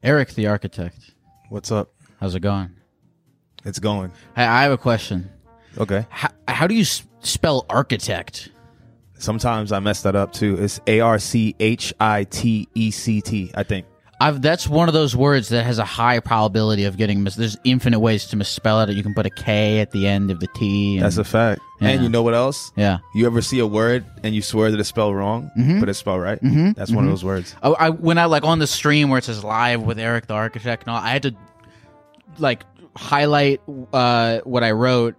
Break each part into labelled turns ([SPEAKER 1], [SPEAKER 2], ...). [SPEAKER 1] Eric, the architect.
[SPEAKER 2] What's up?
[SPEAKER 1] How's it going?
[SPEAKER 2] It's going.
[SPEAKER 1] I, I have a question.
[SPEAKER 2] Okay.
[SPEAKER 1] How, how do you s- spell architect?
[SPEAKER 2] Sometimes I mess that up too. It's A R C H I T E C T, I think.
[SPEAKER 1] I've, that's one of those words that has a high probability of getting mis. There's infinite ways to misspell it. You can put a K at the end of the T. And,
[SPEAKER 2] That's a fact. And
[SPEAKER 1] Yeah.
[SPEAKER 2] you know what else?
[SPEAKER 1] yeah.
[SPEAKER 2] You ever see a word and you swear that it's spelled wrong, but it's spelled right? Mm-hmm. That's one of those words.
[SPEAKER 1] I, Oh, I when I like on the stream where it says live with Eric the architect and all, I had to like highlight uh, what I wrote,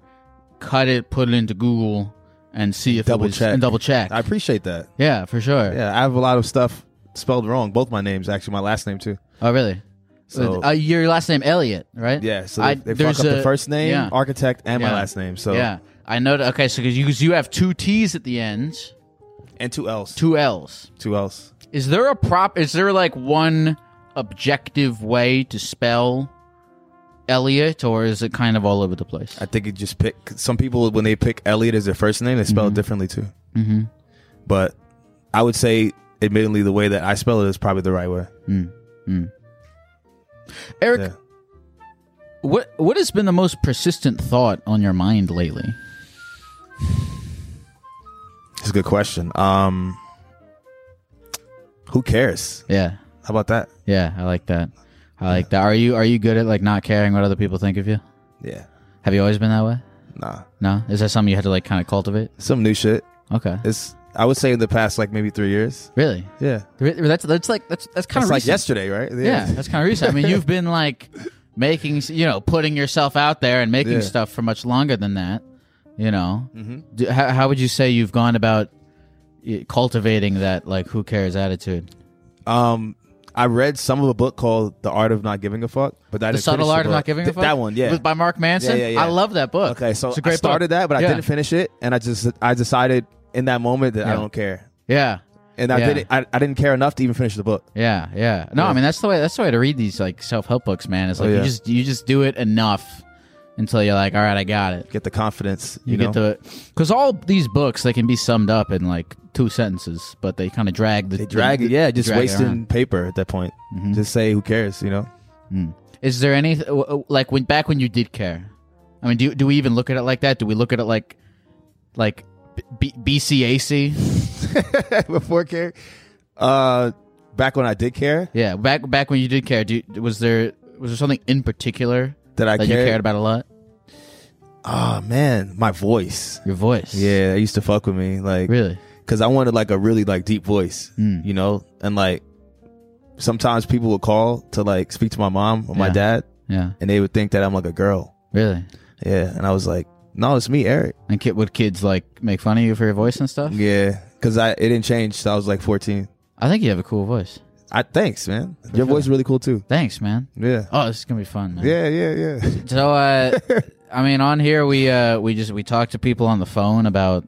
[SPEAKER 1] cut it, put it into Google, and see if
[SPEAKER 2] Double
[SPEAKER 1] it was,
[SPEAKER 2] check.
[SPEAKER 1] and double check.
[SPEAKER 2] I appreciate that.
[SPEAKER 1] yeah, for sure.
[SPEAKER 2] Yeah, I have a lot of stuff spelled wrong. Both my names, actually, my last name too.
[SPEAKER 1] Oh, really?
[SPEAKER 2] So-
[SPEAKER 1] uh, your last name Elliot, right?
[SPEAKER 2] Yeah, so
[SPEAKER 1] I-
[SPEAKER 2] they, they
[SPEAKER 1] there's
[SPEAKER 2] fuck up
[SPEAKER 1] a-
[SPEAKER 2] the first name,
[SPEAKER 1] Yeah,
[SPEAKER 2] architect, and my
[SPEAKER 1] Yeah.
[SPEAKER 2] last name. So
[SPEAKER 1] yeah. I know. Okay, so because you, 'cause you have two T's at the end,
[SPEAKER 2] and two L's,
[SPEAKER 1] two L's.
[SPEAKER 2] two L's.
[SPEAKER 1] Is there a prop? Is there like one objective way to spell Elliot, or is it kind of all over the place?
[SPEAKER 2] I think it just pick some people when they pick Elliot as their first name, they spell it differently too. Mm-hmm. But I would say, admittedly, the way that I spell it is probably the right way.
[SPEAKER 1] Mm. Eric,
[SPEAKER 2] Yeah.
[SPEAKER 1] What what has been the most persistent thought on your mind lately?
[SPEAKER 2] It's a good question. Um, who cares?
[SPEAKER 1] Yeah,
[SPEAKER 2] How about that?
[SPEAKER 1] yeah, I like that. I like that. Are you are you good at like not caring what other people think of you?
[SPEAKER 2] Yeah,
[SPEAKER 1] Have you always been that way?
[SPEAKER 2] nah,
[SPEAKER 1] No, is that something you had to like kind of cultivate?
[SPEAKER 2] some new shit.
[SPEAKER 1] Okay,
[SPEAKER 2] It's I would say in the past like maybe three years.
[SPEAKER 1] really?
[SPEAKER 2] Yeah,
[SPEAKER 1] Re- That's that's like that's that's kind
[SPEAKER 2] it's
[SPEAKER 1] of
[SPEAKER 2] like yesterday, right?
[SPEAKER 1] Yeah, that's kind of recent. I mean, you've been like making s- you know putting yourself out there and making
[SPEAKER 2] Yeah. Mm-hmm.
[SPEAKER 1] stuff for much longer than that. You know, Do, how, how would you say you've gone about eh, cultivating that like who cares attitude?
[SPEAKER 2] Um, I read some of a book called The Art of Not Giving a Fuck, but I
[SPEAKER 1] The
[SPEAKER 2] didn't
[SPEAKER 1] subtle
[SPEAKER 2] finish
[SPEAKER 1] art
[SPEAKER 2] the
[SPEAKER 1] of not
[SPEAKER 2] book.
[SPEAKER 1] giving a
[SPEAKER 2] Th-
[SPEAKER 1] fuck.
[SPEAKER 2] That one, yeah,
[SPEAKER 1] with, by Mark Manson.
[SPEAKER 2] Yeah, yeah, yeah.
[SPEAKER 1] I love that book.
[SPEAKER 2] Okay, so
[SPEAKER 1] it's a great
[SPEAKER 2] I started
[SPEAKER 1] book.
[SPEAKER 2] that, but I
[SPEAKER 1] Yeah.
[SPEAKER 2] didn't finish it, and I just I decided in that moment that I
[SPEAKER 1] Yeah.
[SPEAKER 2] don't care,
[SPEAKER 1] Yeah,
[SPEAKER 2] and I
[SPEAKER 1] Yeah.
[SPEAKER 2] didn't I, I didn't care enough to even finish the book.
[SPEAKER 1] yeah, yeah. No, I mean that's the way. That's the way to read these like self help books, man. It's like you
[SPEAKER 2] Oh, yeah.
[SPEAKER 1] just you just do it enough until you're like, all right, I got it.
[SPEAKER 2] Get the confidence, you,
[SPEAKER 1] You,
[SPEAKER 2] know.
[SPEAKER 1] get the because all these books they can be summed up in like two sentences, but they kind of drag the
[SPEAKER 2] they drag it, yeah, just
[SPEAKER 1] drag it
[SPEAKER 2] wasting
[SPEAKER 1] around.
[SPEAKER 2] paper at that point. Just say who cares, you know.
[SPEAKER 1] Is there any uh, like when back when you did care? I mean, do do we even look at it like that? Do we look at it like like B- BCAC?
[SPEAKER 2] Before care, uh, back when I did care,
[SPEAKER 1] Yeah, back back when you did care, do, was there was there something in particular
[SPEAKER 2] that I
[SPEAKER 1] that
[SPEAKER 2] cared.
[SPEAKER 1] you cared about a lot?
[SPEAKER 2] Oh man, my voice.
[SPEAKER 1] Your voice.
[SPEAKER 2] Yeah, it used to fuck with me, like
[SPEAKER 1] Really? Mm.
[SPEAKER 2] because I wanted like a really like deep voice, you know, and like sometimes people would call to like speak to my mom or my
[SPEAKER 1] Yeah.
[SPEAKER 2] dad,
[SPEAKER 1] Yeah.
[SPEAKER 2] and they would think that I'm like a girl.
[SPEAKER 1] Really?
[SPEAKER 2] Yeah, and I was like, no, it's me, Eric.
[SPEAKER 1] And kid, would kids like make fun of you for your voice and stuff?
[SPEAKER 2] Yeah, because I it didn't change. So I was like 14.
[SPEAKER 1] I think you have a cool voice.
[SPEAKER 2] I thanks, man. Your voice is really cool too.
[SPEAKER 1] Thanks, man.
[SPEAKER 2] Yeah,
[SPEAKER 1] Oh, this is gonna be fun, man.
[SPEAKER 2] yeah, yeah, yeah.
[SPEAKER 1] So, uh, I mean, on here we uh we just we talk to people on the phone about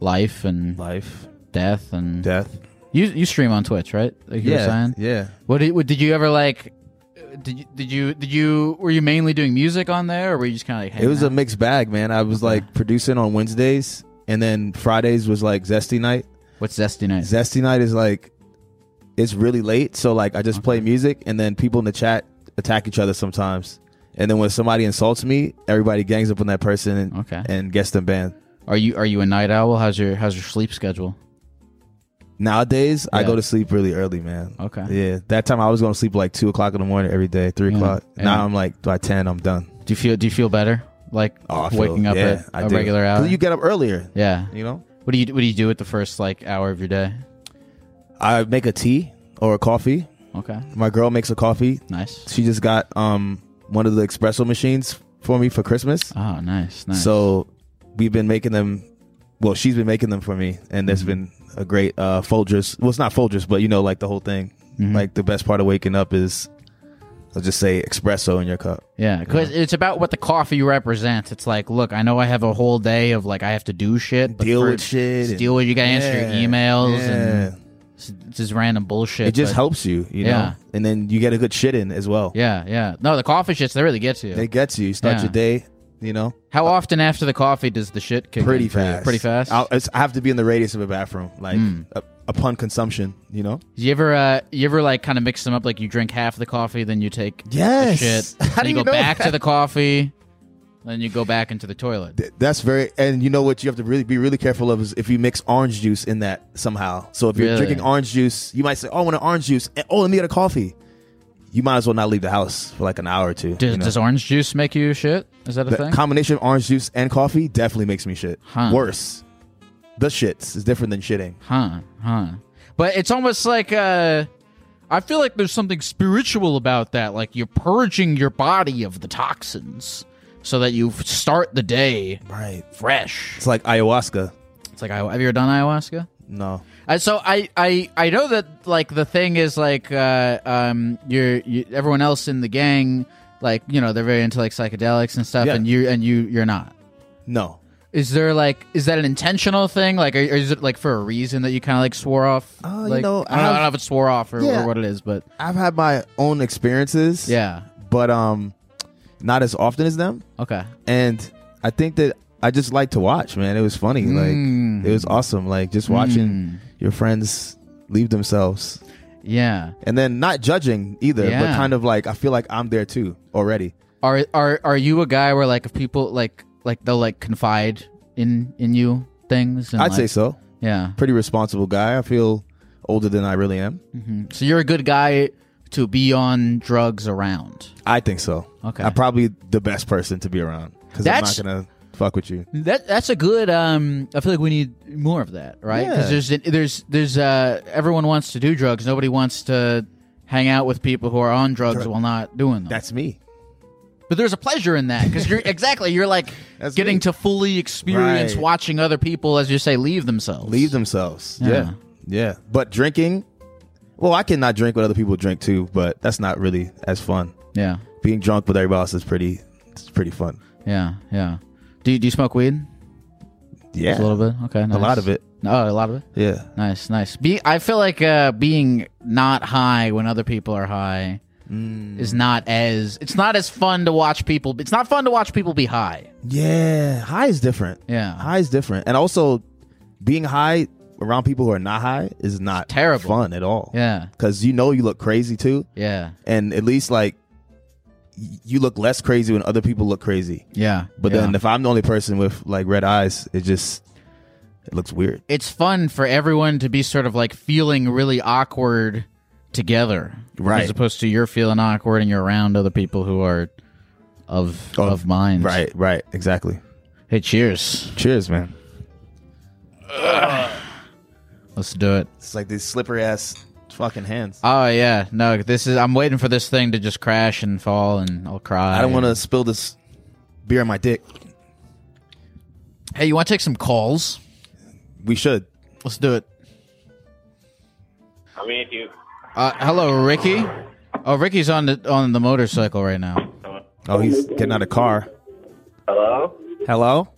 [SPEAKER 1] life and
[SPEAKER 2] Life,
[SPEAKER 1] death and
[SPEAKER 2] death.
[SPEAKER 1] you you stream on Twitch, right? Like you were
[SPEAKER 2] yeah,
[SPEAKER 1] saying?
[SPEAKER 2] yeah.
[SPEAKER 1] What did, what did you ever like? uh, Did you, did you did you were you mainly doing music on there, or were you just kind of like
[SPEAKER 2] It
[SPEAKER 1] hanging
[SPEAKER 2] was a
[SPEAKER 1] out?
[SPEAKER 2] mixed bag, man. I was like producing on Wednesdays, and then Fridays was like zesty night.
[SPEAKER 1] what's zesty night?
[SPEAKER 2] Zesty night is like it's really late, so like I just play music, and then people in the chat attack each other sometimes. And then when somebody insults me, everybody gangs up on that person and,
[SPEAKER 1] Okay.
[SPEAKER 2] and gets them banned.
[SPEAKER 1] Are you are you a night owl? How's your how's your sleep schedule?
[SPEAKER 2] Nowadays, I
[SPEAKER 1] Yeah.
[SPEAKER 2] go to sleep really early, man.
[SPEAKER 1] Okay.
[SPEAKER 2] Yeah, that time I was going to sleep like two o'clock in the morning every day, three
[SPEAKER 1] Yeah.
[SPEAKER 2] o'clock. Now
[SPEAKER 1] Yeah.
[SPEAKER 2] I'm like by ten, I'm done.
[SPEAKER 1] Do you feel Do you feel better? Like
[SPEAKER 2] Oh, I feel-
[SPEAKER 1] waking up
[SPEAKER 2] yeah,
[SPEAKER 1] at
[SPEAKER 2] I
[SPEAKER 1] a
[SPEAKER 2] do.
[SPEAKER 1] regular
[SPEAKER 2] 'Cause
[SPEAKER 1] hour.
[SPEAKER 2] You get up earlier,
[SPEAKER 1] yeah.
[SPEAKER 2] you know.
[SPEAKER 1] What do you What do you do at the first like hour of your day?
[SPEAKER 2] I make a tea or a coffee.
[SPEAKER 1] Okay.
[SPEAKER 2] My girl makes a coffee.
[SPEAKER 1] Nice.
[SPEAKER 2] She just got um one of the espresso machines for me for Christmas.
[SPEAKER 1] Oh, nice. Nice.
[SPEAKER 2] So we've been making them. Well, she's been making them for me, and there's been a great uh Folgers. Well, it's not Folgers, but you know, like the whole thing.
[SPEAKER 1] Mm-hmm.
[SPEAKER 2] Like the best part of waking up is, I'll just say espresso in your cup.
[SPEAKER 1] Yeah, because it's about what the coffee represents. It's like, look, I know I have a whole day of like I have to do shit, but
[SPEAKER 2] Deal
[SPEAKER 1] for-
[SPEAKER 2] with shit and-
[SPEAKER 1] deal with you got to answer your
[SPEAKER 2] Yeah,
[SPEAKER 1] emails and
[SPEAKER 2] yeah.
[SPEAKER 1] s- just random bullshit.
[SPEAKER 2] It just
[SPEAKER 1] but-
[SPEAKER 2] helps you, you
[SPEAKER 1] Yeah.
[SPEAKER 2] know, and then you get a good shit in as well.
[SPEAKER 1] Yeah, yeah. No, the coffee shits they really get to you.
[SPEAKER 2] It gets you. You start
[SPEAKER 1] Yeah.
[SPEAKER 2] your day, you know,
[SPEAKER 1] How often after the coffee does the shit kick?
[SPEAKER 2] pretty
[SPEAKER 1] in for you?
[SPEAKER 2] fast.
[SPEAKER 1] Pretty fast. Mm.
[SPEAKER 2] I'll, it's, I have to be in the radius of a bathroom, like up- upon consumption, you know.
[SPEAKER 1] Do you ever, uh, you ever like kind of mix them up? Like you drink half the coffee, then you take the
[SPEAKER 2] Yes.
[SPEAKER 1] shit.
[SPEAKER 2] How
[SPEAKER 1] then
[SPEAKER 2] do
[SPEAKER 1] you
[SPEAKER 2] you
[SPEAKER 1] go
[SPEAKER 2] know
[SPEAKER 1] back
[SPEAKER 2] that?
[SPEAKER 1] to the coffee? Then you go back into the toilet.
[SPEAKER 2] Th- That's very, and you know what you have to really be really careful of is if you mix orange juice in that somehow. So if you're
[SPEAKER 1] Really?
[SPEAKER 2] drinking orange juice, you might say, "Oh, I want an orange juice," and, "Oh, let me get a coffee." You might as well not leave the house for like an hour or two.
[SPEAKER 1] Does,
[SPEAKER 2] you know?
[SPEAKER 1] does orange juice make you shit? Is that a
[SPEAKER 2] the
[SPEAKER 1] thing?
[SPEAKER 2] combination of orange juice and coffee definitely makes me shit.
[SPEAKER 1] Huh.
[SPEAKER 2] Worse, the shits is different than shitting.
[SPEAKER 1] Huh, huh. But it's almost like uh I feel like there's something spiritual about that. Like you're purging your body of the toxins so that you f- start the day
[SPEAKER 2] Right.
[SPEAKER 1] fresh.
[SPEAKER 2] It's like ayahuasca.
[SPEAKER 1] It's like I- have you ever done ayahuasca?
[SPEAKER 2] No.
[SPEAKER 1] Uh, so I, I I know that like the thing is like uh, um you're you, everyone else in the gang like you know they're very into like psychedelics and stuff
[SPEAKER 2] Yeah.
[SPEAKER 1] and you and you you're not.
[SPEAKER 2] No.
[SPEAKER 1] Is there like is that an intentional thing? Like, or, or is it like for a reason that you kind of like swore off?
[SPEAKER 2] Oh, you
[SPEAKER 1] like,
[SPEAKER 2] know,
[SPEAKER 1] I don't, know, I
[SPEAKER 2] I've-
[SPEAKER 1] don't know if it swore off or, or
[SPEAKER 2] Yeah.
[SPEAKER 1] what it is, but
[SPEAKER 2] I've had my own experiences.
[SPEAKER 1] yeah,
[SPEAKER 2] But um not as often as them.
[SPEAKER 1] okay,
[SPEAKER 2] And I think that I just like to watch, man. It was funny.
[SPEAKER 1] Mm.
[SPEAKER 2] Like it was awesome. Like just watching your friends leave themselves.
[SPEAKER 1] yeah.
[SPEAKER 2] And then not judging either,
[SPEAKER 1] Yeah.
[SPEAKER 2] but kind of like I feel like I'm there too already.
[SPEAKER 1] Are are are you a guy where like if people like like they'll like confide in in you things? And,
[SPEAKER 2] I'd
[SPEAKER 1] like-
[SPEAKER 2] say so.
[SPEAKER 1] Yeah.
[SPEAKER 2] Pretty responsible guy. I feel older than I really am.
[SPEAKER 1] Mm-hmm. So you're a good guy to be on drugs around.
[SPEAKER 2] I think so.
[SPEAKER 1] Okay.
[SPEAKER 2] I'm probably the best person to be around because I'm
[SPEAKER 1] That's-
[SPEAKER 2] not gonna fuck with you.
[SPEAKER 1] That that's a good. Um, I feel like we need more of that, right?
[SPEAKER 2] Yeah.
[SPEAKER 1] Because there's there's there's uh, everyone wants to do drugs. Nobody wants to hang out with people who are on drugs while not doing them.
[SPEAKER 2] That's me.
[SPEAKER 1] but there's a pleasure in that because you're exactly you're like
[SPEAKER 2] That's
[SPEAKER 1] getting
[SPEAKER 2] me.
[SPEAKER 1] to fully experience
[SPEAKER 2] Right.
[SPEAKER 1] watching other people, as you say, leave themselves.
[SPEAKER 2] leave themselves.
[SPEAKER 1] Yeah.
[SPEAKER 2] Yeah. yeah, But drinking, well, I cannot drink what other people drink too, but that's not really as fun.
[SPEAKER 1] Yeah,
[SPEAKER 2] Being drunk with everybody else is pretty, it's pretty fun.
[SPEAKER 1] yeah, yeah. Do you, do you smoke weed?
[SPEAKER 2] Yeah,
[SPEAKER 1] A little bit. Okay. Nice.
[SPEAKER 2] lot of it.
[SPEAKER 1] Oh, a lot of it.
[SPEAKER 2] Yeah,
[SPEAKER 1] Nice, nice. Be I feel like uh, being not high when other people are high
[SPEAKER 2] Mm.
[SPEAKER 1] is not as it's not as fun to watch people. It's not fun to watch people be high.
[SPEAKER 2] yeah. High is different.
[SPEAKER 1] Yeah.
[SPEAKER 2] high is different, and also being high around people who are not high is not
[SPEAKER 1] terrible.
[SPEAKER 2] fun at all.
[SPEAKER 1] Yeah,
[SPEAKER 2] because you know you look crazy too,
[SPEAKER 1] yeah,
[SPEAKER 2] and at least like y- you look less crazy when other people look crazy.
[SPEAKER 1] yeah.
[SPEAKER 2] But
[SPEAKER 1] yeah.
[SPEAKER 2] then if I'm the only person with like red eyes, it just it looks weird.
[SPEAKER 1] it's fun for everyone to be sort of like feeling really awkward together,
[SPEAKER 2] Right.
[SPEAKER 1] As opposed to you're feeling awkward and you're around other people who are of of, mind.
[SPEAKER 2] Right, right, exactly.
[SPEAKER 1] Hey, cheers.
[SPEAKER 2] Cheers, man.
[SPEAKER 1] Let's do it.
[SPEAKER 2] It's like these slippery ass fucking hands.
[SPEAKER 1] Oh yeah, no. This is. I'm waiting for this thing to just crash and fall, and I'll cry.
[SPEAKER 2] I don't want to spill this beer on my dick.
[SPEAKER 1] Hey, you want to take some calls?
[SPEAKER 2] We should.
[SPEAKER 1] Let's do it.
[SPEAKER 3] I mean, if you.
[SPEAKER 1] Uh, hello, Ricky. Oh, Ricky's on the on the motorcycle right now.
[SPEAKER 2] Oh, he's getting out of car.
[SPEAKER 3] Hello?
[SPEAKER 2] Hello?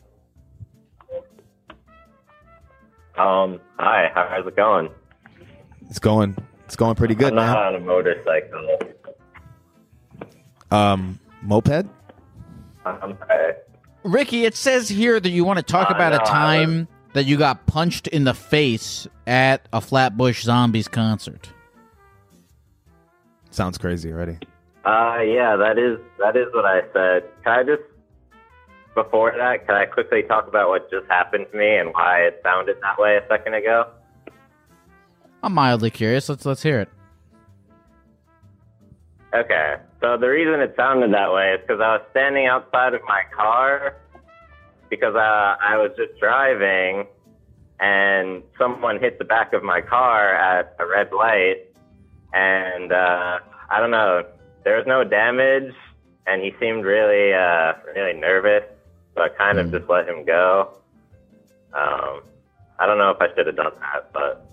[SPEAKER 3] Um, hi, how- how's it going?
[SPEAKER 2] It's going. It's going pretty good,
[SPEAKER 3] I'm not
[SPEAKER 2] man.
[SPEAKER 3] on a motorcycle.
[SPEAKER 2] Um, moped?
[SPEAKER 3] I'm sorry.
[SPEAKER 1] Ricky, it says here that you want to talk
[SPEAKER 3] Uh,
[SPEAKER 1] about
[SPEAKER 3] no,
[SPEAKER 1] a
[SPEAKER 3] I
[SPEAKER 1] time that you got punched in the face at a Flatbush Zombies concert.
[SPEAKER 2] Sounds crazy already.
[SPEAKER 3] Uh, yeah, that is that is what I said. Can I just before that, can I quickly talk about what just happened to me and why it sounded that way a second ago?
[SPEAKER 1] I'm mildly curious. Let's let's hear it.
[SPEAKER 3] Okay. So the reason it sounded that way is because I was standing outside of my car because uh, I was just driving and someone hit the back of my car at a red light. And uh, I don't know, there was no damage. And he seemed really, uh, really nervous. So I kind of just let him go. Um, I don't know if I should have done that, but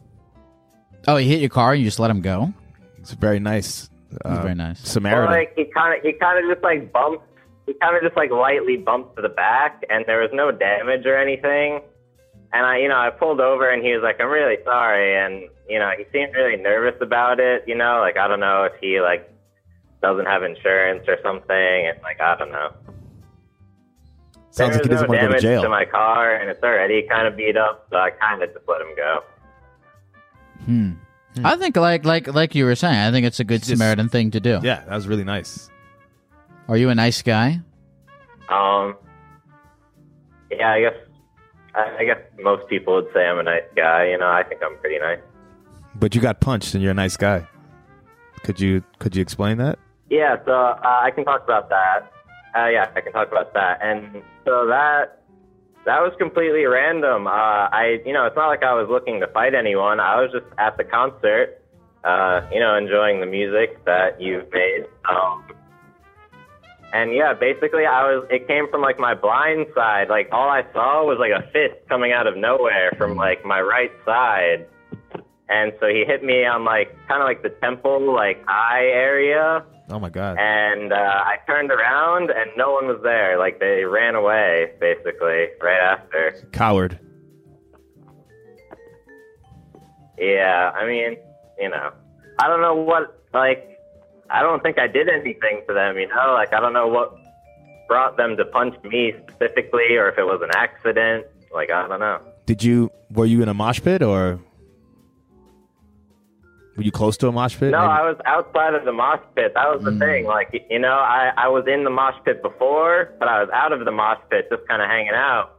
[SPEAKER 1] Oh, he hit your car and you just let him go.
[SPEAKER 2] It's very nice.
[SPEAKER 1] That's
[SPEAKER 2] Uh,
[SPEAKER 1] very nice.
[SPEAKER 3] Well,
[SPEAKER 2] Samaritan.
[SPEAKER 3] like he kind of he kind of just like bumped. He kind of just like lightly bumped to the back, and there was no damage or anything. And I, you know, I pulled over, and he was like, "I'm really sorry," and you know, he seemed really nervous about it. You know, like I don't know if he like doesn't have insurance or something, and like I don't know.
[SPEAKER 2] Sounds
[SPEAKER 3] There
[SPEAKER 2] like he
[SPEAKER 3] was
[SPEAKER 2] doesn't
[SPEAKER 3] no
[SPEAKER 2] want to go to
[SPEAKER 3] damage
[SPEAKER 2] jail.
[SPEAKER 3] To my car, and it's already kind of beat up, so I kind of just let him go.
[SPEAKER 1] Hmm. I think like like like you were saying, I think it's a good
[SPEAKER 2] It's just-
[SPEAKER 1] Samaritan thing to do.
[SPEAKER 2] yeah, that was really nice.
[SPEAKER 1] Are you a nice guy?
[SPEAKER 3] Um, yeah, I guess I, I guess most people would say I'm a nice guy. You know, I think I'm pretty nice.
[SPEAKER 2] But you got punched, and you're a nice guy. Could you could you explain that?
[SPEAKER 3] Yeah, so uh, I can talk about that. Uh, yeah, I can talk about that. And so that that was completely random. Uh, I, you know, it's not like I was looking to fight anyone. I was just at the concert, uh, you know, enjoying the music that you've made. Um, and yeah, basically, I was. It came from like my blind side. Like all I saw was like a fist coming out of nowhere from like my right side. And so he hit me on like kind of like the temple, like eye area
[SPEAKER 2] Oh my god.
[SPEAKER 3] and uh, I turned around and no one was there. Like they ran away basically right after.
[SPEAKER 2] Coward.
[SPEAKER 3] Yeah, I mean, you know, I don't know what like I don't think I did anything to them. You know, like I don't know what brought them to punch me specifically, or if it was an accident. Like I don't know.
[SPEAKER 2] Did you were you in a mosh pit or were you close to a mosh pit?
[SPEAKER 3] No,
[SPEAKER 2] Maybe-
[SPEAKER 3] I was outside of the mosh pit. That
[SPEAKER 2] Mm.
[SPEAKER 3] was the thing. Like, you know, I, I was in the mosh pit before, but I was out of the mosh pit just kind of hanging out.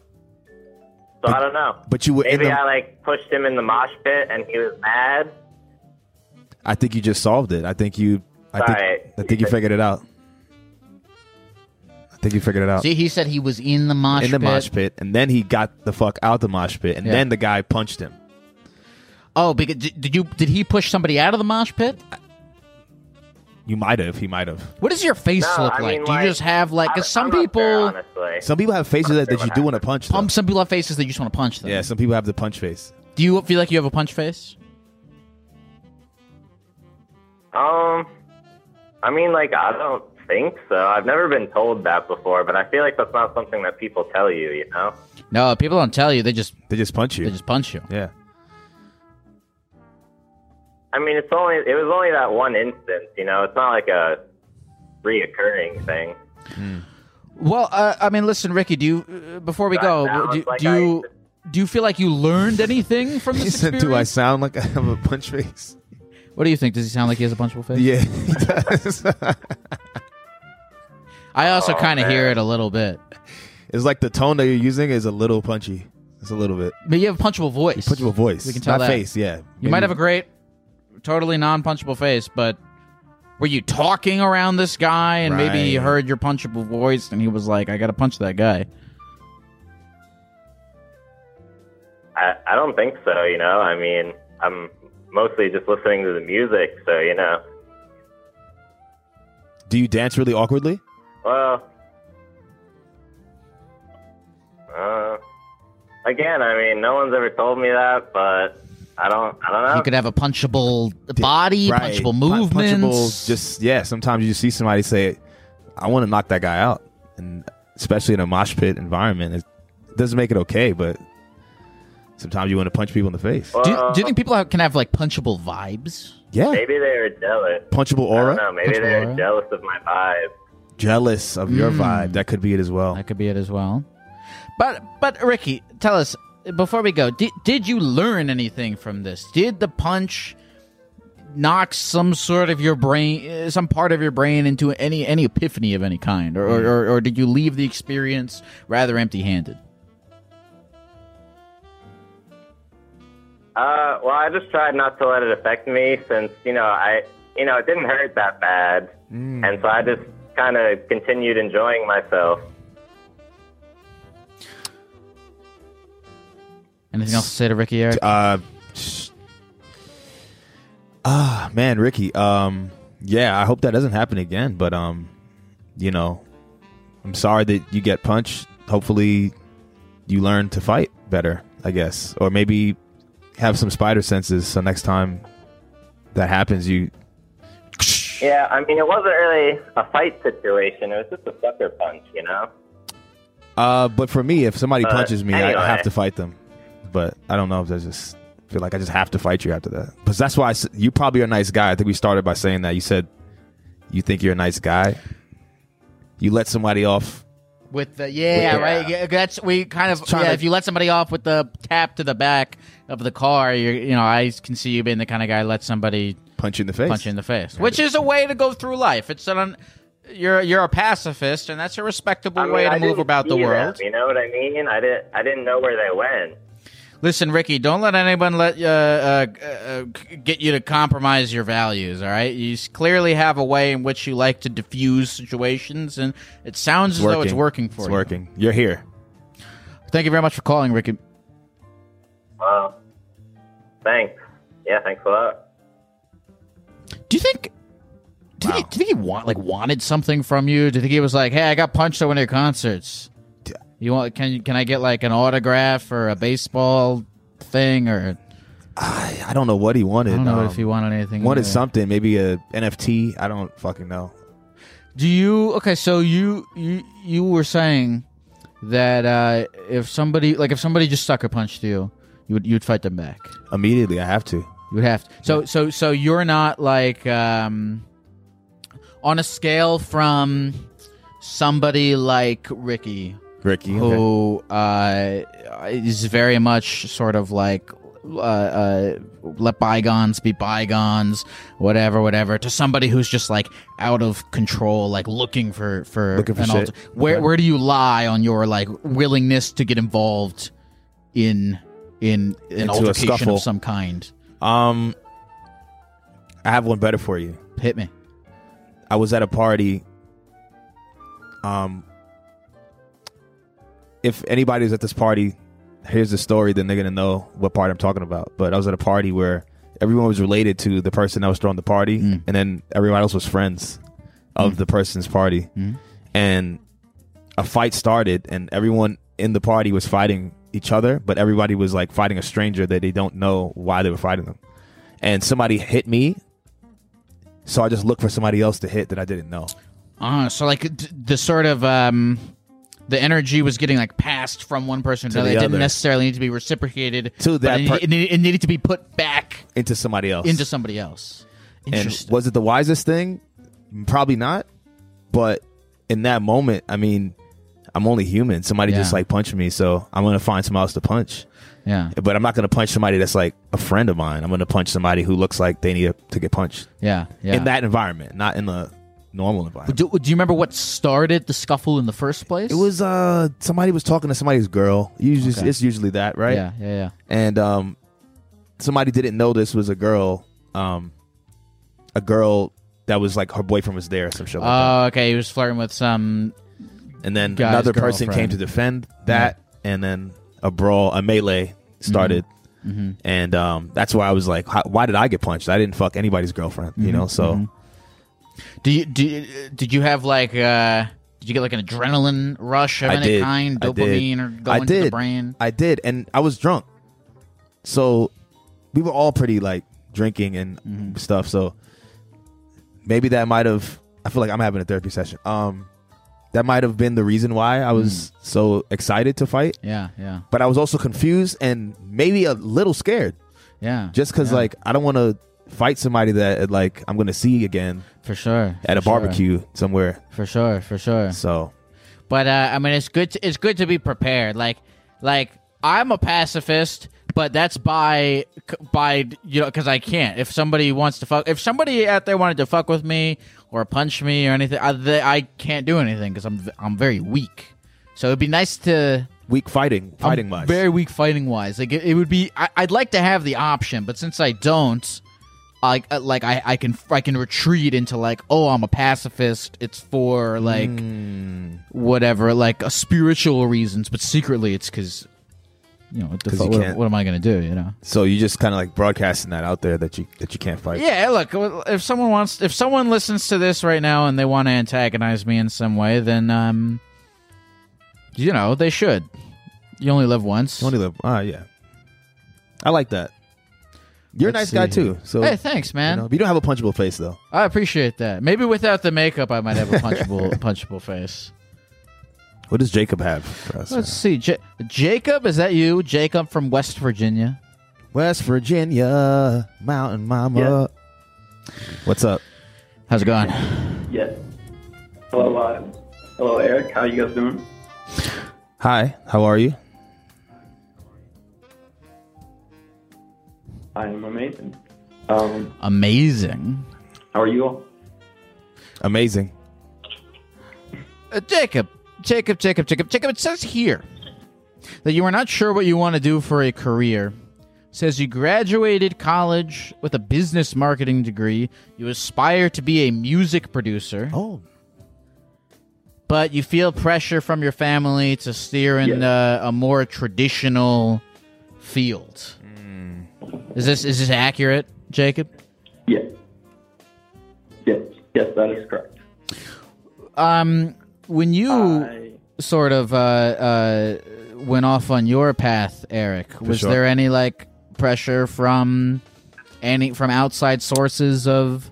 [SPEAKER 3] So I don't know.
[SPEAKER 2] but you were in
[SPEAKER 3] Maybe
[SPEAKER 2] the-
[SPEAKER 3] I like pushed him in the mosh pit and he was mad.
[SPEAKER 2] I think you just solved it. I think you I think
[SPEAKER 3] Sorry.
[SPEAKER 2] I think you figured it out. I think you figured it out.
[SPEAKER 1] See, he said he was in the mosh
[SPEAKER 2] Oh. in the
[SPEAKER 1] pit.
[SPEAKER 2] mosh pit and then he got the fuck out the mosh pit and
[SPEAKER 1] Yeah.
[SPEAKER 2] then the guy punched him.
[SPEAKER 1] Oh, because did, did you did he push somebody out of the mosh pit?
[SPEAKER 2] You might have, he might have.
[SPEAKER 1] What does your face
[SPEAKER 3] No,
[SPEAKER 1] look
[SPEAKER 3] I
[SPEAKER 1] like?
[SPEAKER 3] mean,
[SPEAKER 1] do you
[SPEAKER 3] like,
[SPEAKER 1] just have like? Because
[SPEAKER 3] I-
[SPEAKER 1] some
[SPEAKER 3] I'm not
[SPEAKER 1] people,
[SPEAKER 3] sure, honestly.
[SPEAKER 2] Some people have faces that, that you
[SPEAKER 3] what
[SPEAKER 2] do want to punch them.
[SPEAKER 1] um, some people have faces that you just want to punch them.
[SPEAKER 2] Yeah, some people have the punch face.
[SPEAKER 1] Do you feel like you have a punch face?
[SPEAKER 3] Um, I mean, like, I don't think so. I've never been told that before, but I feel like that's not something that people tell you, you know?
[SPEAKER 1] No, people don't tell you. They just
[SPEAKER 2] They just punch you.
[SPEAKER 1] they just punch you.
[SPEAKER 2] yeah.
[SPEAKER 3] I mean, it's only, it was only that one instance, you know? It's not like a reoccurring thing.
[SPEAKER 1] Well, uh, I mean, listen, Ricky. Do you uh, before we
[SPEAKER 3] That
[SPEAKER 1] go?
[SPEAKER 3] sounds
[SPEAKER 1] Do, you-
[SPEAKER 3] like
[SPEAKER 1] do
[SPEAKER 3] I-
[SPEAKER 1] you do you feel like you learned anything from
[SPEAKER 2] He
[SPEAKER 1] this
[SPEAKER 2] said, "Do I
[SPEAKER 1] experience?
[SPEAKER 2] sound like I have a punch face?"
[SPEAKER 1] What do you think? Does he sound like he has a punchable face?
[SPEAKER 2] Yeah, he does.
[SPEAKER 1] I also
[SPEAKER 3] Oh,
[SPEAKER 1] kind of
[SPEAKER 3] man.
[SPEAKER 1] hear it a little bit.
[SPEAKER 2] it's like the tone that you're using is a little punchy. It's a little bit
[SPEAKER 1] But you have a punchable voice.
[SPEAKER 2] punchable voice.
[SPEAKER 1] We can tell
[SPEAKER 2] Not
[SPEAKER 1] that.
[SPEAKER 2] face. Yeah,
[SPEAKER 1] You might have a great, totally non-punchable face, but were you talking around this guy and maybe he
[SPEAKER 2] Right.
[SPEAKER 1] heard your punchable voice and he was like, "I gotta punch that guy."
[SPEAKER 3] I, I don't think so, you know? I mean, I'm mostly just listening to the music, so, you know.
[SPEAKER 2] Do you dance really awkwardly?
[SPEAKER 3] Well, uh, again, I mean, no one's ever told me that, but I don't, I don't know.
[SPEAKER 1] You could have a punchable body,
[SPEAKER 2] Right.
[SPEAKER 1] punchable
[SPEAKER 2] Pun-
[SPEAKER 1] movements.
[SPEAKER 2] punchable. Just yeah. Sometimes you see somebody say, "I want to knock that guy out," and especially in a mosh pit environment, it doesn't make it okay. But sometimes you want to punch people in the face.
[SPEAKER 1] do, you, do you think people have, can have like punchable vibes?
[SPEAKER 2] yeah,
[SPEAKER 3] maybe they were jealous.
[SPEAKER 2] punchable
[SPEAKER 3] I don't
[SPEAKER 2] aura,
[SPEAKER 3] know. Maybe
[SPEAKER 1] Punchable
[SPEAKER 3] they were
[SPEAKER 1] aura. Hmm.
[SPEAKER 3] jealous of my vibe.
[SPEAKER 2] jealous of your vibe. That could be it as well.
[SPEAKER 1] That could be it as well. But but Ricky, tell us before we go. Did did you learn anything from this? Did the punch knock some sort of your brain, uh, some part of your brain into any any epiphany of any kind, or or, or, or did you leave the experience rather empty handed?
[SPEAKER 3] Uh, well, I just tried not to let it affect me since you know I you know it didn't hurt that bad,
[SPEAKER 1] Hmm. Mm.
[SPEAKER 3] and so I just kind of continued enjoying myself.
[SPEAKER 1] Anything else to say to Ricky Eric?
[SPEAKER 2] Uh, sh- ah, man, Ricky. Um, yeah, I hope that doesn't happen again. But um, you know, I'm sorry that you get punched. Hopefully, you learn to fight better. I guess, or maybe have some spider senses. So next time that happens, you
[SPEAKER 3] Yeah, I mean it wasn't really a fight situation; it was just a sucker punch, you know.
[SPEAKER 2] Uh, but for me, if somebody
[SPEAKER 3] Uh,
[SPEAKER 2] punches me, I, I
[SPEAKER 3] anyway.
[SPEAKER 2] have to fight them. But I don't know if I just feel like I just have to fight you after that. Because that's why I s you probably are a nice guy. I think we started by saying that. You said you think you're a nice guy. You let somebody off.
[SPEAKER 1] With the yeah,
[SPEAKER 3] With the-
[SPEAKER 1] right. Yeah, that's we kind of
[SPEAKER 2] trying
[SPEAKER 1] yeah.
[SPEAKER 2] to-
[SPEAKER 1] if you let somebody off with the tap to the back of the car, you you know I can see you being the kind of guy who lets somebody
[SPEAKER 2] Punch you in the face.
[SPEAKER 1] punch you in the face, which is a way to go through life. It's an un- you're you're a pacifist, and that's a respectable
[SPEAKER 3] I mean,
[SPEAKER 1] way
[SPEAKER 3] I
[SPEAKER 1] to move
[SPEAKER 3] didn't
[SPEAKER 1] about the
[SPEAKER 3] see them,
[SPEAKER 1] world.
[SPEAKER 3] you know what I mean? I didn't I didn't know where they went.
[SPEAKER 1] Listen, Ricky, don't let anyone let uh, uh, uh, c- get you to compromise your values. All right, you s- clearly have a way in which you like to diffuse situations, and it sounds as though it's working for
[SPEAKER 2] it's
[SPEAKER 1] you.
[SPEAKER 2] working. You're here.
[SPEAKER 1] Thank you very much for calling, Ricky.
[SPEAKER 3] Well, thanks. Yeah, thanks a lot.
[SPEAKER 1] Do you think? Do you think, do you think he want like wanted something from you? Do you think he was like, "Hey, I got punched at one of your concerts. You want? Can can I get like an autograph or a baseball thing? Or
[SPEAKER 2] I I don't know what he wanted.
[SPEAKER 1] I don't know
[SPEAKER 2] um,
[SPEAKER 1] if he wanted anything.
[SPEAKER 2] wanted
[SPEAKER 1] either.
[SPEAKER 2] something. Maybe a NFT. I don't fucking know.
[SPEAKER 1] Do you? Okay, so you you you were saying that uh, if somebody like if somebody just sucker punched you, you would you'd fight them back.
[SPEAKER 2] Immediately, I have to.
[SPEAKER 1] You would have to. So so so you're not like um on a scale from somebody like Ricky
[SPEAKER 2] Ricky. okay.
[SPEAKER 1] who uh is very much sort of like uh, uh, let bygones be bygones, whatever, whatever. To somebody who's just like out of control, like looking for for,
[SPEAKER 2] Looking for
[SPEAKER 1] an
[SPEAKER 2] shit.
[SPEAKER 1] alter- Where where do you lie on your like willingness to get involved in in an
[SPEAKER 2] Into a
[SPEAKER 1] altercation
[SPEAKER 2] scuffle.
[SPEAKER 1] of some kind?
[SPEAKER 2] Um, I have one better for you.
[SPEAKER 1] Hit me.
[SPEAKER 2] I was at a party. Um, if anybody was at this party, here's the story. Then they're gonna know what part I'm talking about. But I was at a party where everyone was related to the person that was throwing the party, and then everyone else was friends of the person's party. And a fight started, and everyone in the party was fighting each other, but everybody was like fighting a stranger that they don't know why they were fighting them. And somebody hit me so I just looked for somebody else to hit that I didn't know.
[SPEAKER 1] Ah, so like d- the sort of um, the energy was getting like passed from one person to
[SPEAKER 2] To
[SPEAKER 1] another.
[SPEAKER 2] the
[SPEAKER 1] It didn't
[SPEAKER 2] other.
[SPEAKER 1] necessarily need to be reciprocated.
[SPEAKER 2] To
[SPEAKER 1] but
[SPEAKER 2] that
[SPEAKER 1] it,
[SPEAKER 2] per-
[SPEAKER 1] it, needed- it needed to be put back
[SPEAKER 2] Into somebody else.
[SPEAKER 1] into somebody else.
[SPEAKER 2] and
[SPEAKER 1] Interesting.
[SPEAKER 2] was it the wisest thing? Probably not. But in that moment, I mean, I'm only human. Somebody
[SPEAKER 1] Yeah.
[SPEAKER 2] just like punched me, so I'm gonna find someone else to punch.
[SPEAKER 1] yeah,
[SPEAKER 2] But I'm not gonna punch somebody that's like a friend of mine. I'm gonna punch somebody who looks like they need to get punched
[SPEAKER 1] yeah, yeah.
[SPEAKER 2] in that environment, not in the normal environment.
[SPEAKER 1] do, do you remember what started the scuffle in the first place?
[SPEAKER 2] It was uh somebody was talking to somebody's girl. Usually,
[SPEAKER 1] Okay.
[SPEAKER 2] it's usually that, right?
[SPEAKER 1] yeah, yeah, yeah.
[SPEAKER 2] and um, somebody didn't know this was a girl, um, a girl that was like her boyfriend was there, or some shit like
[SPEAKER 1] Oh, okay. He was flirting with some.
[SPEAKER 2] that. And then
[SPEAKER 1] guy's
[SPEAKER 2] another person
[SPEAKER 1] girlfriend.
[SPEAKER 2] came to defend that, and then a brawl, a melee started, and um, that's why I was like, "How- why did I get punched? I didn't fuck anybody's girlfriend, you know. So
[SPEAKER 1] Do you do? you- Did you have like? uh Did you get like an adrenaline rush of
[SPEAKER 2] I
[SPEAKER 1] any
[SPEAKER 2] did,
[SPEAKER 1] kind?
[SPEAKER 2] I
[SPEAKER 1] Dopamine
[SPEAKER 2] did.
[SPEAKER 1] or
[SPEAKER 2] I
[SPEAKER 1] going to the
[SPEAKER 2] did.
[SPEAKER 1] brain?
[SPEAKER 2] I did, and I was drunk, so we were all pretty like drinking and stuff. So maybe that might have. I feel like I'm having a therapy session. Um, that might have been the reason why I was so excited to fight,
[SPEAKER 1] Yeah, yeah,
[SPEAKER 2] but I was also confused and maybe a little scared,
[SPEAKER 1] yeah.
[SPEAKER 2] just because
[SPEAKER 1] Yeah,
[SPEAKER 2] like I don't want to fight somebody that like I'm gonna see again
[SPEAKER 1] for sure
[SPEAKER 2] at a
[SPEAKER 1] for sure.
[SPEAKER 2] barbecue somewhere.
[SPEAKER 1] For sure, for sure.
[SPEAKER 2] So
[SPEAKER 1] But uh, I mean, it's good. To, it's good to be prepared. Like, like I'm a pacifist, but that's by by you know because I can't. If somebody wants to fuck, if somebody out there wanted to fuck with me or punch me or anything, I, they, I can't do anything because I'm I'm very weak. So it'd be nice to
[SPEAKER 2] weak fighting, fighting
[SPEAKER 1] I'm
[SPEAKER 2] wise.
[SPEAKER 1] Very weak fighting wise. Like it, it would be. I, I'd like to have the option, but since I don't, I I- like I, I can I can retreat into like oh I'm a pacifist. It's for like Hmm. whatever like uh, spiritual reasons, but secretly it's because you know what, the
[SPEAKER 2] 'Cause
[SPEAKER 1] fu-
[SPEAKER 2] you
[SPEAKER 1] what,
[SPEAKER 2] can't.
[SPEAKER 1] what am I gonna do? You know.
[SPEAKER 2] so you just kind of like broadcasting that out there that you that you can't fight.
[SPEAKER 1] Yeah, look, if someone wants, if someone listens to this right now and they want to antagonize me in some way, then um, you know they should. You only live once.
[SPEAKER 2] You only live. Ah, yeah. I like that. You're
[SPEAKER 1] Let's
[SPEAKER 2] a nice guy
[SPEAKER 1] see here.
[SPEAKER 2] too. So
[SPEAKER 1] Hey, thanks,
[SPEAKER 2] you,
[SPEAKER 1] man.
[SPEAKER 2] know, you don't have a punchable face though.
[SPEAKER 1] I appreciate that. Maybe without the makeup, I might have a punchable, punchable face.
[SPEAKER 2] What does Jacob have for us?
[SPEAKER 1] Let's see, J- Jacob, is that you? Jacob from West Virginia.
[SPEAKER 2] West Virginia, Mountain Mama. What's up?
[SPEAKER 1] How's it going?
[SPEAKER 4] Yes. Hello, uh, hello, Eric. How you guys doing?
[SPEAKER 2] Hi, how are you?
[SPEAKER 4] I am amazing. Um,
[SPEAKER 1] Amazing.
[SPEAKER 4] how are you all?
[SPEAKER 2] Amazing.
[SPEAKER 1] Uh, Jacob, Jacob, Jacob, Jacob, Jacob. It says here that you are not sure what you want to do for a career. It says you graduated college with a business marketing degree. You aspire to be a music producer,
[SPEAKER 2] Oh,
[SPEAKER 1] but you feel pressure from your family to steer in
[SPEAKER 4] Yeah.
[SPEAKER 1] uh, a more traditional field.
[SPEAKER 2] Mm.
[SPEAKER 1] Is this is this accurate, Jacob?
[SPEAKER 4] Yes. Yes. Yes, that is correct.
[SPEAKER 1] Um, when you
[SPEAKER 4] I,
[SPEAKER 1] sort of uh, uh, went off on your path, Eric. was
[SPEAKER 2] sure.
[SPEAKER 1] there any like pressure from any from outside sources of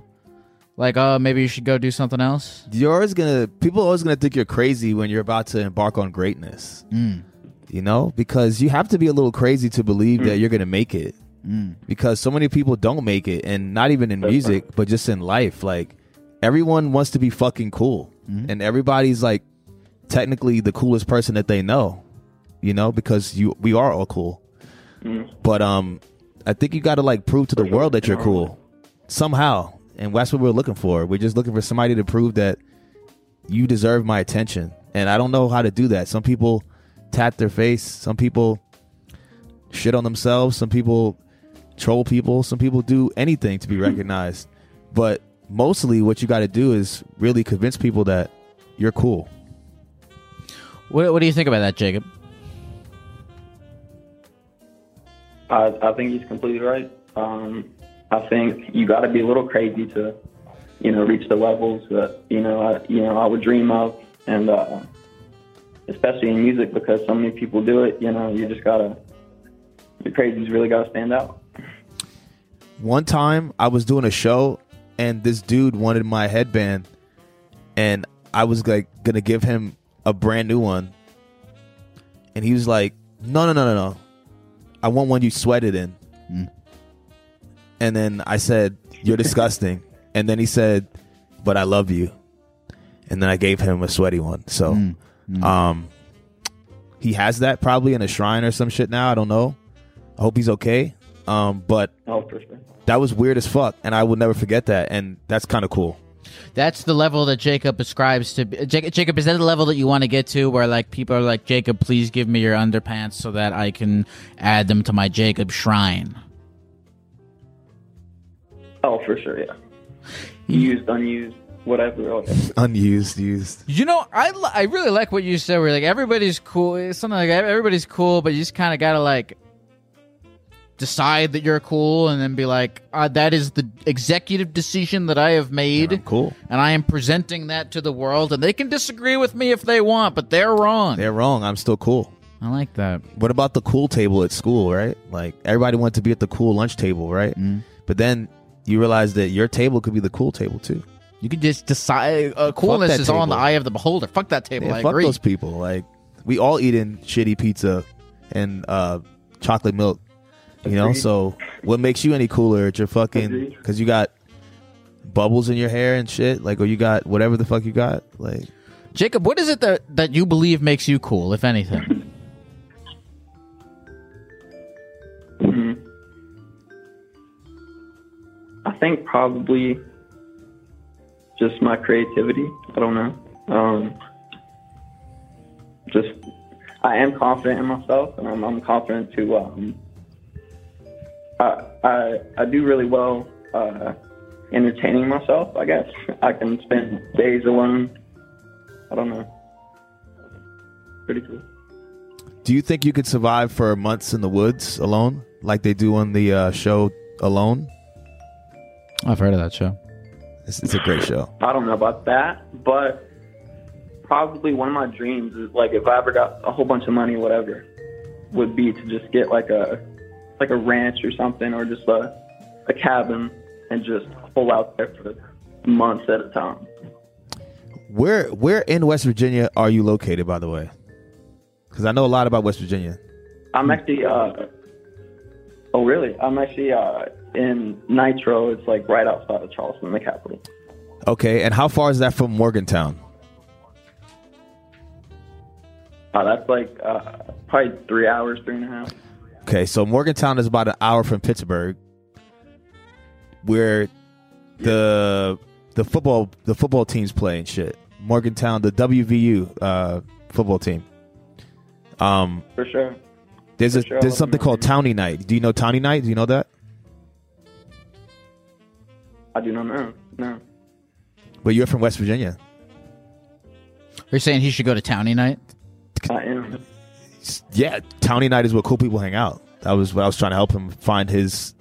[SPEAKER 1] like, oh, maybe you should go do something else?
[SPEAKER 2] you're always gonna. People are always gonna think you're crazy when you're about to embark on greatness.
[SPEAKER 1] Mm.
[SPEAKER 2] You know, because you have to be a little crazy to believe
[SPEAKER 1] Mm.
[SPEAKER 2] that you're gonna make it. Because so many people don't make it, and not even in music, but just in life. Like everyone wants to be fucking cool, and everybody's like technically the coolest person that they know. You know, because you we are all cool. But um, I think you got to like prove to the world that you're cool somehow, and that's what we're looking for. We're just looking for somebody to prove that you deserve my attention, and I don't know how to do that. Some people tap their face. Some people shit on themselves. Some people troll people. Some people do anything to be recognized. But mostly, what you got to do is really convince people that you're cool.
[SPEAKER 1] What, what do you think about that, Jacob?
[SPEAKER 4] I, I think he's completely right. Um, I think you got to be a little crazy to, you know, reach the levels that you know, I, you know, I would dream of, and uh, especially in music because so many people do it. You know, you just gotta, the crazies really gotta stand out.
[SPEAKER 2] one time I was doing a show and this dude wanted my headband and I was like gonna give him a brand new one and he was like no no no no no I want one you sweated in and then I said you're disgusting and then he said but I love you and then I gave him a sweaty one so um he has that probably in a shrine or some shit now I don't know I hope he's okay um but
[SPEAKER 4] Oh, for sure.
[SPEAKER 2] that was weird as fuck, and I will never forget that. And that's kind of cool.
[SPEAKER 1] That's the level that Jacob ascribes to. Jacob, Jacob, is that the level that you want to get to, where like people are like, Jacob, please give me your underpants so that I can add them to my Jacob shrine?
[SPEAKER 4] Oh, for sure. Yeah. Used, unused, whatever. whatever.
[SPEAKER 2] Unused, used.
[SPEAKER 1] You know, I, li- I really like what you said. Where like everybody's cool, it's something like everybody's cool, but you just kind of gotta like decide that you're cool, and then be like, uh, that is the executive decision that I have made, and,
[SPEAKER 2] Cool.
[SPEAKER 1] I am presenting that to the world, and they can disagree with me if they want, but they're wrong.
[SPEAKER 2] They're wrong. I'm still cool.
[SPEAKER 1] I like that.
[SPEAKER 2] What about the cool table at school, right? Like everybody wanted to be at the cool lunch table, right?
[SPEAKER 1] Mm-hmm.
[SPEAKER 2] But then you realize that your table could be the cool table too.
[SPEAKER 1] You can just decide. Uh, coolness
[SPEAKER 2] that
[SPEAKER 1] is all in the
[SPEAKER 2] table.
[SPEAKER 1] eye of the beholder. Fuck that table.
[SPEAKER 2] Yeah,
[SPEAKER 1] I
[SPEAKER 2] fuck
[SPEAKER 1] agree.
[SPEAKER 2] those people. Like we all eating shitty pizza and uh, chocolate milk. You know,
[SPEAKER 4] Agreed.
[SPEAKER 2] so what makes you any cooler? It's your fucking
[SPEAKER 4] Agreed.
[SPEAKER 2] because you got bubbles in your hair and shit. Like, or you got whatever the fuck you got. Like,
[SPEAKER 1] Jacob, what is it that that you believe makes you cool, if anything?
[SPEAKER 4] Hmm. I think probably just my creativity. I don't know. Um, just I am confident in myself, and I'm, I'm confident to. Um, I, I I do really well uh, entertaining myself. I guess I can spend days alone. I don't know. Pretty cool.
[SPEAKER 2] Do you think you could survive for months in the woods alone, like they do on the uh, show Alone?
[SPEAKER 1] I've heard of that show.
[SPEAKER 2] It's, it's a great show.
[SPEAKER 4] I don't know about that, but probably one of my dreams is like if I ever got a whole bunch of money, whatever, would be to just get like a like a ranch or something, or just a a cabin and just pull out there for months at a time.
[SPEAKER 2] Where where in West Virginia are you located, by the way? Because I know a lot about West Virginia.
[SPEAKER 4] I'm actually uh oh really? I'm actually uh in Nitro. It's like right outside of Charleston, the capital.
[SPEAKER 2] Okay, and how far is that from Morgantown?
[SPEAKER 4] Uh, that's like uh, probably three hours, three and a half.
[SPEAKER 2] Okay, so Morgantown is about an hour from Pittsburgh, where the the football the football teams play and shit. Morgantown, the WVU uh, football team. Um,
[SPEAKER 4] For sure.
[SPEAKER 2] there's a,
[SPEAKER 4] For sure, I
[SPEAKER 2] there's
[SPEAKER 4] love
[SPEAKER 2] something called Townie Night. Do you know Townie Night? Do you know that?
[SPEAKER 4] I do not know. No.
[SPEAKER 2] But you're from West Virginia.
[SPEAKER 1] You're saying he should go to Townie Night?
[SPEAKER 4] I am.
[SPEAKER 2] Yeah, Townie Night is where cool people hang out. That was what I was trying to help him find his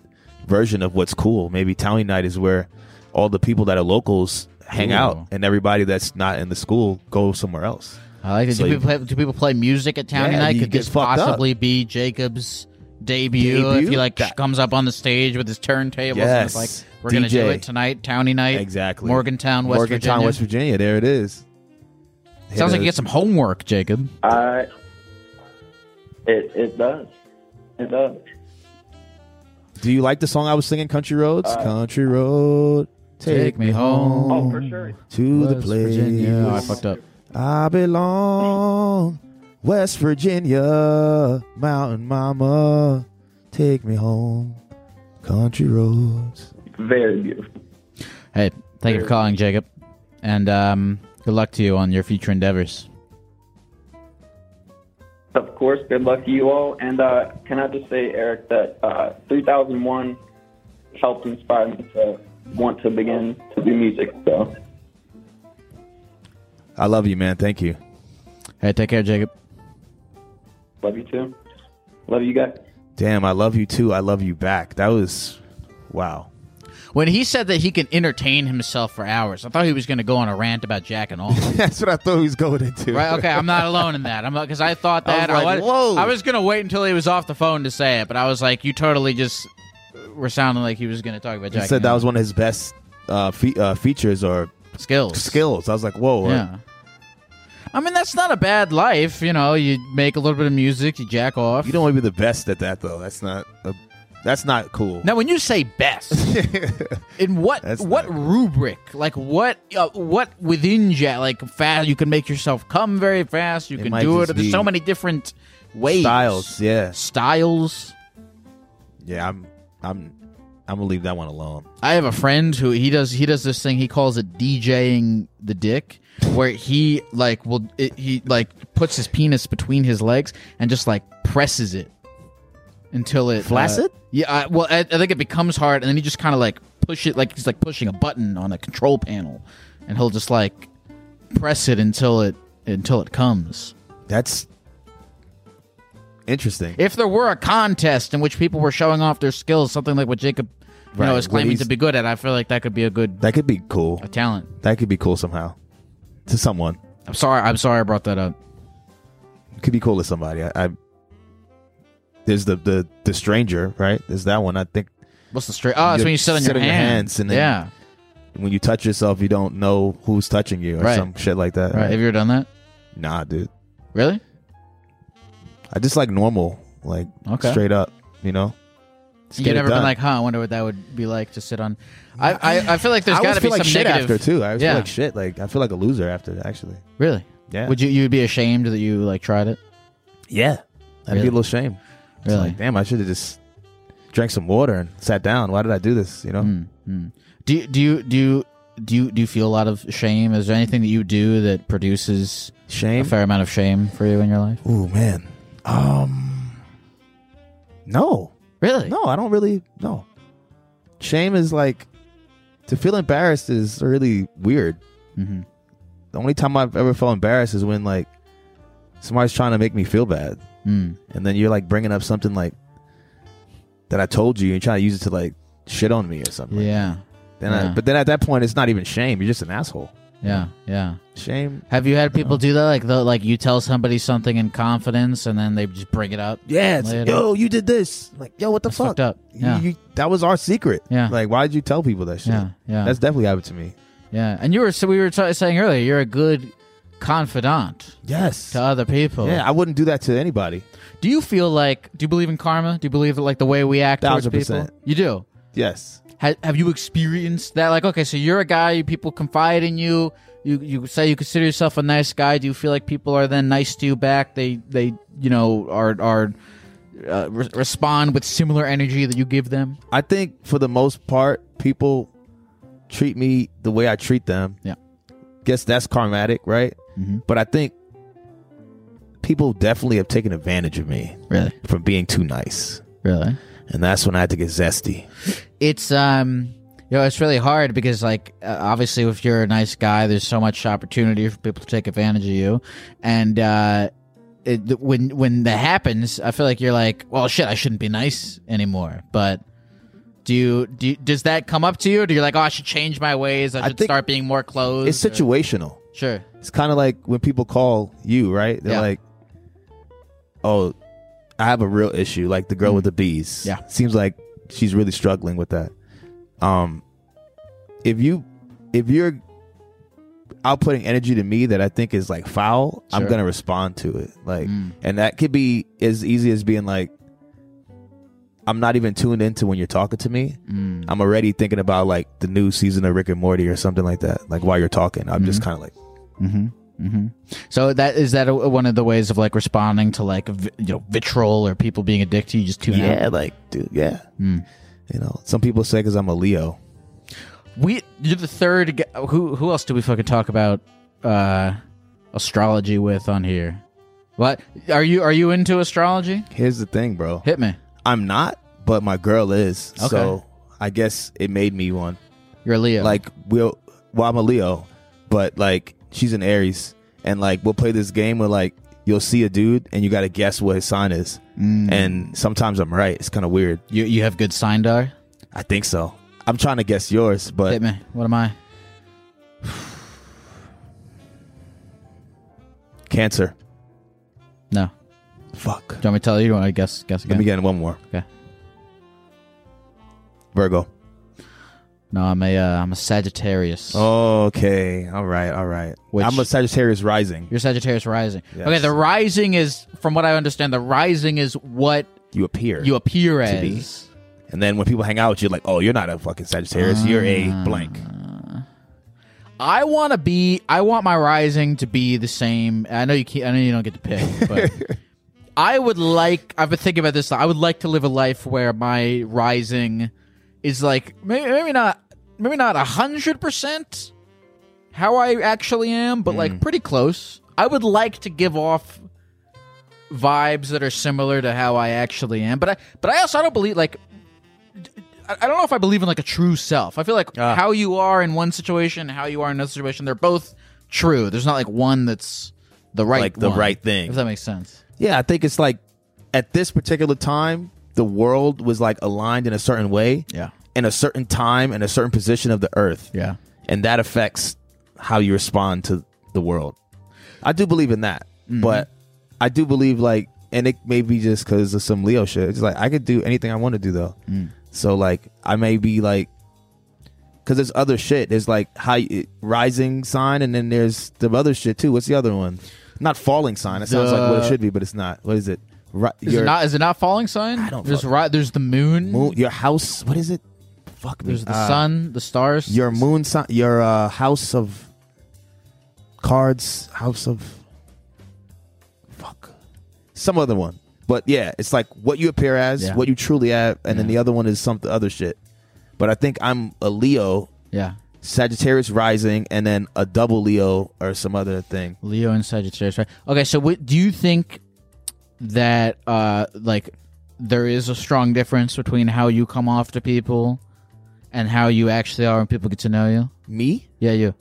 [SPEAKER 2] version of what's cool. Maybe Townie Night is where all the people that are locals hang
[SPEAKER 1] Ooh.
[SPEAKER 2] out, and everybody that's not in the school go somewhere else.
[SPEAKER 1] I like it.
[SPEAKER 2] So
[SPEAKER 1] do,
[SPEAKER 2] you-
[SPEAKER 1] people play, do people play music at Townie
[SPEAKER 2] Yeah,
[SPEAKER 1] Night?
[SPEAKER 2] you
[SPEAKER 1] Could
[SPEAKER 2] get
[SPEAKER 1] this
[SPEAKER 2] fucked up.
[SPEAKER 1] possibly be Jacob's debut, if
[SPEAKER 2] Debut?
[SPEAKER 1] he like
[SPEAKER 2] That-
[SPEAKER 1] comes up on the stage with his turntables and it's like
[SPEAKER 2] Yes.
[SPEAKER 1] we're gonna do
[SPEAKER 2] DJ.
[SPEAKER 1] it tonight, Townie Night,
[SPEAKER 2] Exactly.
[SPEAKER 1] Morgantown, West
[SPEAKER 2] Morgantown,
[SPEAKER 1] Virginia.
[SPEAKER 2] West Virginia. There it is. Hit
[SPEAKER 1] Sounds
[SPEAKER 2] a-
[SPEAKER 1] like you get some homework, Jacob.
[SPEAKER 4] I. It it does. It does.
[SPEAKER 2] Do you like the song I was singing, Country Roads? Country Road, take, me home.
[SPEAKER 4] Uh, Oh, for sure.
[SPEAKER 2] To the place
[SPEAKER 1] Virginia. Oh, I fucked up.
[SPEAKER 2] I belong. West Virginia, Mountain Mama, take me home. Country roads.
[SPEAKER 4] Very beautiful.
[SPEAKER 1] Hey, thank you for calling, Jacob, and um, good luck to you on your future endeavors.
[SPEAKER 4] Of course. Good luck to you all. And uh, can I just say, Eric, that uh, 3001 helped inspire me to want to begin to do music. So
[SPEAKER 2] I love you, man. Thank you.
[SPEAKER 1] Hey, take care, Jacob.
[SPEAKER 4] love you too. Love you guys.
[SPEAKER 2] Damn, I love you too. I love you back. That was wow.
[SPEAKER 1] When he said that he can entertain himself for hours, I thought he was going to go on a rant about Jack and all.
[SPEAKER 2] That's what I thought he was going into.
[SPEAKER 1] Right? Okay, I'm not alone in that. I'm because I thought
[SPEAKER 2] I was
[SPEAKER 1] that.
[SPEAKER 2] like,
[SPEAKER 1] wa-
[SPEAKER 2] whoa.
[SPEAKER 1] I was gonna wait until he was off the phone to say it, but I was like, you totally just were sounding like he was gonna talk about
[SPEAKER 2] He
[SPEAKER 1] Jack.
[SPEAKER 2] said
[SPEAKER 1] and
[SPEAKER 2] that
[SPEAKER 1] all.
[SPEAKER 2] was one of his best uh, fe- uh, features or
[SPEAKER 1] skills.
[SPEAKER 2] skills. I was like, whoa. uh,
[SPEAKER 1] Yeah. I mean, that's not a bad life. You know, you make a little bit of music, you jack off.
[SPEAKER 2] You don't want to be the best at that though. That's not a, that's not cool.
[SPEAKER 1] Now, when you say best, in what
[SPEAKER 2] That's
[SPEAKER 1] what
[SPEAKER 2] not-
[SPEAKER 1] rubric? Like what uh, what within Jack? Like fast, you can make yourself come very fast. You
[SPEAKER 2] It
[SPEAKER 1] can
[SPEAKER 2] might
[SPEAKER 1] do it.
[SPEAKER 2] just
[SPEAKER 1] There's
[SPEAKER 2] be
[SPEAKER 1] so many different ways,
[SPEAKER 2] Styles, yeah.
[SPEAKER 1] styles.
[SPEAKER 2] Yeah, I'm I'm I'm gonna leave that one alone.
[SPEAKER 1] I have a friend who he does he does this thing he calls it DJing the dick, where he like will it, he like puts his penis between his legs and just like presses it until it uh,
[SPEAKER 2] Flaccid?
[SPEAKER 1] yeah, I, well, I, I think it becomes hard, and then he just kind of like push it like he's like pushing a button on a control panel, and he'll just like press it until it until it comes.
[SPEAKER 2] That's interesting.
[SPEAKER 1] If there were a contest in which people were showing off their skills, something like what Jacob you know
[SPEAKER 2] Right,
[SPEAKER 1] is
[SPEAKER 2] what
[SPEAKER 1] claiming
[SPEAKER 2] he's-
[SPEAKER 1] to be good at, I feel like that could be a good
[SPEAKER 2] That could be cool.
[SPEAKER 1] a talent.
[SPEAKER 2] That could be cool somehow to someone.
[SPEAKER 1] I'm sorry. I'm sorry I brought that up.
[SPEAKER 2] It could be cool to somebody. I, I there's the the the stranger right. There's that one. I think
[SPEAKER 1] What's the straight? Oh, it's
[SPEAKER 2] You
[SPEAKER 1] when you sit on
[SPEAKER 2] sit
[SPEAKER 1] your,
[SPEAKER 2] on your
[SPEAKER 1] hands.
[SPEAKER 2] hands and then-
[SPEAKER 1] yeah,
[SPEAKER 2] when you touch yourself, you don't know who's touching you or
[SPEAKER 1] Right.
[SPEAKER 2] some shit like that.
[SPEAKER 1] right. Have you ever done that?
[SPEAKER 2] Nah, dude.
[SPEAKER 1] Really?
[SPEAKER 2] I just like normal, like
[SPEAKER 1] Okay.
[SPEAKER 2] straight up. You know. Just
[SPEAKER 1] You've
[SPEAKER 2] get it
[SPEAKER 1] never been
[SPEAKER 2] done.
[SPEAKER 1] like, huh? I wonder what that would be like to sit on. I I, I feel like there's
[SPEAKER 2] I
[SPEAKER 1] got
[SPEAKER 2] always
[SPEAKER 1] to be
[SPEAKER 2] feel like
[SPEAKER 1] some
[SPEAKER 2] shit
[SPEAKER 1] negative.
[SPEAKER 2] after too. I always
[SPEAKER 1] Yeah.
[SPEAKER 2] feel like shit. Like I feel like a loser after actually.
[SPEAKER 1] Really?
[SPEAKER 2] Yeah.
[SPEAKER 1] Would you you would be ashamed that you like tried it?
[SPEAKER 2] Yeah. I'd
[SPEAKER 1] Really?
[SPEAKER 2] be a little shame. It's
[SPEAKER 1] Really?
[SPEAKER 2] like, damn, I should have just
[SPEAKER 1] Hmm,
[SPEAKER 2] drank some water and sat down. Why did I do this? You know?
[SPEAKER 1] Mm, mm. Do you, do you do you do you do you feel a lot of shame? Is there anything that you do that produces a
[SPEAKER 2] Shame.
[SPEAKER 1] fair amount of shame for you in your life?
[SPEAKER 2] Ooh man. Um. No,
[SPEAKER 1] Really?
[SPEAKER 2] no, I don't really. No. Shame is like to feel embarrassed is really weird.
[SPEAKER 1] Mhm.
[SPEAKER 2] The only time I've ever felt embarrassed is when like somebody's trying to make me feel bad.
[SPEAKER 1] Mm.
[SPEAKER 2] and then you're like bringing up something like that I told you, and trying to use it to like shit on me or something.
[SPEAKER 1] Yeah.
[SPEAKER 2] Then
[SPEAKER 1] Yeah.
[SPEAKER 2] I, but then at that point, it's not even shame. You're just an asshole.
[SPEAKER 1] Yeah. Yeah.
[SPEAKER 2] Shame.
[SPEAKER 1] Have you had people do that? Like, the, like you tell somebody something in confidence, and then they just bring it up.
[SPEAKER 2] Yeah. It's,
[SPEAKER 1] Later.
[SPEAKER 2] yo, you did this. Like, yo, what the
[SPEAKER 1] That's
[SPEAKER 2] fuck?
[SPEAKER 1] fucked up.
[SPEAKER 2] You-
[SPEAKER 1] Yeah.
[SPEAKER 2] you- that was our secret.
[SPEAKER 1] Yeah.
[SPEAKER 2] Like, why did you tell people that shit?
[SPEAKER 1] Yeah, yeah.
[SPEAKER 2] That's definitely happened to me.
[SPEAKER 1] yeah. And you were so we were t- saying earlier, you're a good confidant
[SPEAKER 2] Yes.
[SPEAKER 1] to other people.
[SPEAKER 2] Yeah, I wouldn't do that to anybody.
[SPEAKER 1] Do you feel like? Do you believe in karma? Do you believe that like the way we act
[SPEAKER 2] Thousand
[SPEAKER 1] towards people?
[SPEAKER 2] percent.
[SPEAKER 1] You do.
[SPEAKER 2] Yes.
[SPEAKER 1] Ha- have you experienced that? Like, okay, so you're a guy. You, people confide in you. You you say you consider yourself a nice guy. Do you feel like people are then nice to you back? They they you know are are uh, re- respond with similar energy that you give them.
[SPEAKER 2] I think for the most part, people treat me the way I treat them.
[SPEAKER 1] Yeah.
[SPEAKER 2] Guess that's karmatic, right?
[SPEAKER 1] Mhm.
[SPEAKER 2] But I think people definitely have taken advantage of me
[SPEAKER 1] Really,
[SPEAKER 2] from being too nice.
[SPEAKER 1] really.
[SPEAKER 2] And that's when I had to get zesty.
[SPEAKER 1] it's um you know it's really hard because like uh, obviously if you're a nice guy there's so much opportunity for people to take advantage of you and uh it, th- when when that happens i feel like you're like well shit i shouldn't be nice anymore but do you, do you- does that come up to you or do you like oh i should change my ways i
[SPEAKER 2] I
[SPEAKER 1] should
[SPEAKER 2] think
[SPEAKER 1] start being more closed
[SPEAKER 2] It's
[SPEAKER 1] or-
[SPEAKER 2] situational.
[SPEAKER 1] sure
[SPEAKER 2] It's kind of like when people call you, right? They're
[SPEAKER 1] Yeah.
[SPEAKER 2] like, oh, I have a real issue. Like the girl with the bees.
[SPEAKER 1] Mm-hmm. Yeah.
[SPEAKER 2] Seems like she's really struggling with that. Um, if you, if you're outputting energy to me that I think is like foul, I'm
[SPEAKER 1] Sure.
[SPEAKER 2] going to respond to it. Like,
[SPEAKER 1] Mm.
[SPEAKER 2] and that could be as easy as being like, I'm not even tuned into when you're talking to me.
[SPEAKER 1] Mm.
[SPEAKER 2] I'm already thinking about like the new season of Rick and Morty or something like that. Like while you're talking, I'm just kind of like,
[SPEAKER 1] Mm-hmm. Mm-hmm. So that is that a, one of the ways of like responding to like vi- you know vitriol or people being a dick to you just tune out.
[SPEAKER 2] yeah, like dude, yeah.
[SPEAKER 1] Hmm.
[SPEAKER 2] You know, some people say because I'm a Leo.
[SPEAKER 1] We you're the third. g- Who who else do we fucking talk about uh, astrology with on here? What are you are you into astrology?
[SPEAKER 2] Here's the thing, bro.
[SPEAKER 1] Hit me.
[SPEAKER 2] I'm not, but my girl is.
[SPEAKER 1] Okay.
[SPEAKER 2] So I guess it made me one.
[SPEAKER 1] You're a Leo.
[SPEAKER 2] Like we'll, well, I'm a Leo, but like she's an Aries, and like we'll play this game where like you'll see a dude and you got to guess what his sign is, and sometimes I'm right. It's kind of weird.
[SPEAKER 1] Hmm. you you have good sign dar.
[SPEAKER 2] I think so. I'm trying to guess yours, but
[SPEAKER 1] Hit me. What am I?
[SPEAKER 2] Cancer.
[SPEAKER 1] No. Do
[SPEAKER 2] Fuck.
[SPEAKER 1] you want me to tell you? Do you want to guess guess again?
[SPEAKER 2] Let me get in one more.
[SPEAKER 1] Okay.
[SPEAKER 2] Virgo.
[SPEAKER 1] No, I'm a uh, I'm a Sagittarius.
[SPEAKER 2] Okay. All right. All right.
[SPEAKER 1] Which-
[SPEAKER 2] I'm a Sagittarius rising.
[SPEAKER 1] You're Sagittarius rising.
[SPEAKER 2] Yes.
[SPEAKER 1] Okay, the rising is, from what I understand, the rising is what
[SPEAKER 2] You appear.
[SPEAKER 1] you appear
[SPEAKER 2] To be.
[SPEAKER 1] as.
[SPEAKER 2] and then when people hang out with you, like, oh, you're not a fucking Sagittarius. you're
[SPEAKER 1] Ah.
[SPEAKER 2] a blank.
[SPEAKER 1] I want to be. I want my rising to be the same. I know you can't. I know you don't get to pick, but I would like. I've been thinking about this. I would like to live a life where my rising is like maybe, maybe not maybe not a hundred percent how I actually am, but like pretty close. I would like to give off vibes that are similar to how I actually am, but I but I also I don't believe like I I don't know if I believe in like a true self. I feel like
[SPEAKER 2] Ah.
[SPEAKER 1] how you are in one situation, and how you are in another situation, they're both true. There's not like one that's the right,
[SPEAKER 2] Like the
[SPEAKER 1] one,
[SPEAKER 2] right thing.
[SPEAKER 1] If that makes sense.
[SPEAKER 2] Yeah, I think it's like at this particular time, the world was like aligned in a certain way,
[SPEAKER 1] Yeah.
[SPEAKER 2] in a certain time, and a certain position of the earth.
[SPEAKER 1] Yeah.
[SPEAKER 2] And that affects how you respond to the world. I do believe in that.
[SPEAKER 1] Mm-hmm.
[SPEAKER 2] But I do believe, like, and it may be just because of some Leo shit. It's like, I could do anything I want to do, though.
[SPEAKER 1] Mm.
[SPEAKER 2] So, like, I may be like, because there's other shit. There's like high it, rising sign, and then there's the other shit too. What's the other one? Not falling sign. It sounds like what
[SPEAKER 1] The-
[SPEAKER 2] it should be, but it's not. What is it? Ri-
[SPEAKER 1] Is it not? Is it not falling sign? I
[SPEAKER 2] don't
[SPEAKER 1] There's
[SPEAKER 2] fuck-
[SPEAKER 1] right. There's the moon.
[SPEAKER 2] moon, your house. What is it? Fuck me.
[SPEAKER 1] There's the
[SPEAKER 2] Uh,
[SPEAKER 1] sun. The stars.
[SPEAKER 2] Your moon sign. Your uh, house of cards. House of fuck. Some other one, but yeah, it's like what you appear as,
[SPEAKER 1] Yeah.
[SPEAKER 2] what you truly have, and then
[SPEAKER 1] Yeah.
[SPEAKER 2] the other one is some other shit. But I think I'm a Leo,
[SPEAKER 1] Yeah.
[SPEAKER 2] Sagittarius rising, and then a double Leo or some other thing.
[SPEAKER 1] Leo and Sagittarius, right? Okay, so what, do you think that uh like there is a strong difference between how you come off to people and how you actually are when people get to know you?
[SPEAKER 2] Me?
[SPEAKER 1] Yeah, you.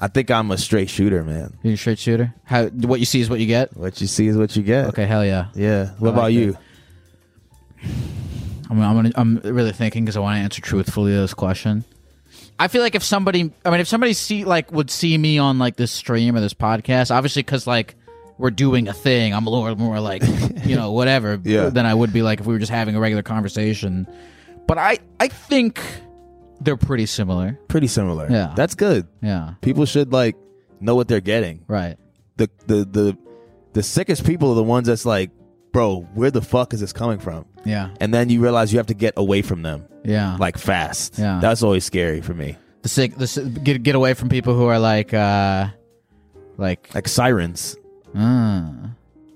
[SPEAKER 2] I think I'm a straight shooter, man.
[SPEAKER 1] You're a straight shooter. How what you see is what you get.
[SPEAKER 2] What you see is what you get.
[SPEAKER 1] Okay, hell yeah.
[SPEAKER 2] Yeah.
[SPEAKER 1] I
[SPEAKER 2] What
[SPEAKER 1] like
[SPEAKER 2] about you?
[SPEAKER 1] I'm I'm, gonna, I'm really thinking because I want to answer truthfully to this question. I feel like if somebody, I mean, if somebody see like would see me on like this stream or this podcast, obviously because like we're doing a thing, I'm a little more like you know whatever
[SPEAKER 2] Yeah.
[SPEAKER 1] than I would be like if we were just having a regular conversation. But I I think they're pretty similar.
[SPEAKER 2] Pretty similar.
[SPEAKER 1] Yeah.
[SPEAKER 2] That's good.
[SPEAKER 1] Yeah.
[SPEAKER 2] People should like know what they're getting.
[SPEAKER 1] Right.
[SPEAKER 2] The the the the sickest people are the ones that's like, bro, where the fuck is this coming from?
[SPEAKER 1] Yeah.
[SPEAKER 2] And then you realize you have to get away from them.
[SPEAKER 1] Yeah.
[SPEAKER 2] Like fast.
[SPEAKER 1] Yeah.
[SPEAKER 2] That's always scary for me.
[SPEAKER 1] the sick. The si- get get away from people who are like uh like
[SPEAKER 2] Like sirens.
[SPEAKER 1] uh,